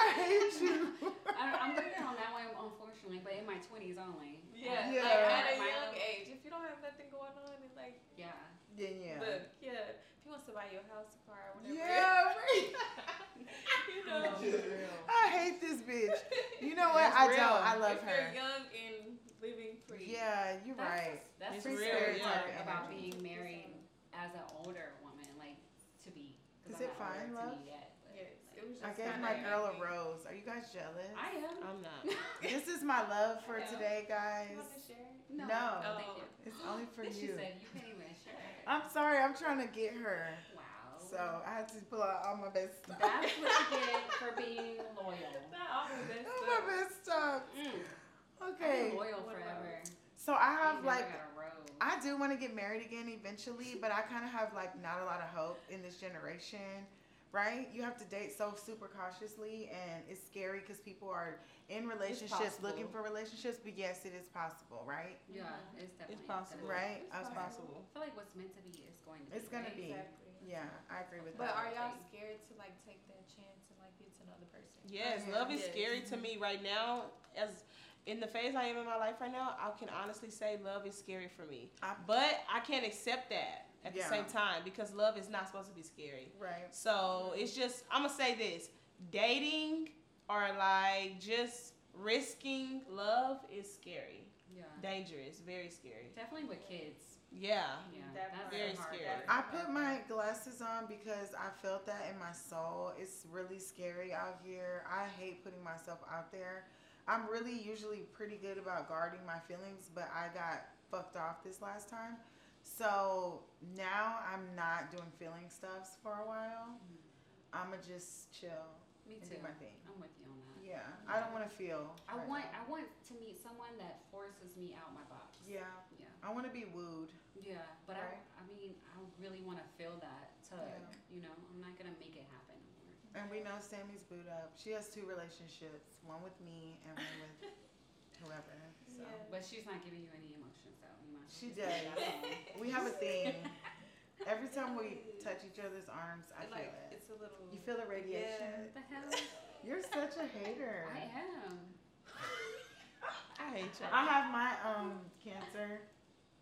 I hate you.
I don't, I'm looking on that one, unfortunately, but in my 20s only.
Yeah,
Yeah.
like at a
My
young
own-
age, if you don't have nothing going on, and like,
Yeah.
Then yeah.
look, yeah, if he wants to buy your house, a car, whatever,
Yeah. Right.
you know,
Yeah.
I hate this bitch. You know what?
That's
I
real.
don't. I love
if
her.
you're young and living free,
Yeah, you're
That's
right.
just- that's
It's
the
real,
scary
yeah.
part about
energy.
being married as an older woman, like to be. 'cause
Is
I'm
it
not older
fine,
to
love?
be yet, but,
Yes,
like,
it was
I
just
gave
kinda
my
like-
girl a rose. Are you guys jealous?
I am.
I'm not.
This is my love for
No.
today,
You
guys.
wanna share?
no.
No.
no thank you.
Oh.
It's only for
Then she
you.
said you can't even share.
I'm sorry. I'm trying to get her.
wow.
So I had to pull out all my best stuff.
That's what you get for being loyal. Mm,
Not all of this
all
stuff.
my best stuff.
I've
Okay.
been loyal
What
forever.
So I have
You never
like,
got a road.
I do want to get married again eventually, but I kind of have like not a lot of hope in this generation. Right? You have to date so super cautiously, and it's scary because people are in relationships
possible.
looking for relationships. But yes, it is possible, right?
yeah, it's definitely
It's possible.
definitely-
Right?
It's
Okay.
possible.
Possible.
I feel like what's meant to be is going to be.
It's gonna
right?
be.
Exactly.
Yeah, I agree with
But
that.
are y'all
Like-
scared to like take that chance and like get to know the person?
Yes,
Yeah.
love is
Yes.
scary to me right now. As in the phase I am in my life right now, I can honestly say love is scary for me.
I-
but I can't accept that at
Yeah.
the same time because love is not supposed to be scary.
right.
So it's just I'm gonna say this: dating or like just risking love is scary,
Yeah.
dangerous, very scary.
Definitely with kids.
Yeah,
Yeah.
That
that's
part.
the
Very
hard
scary.
part.
I put my glasses on because I felt that in my soul. It's really scary out here. I hate putting myself out there. I'm really usually pretty good about guarding my feelings, but I got fucked off this last time. So now I'm not doing feeling stuffs for a while. I'ma just chill
Me
and
too.
do my thing.
I'm with you on that.
Yeah, I don't want to feel.
I
right
want
now.
I want to meet someone that forces me out my box.
Yeah,
Yeah.
I want to be wooed.
Yeah. But
Right.
I I mean I really want to feel that tug.
Yeah.
You know I'm not gonna make it happen. anymore.
And we know Sammy's boot up. She has two relationships, one with me and one with whoever. So
But she's not giving you any emotion, so you might. as
She
well just leave that alone.
we have a thing. Every time we touch each other's arms, I
It,
feel
like
it.
it's a little.
You feel the radiation?
What the hell?
You're such a hater.
I am.
I hate you.
I have my um cancer.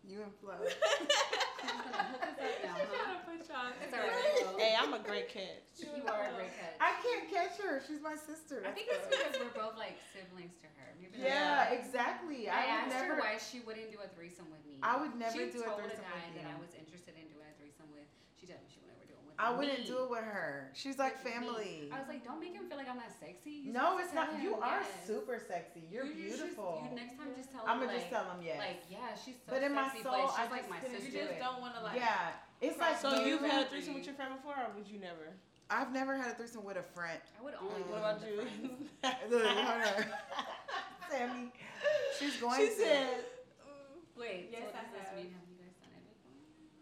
You and Flo.
Hook us up now, huh?
put y'all.
It's all right.
Hey, I'm a great cat.
You are a great catch.
I can't catch her. She's my sister.
I
That's
think it's
why.
because we're both like siblings to her. Maybe that's
Yeah,
why.
exactly.
I,
I, would
asked
never.
her why she wouldn't do a threesome with me.
I would never
she
do a
told
threesome
a guy
with
that I
you.
was interested in doing a threesome with. She told me she would never do it with
I
me.
wouldn't do it with her. She's like
With me. Oh,
family.
I was like, don't make him feel like I'm not sexy. You're
No,
supposed
it's
to tell
not. You
him
are
yes.
super sexy. You're
You just-
beautiful.
You next time just tell
I'm
him
gonna just
Oh, like,
tell them yes.
like yeah, she's so
But in my
sexy,
soul,
but she's
I
like
just
my
couldn't-
sister.
You
do
just
it.
don't want to like.
yeah, it's like
So
those-
you've had a
Exactly.
threesome with your friend before, or would you never?
I've never had a threesome with a friend.
I would only.
Um,
do
What
it
about
with
you?
a friend.
Look, hold on. Sammy, she's going
she
to.
said,
Wait,
Yes,
so what
I
does this
have.
mean? Have you guys done it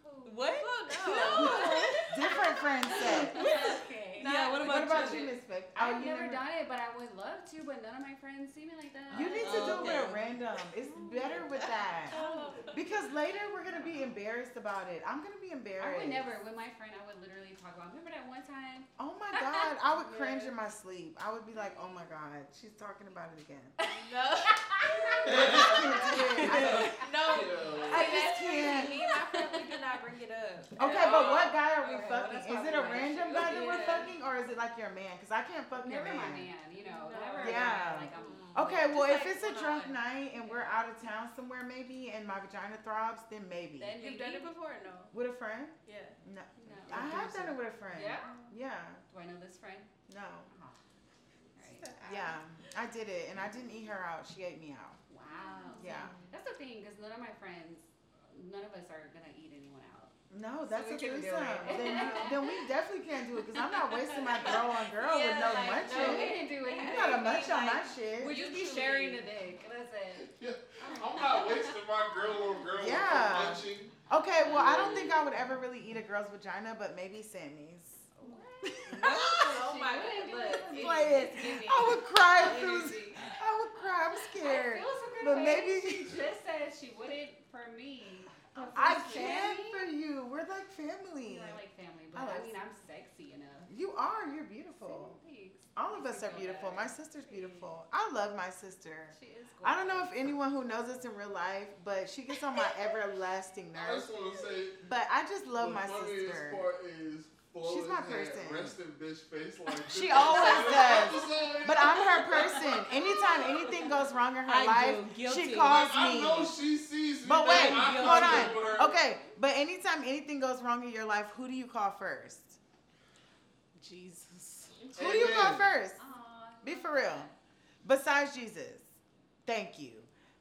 Oh,
before?
"What?
different friends said.
okay.
yeah. What
What
about,
about
you?
you, Miss Vick? Oh,
I've
you
never done it, but I would love to. But none of my friends see me like that.
You need to do it with
Okay.
a random. It's better with that. Because later we're gonna be embarrassed about it. I'm gonna be
I
embarrassed.
would never. With my friend, I would literally talk about. Remember that one time?
Oh my god, I would cringe
Yeah.
in my sleep. I would be like, oh my god, she's talking about it again.
No.
I
no.
Yeah.
I just
That's
can't.
Me and my friend, we do not bring it up. at
Okay, but
all.
what guy are we
Alright, well, that's
fucking? Is it
probably
a
my
random
issue.
guy that we're
Yeah.
fucking, or is it like your man? Because I can't fuck your
Never
Oh, man.
my man. You know,
No.
never.
Yeah.
Like I'm.
Okay, well,
Just
if
like
it's a
one
drunk
on.
night and we're out of town somewhere, maybe, and my vagina throbs, then maybe.
Then
You've done it
maybe-
before? No.
with a friend?
Yeah.
No.
No.
I
Do
have
so.
done it with a friend.
Yeah.
Yeah.
Do I know this friend? Ah.
No.
Alright.
Yeah. I did it, and I didn't eat her out. She ate me out.
Wow.
Yeah.
That's the thing, because none of my friends, none of us are gonna eat anyone out.
No, that's
we
a
couldn't
threesome.
do it.
Then, then we definitely can't do it because I'm not wasting my girl on girl with no
Yeah, like,
munch.
No, we
munching.
didn't do
You
anything.
got a munch on my
Like,
shit.
We'd just be
Usually-
sharing the dick. Oh, That's it.
I'm not wasting my girl on girl
Yeah.
with munching.
Okay, well, I don't think I would ever really eat a girl's vagina, but maybe Sammy's.
Oh
She
my
wouldn't do
God.
it.
Look,
Oh Play it.
it's giving.
I would cry if it was.
Energy.
I would cry. I'm scared.
I feel some kind
But
of way.
maybe-
she just said she wouldn't for me. But for
I
Sammy,
can for you. We're like
You
family.
know, I like family, but
I
I,
like-
mean, I'm sexy enough.
You are. You're beautiful.
Thanks.
All of us are
Thanks.
beautiful. My sister's beautiful. I love my sister.
She is. Gorgeous.
I don't know if anyone who knows us in real life, but she gets on my everlasting
I
nerves.
just want to say
But I just love
the
my
funniest
sister.
part is Flo
She's my
has had
person.
Resting bitch face like this
She always
entire
does.
episode.
But I'm her person. Anytime anything goes wrong in her
I
life,
do. Guilty.
she
Like,
calls
I know
me.
she sees me.
But wait,
man. I
hold
contact
on.
with her.
Okay, but anytime anything goes wrong in your life, who do you call first?
Jesus.
Who do you call
Amen.
first?
Aw, I
Be
love
for real.
that.
Besides Jesus. Thank you.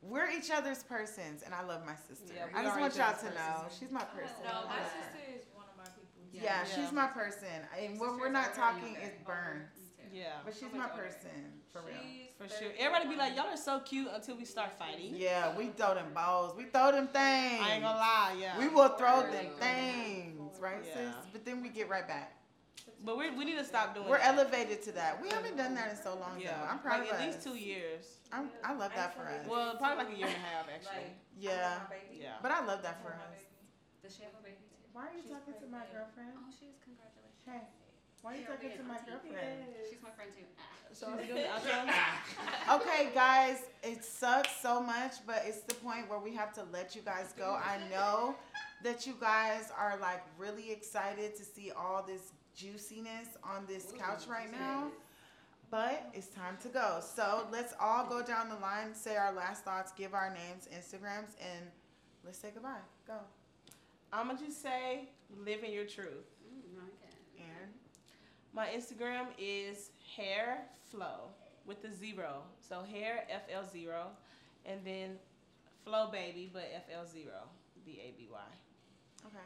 We're each other's persons, and I love my sister.
Yeah, we
I just
are
want
each
y'all to
other's
know
persons.
she's my person.
No,
I
my
love her.
sister is one of my people.
Yeah,
Yeah.
Yeah.
she's my person. And when
Sisters
we're not
are
talking,
younger.
it's
Oh,
burns.
me too.
Yeah.
But she's
so
my
much older.
person, for real.
She's
For sure.
31.
Everybody be like, y'all are so cute until we start fighting.
Yeah, we throw them balls. We throw them things.
I ain't gonna lie. Yeah.
We will throw
Or
them
like-
things, right, sis?
Yeah.
But then we get right back.
But we we need to stop doing.
We're
that.
elevated to that. We haven't done that in so long,
Yeah.
though. I'm proud
like
of
at
us.
least two years.
I'm, I love that for us.
Absolutely.
Well, probably like a year and a half actually.
Like,
Yeah,
my baby.
yeah.
but I love that for
My
us.
baby.
Does she have a baby too?
Why are you
She's
talking to my
pregnant.
girlfriend?
Oh, she is. Congratulations.
Hey, why are you
Yeah,
talking
we
to
are
my
auntie.
girlfriend?
She's my friend too. Ah.
So are we doing the outro?
Okay, guys, it sucks so much, but it's the point where we have to let you guys go. I know that you guys are like really excited to see all this juiciness on this couch right now, but it's time to go. So let's all go down the line, say our last thoughts, give our names, Instagrams, and let's say goodbye. Go.
I'ma just say, living your truth.
Mm, no, I can't.
Aaron.
My Instagram is hair flow with the zero. So hair FL zero, and then flow baby, but FL zero B A B Y.
Okay.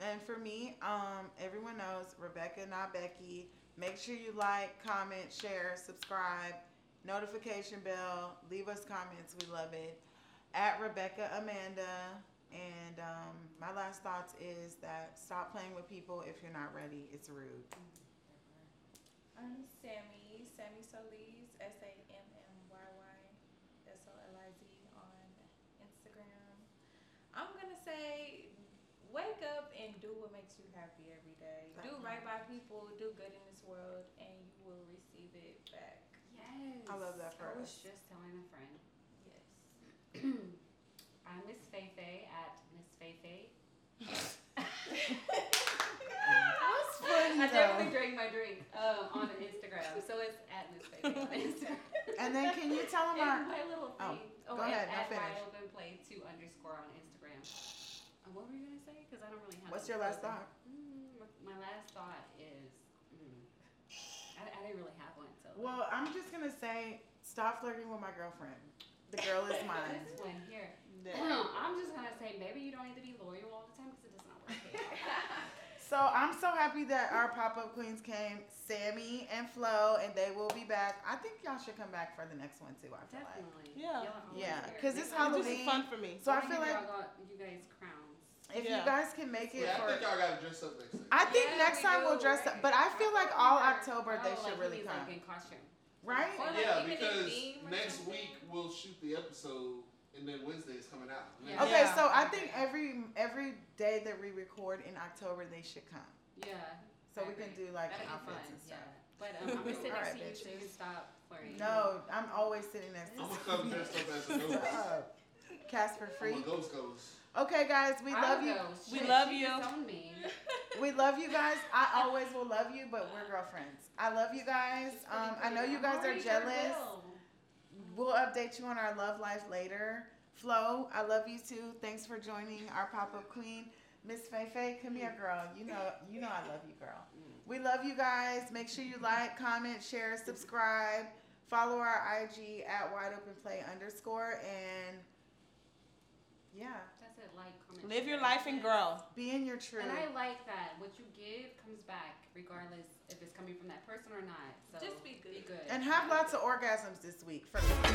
And for me, um, everyone knows Rebecca, not Becky. Make sure you like, comment, share, subscribe, notification bell, leave us comments. We love it. At Rebecca Amanda. And um, my last thoughts is that stop playing with people if you're not ready. It's rude.
I I'm Sammy, Sammy Solis, S A M M Y Y S O L I Z on Instagram. I'm gonna say wake up and do what makes you happy every day. Do right by people, do good in this world, and you will receive it back.
Yes.
I love that
I was
phrase.
just telling a friend.
Yes.
I'm Miss Feifei at Miss Feifei.
That's funny
I definitely
though.
drank my drink um, on Instagram, so it's at Miss Feifei on Instagram.
And then can you tell them
And
our?
my little
oh,
thing. Oh,
go
and
ahead, no,
At
finish.
wide open play two underscore on Instagram. Uh, what were you gonna say? Because I don't really have.
What's
any
your last
closing-
thought?
Mm, what- my last thought is, mm, I, I didn't really have one. So
Well, I'm just gonna say, stop flirting with my girlfriend. The girl is mine.
this one here.
That-
I'm just gonna say maybe you don't need to be loyal all the time because it does not work. out.
So I'm so happy that our pop-up queens came, Sammy and Flo, and they will be back. I think y'all should come back for the next one too. I feel like.
Definitely.
Yeah.
Y'all are always
Yeah,
here.
'cause it's
Next time,
This
Halloween.
is fun for me.
So I feel
wanna give
like
y'all got- you guys crowns.
if you
Yeah.
guys can make it
Yeah, I
for.
think y'all gotta dress up next time.
I think
Yeah,
next
we
time
do,
we'll dress up,
right.
but I feel like all
Or-
October they
oh,
should
like
really
he's,
come,
Like in costume.
right?
Or, like,
Yeah,
even a
because
theme or
next
something.
week we'll shoot the episode, and then Wednesday is coming out.
Yeah.
Okay, so I think every every day that we record in October they should come,
Yeah.
so
I
we can
agree.
do like
That'd be fun.
outfits and
Yeah.
stuff.
But um, I'm gonna sit
All
next
right,
to you
bitches.
too. Stop flirting.
No, I'm always sitting next
I'm
to.
gonna come dressed up as a ghost.
Stop. Casper
I'm
Freak.
a ghost ghost.
Okay, guys, we
I
love
would
you.
go.
We
Shit,
love
she
you.
disowned me.
We love you guys. I always will love you, but we're girlfriends. I love you guys.
She's
Um,
pretty
I know
pretty.
you
I'm
guys are
already her
jealous.
will.
We'll update you on our love life later. Flo, I love you too. Thanks for joining our pop-up queen. Miss Feifei, come here, girl. You know, you know I love you, girl. We love you guys. Make sure you like, comment, share, subscribe. Follow our IG at wide open play underscore and yeah,
That's it. Like, comment.
Live your
share.
life and grow.
be in your truth.
And I like that. What you give comes back, regardless if it's coming from that person or not. So
Just be good.
Be good.
And have lots of orgasms this week for me.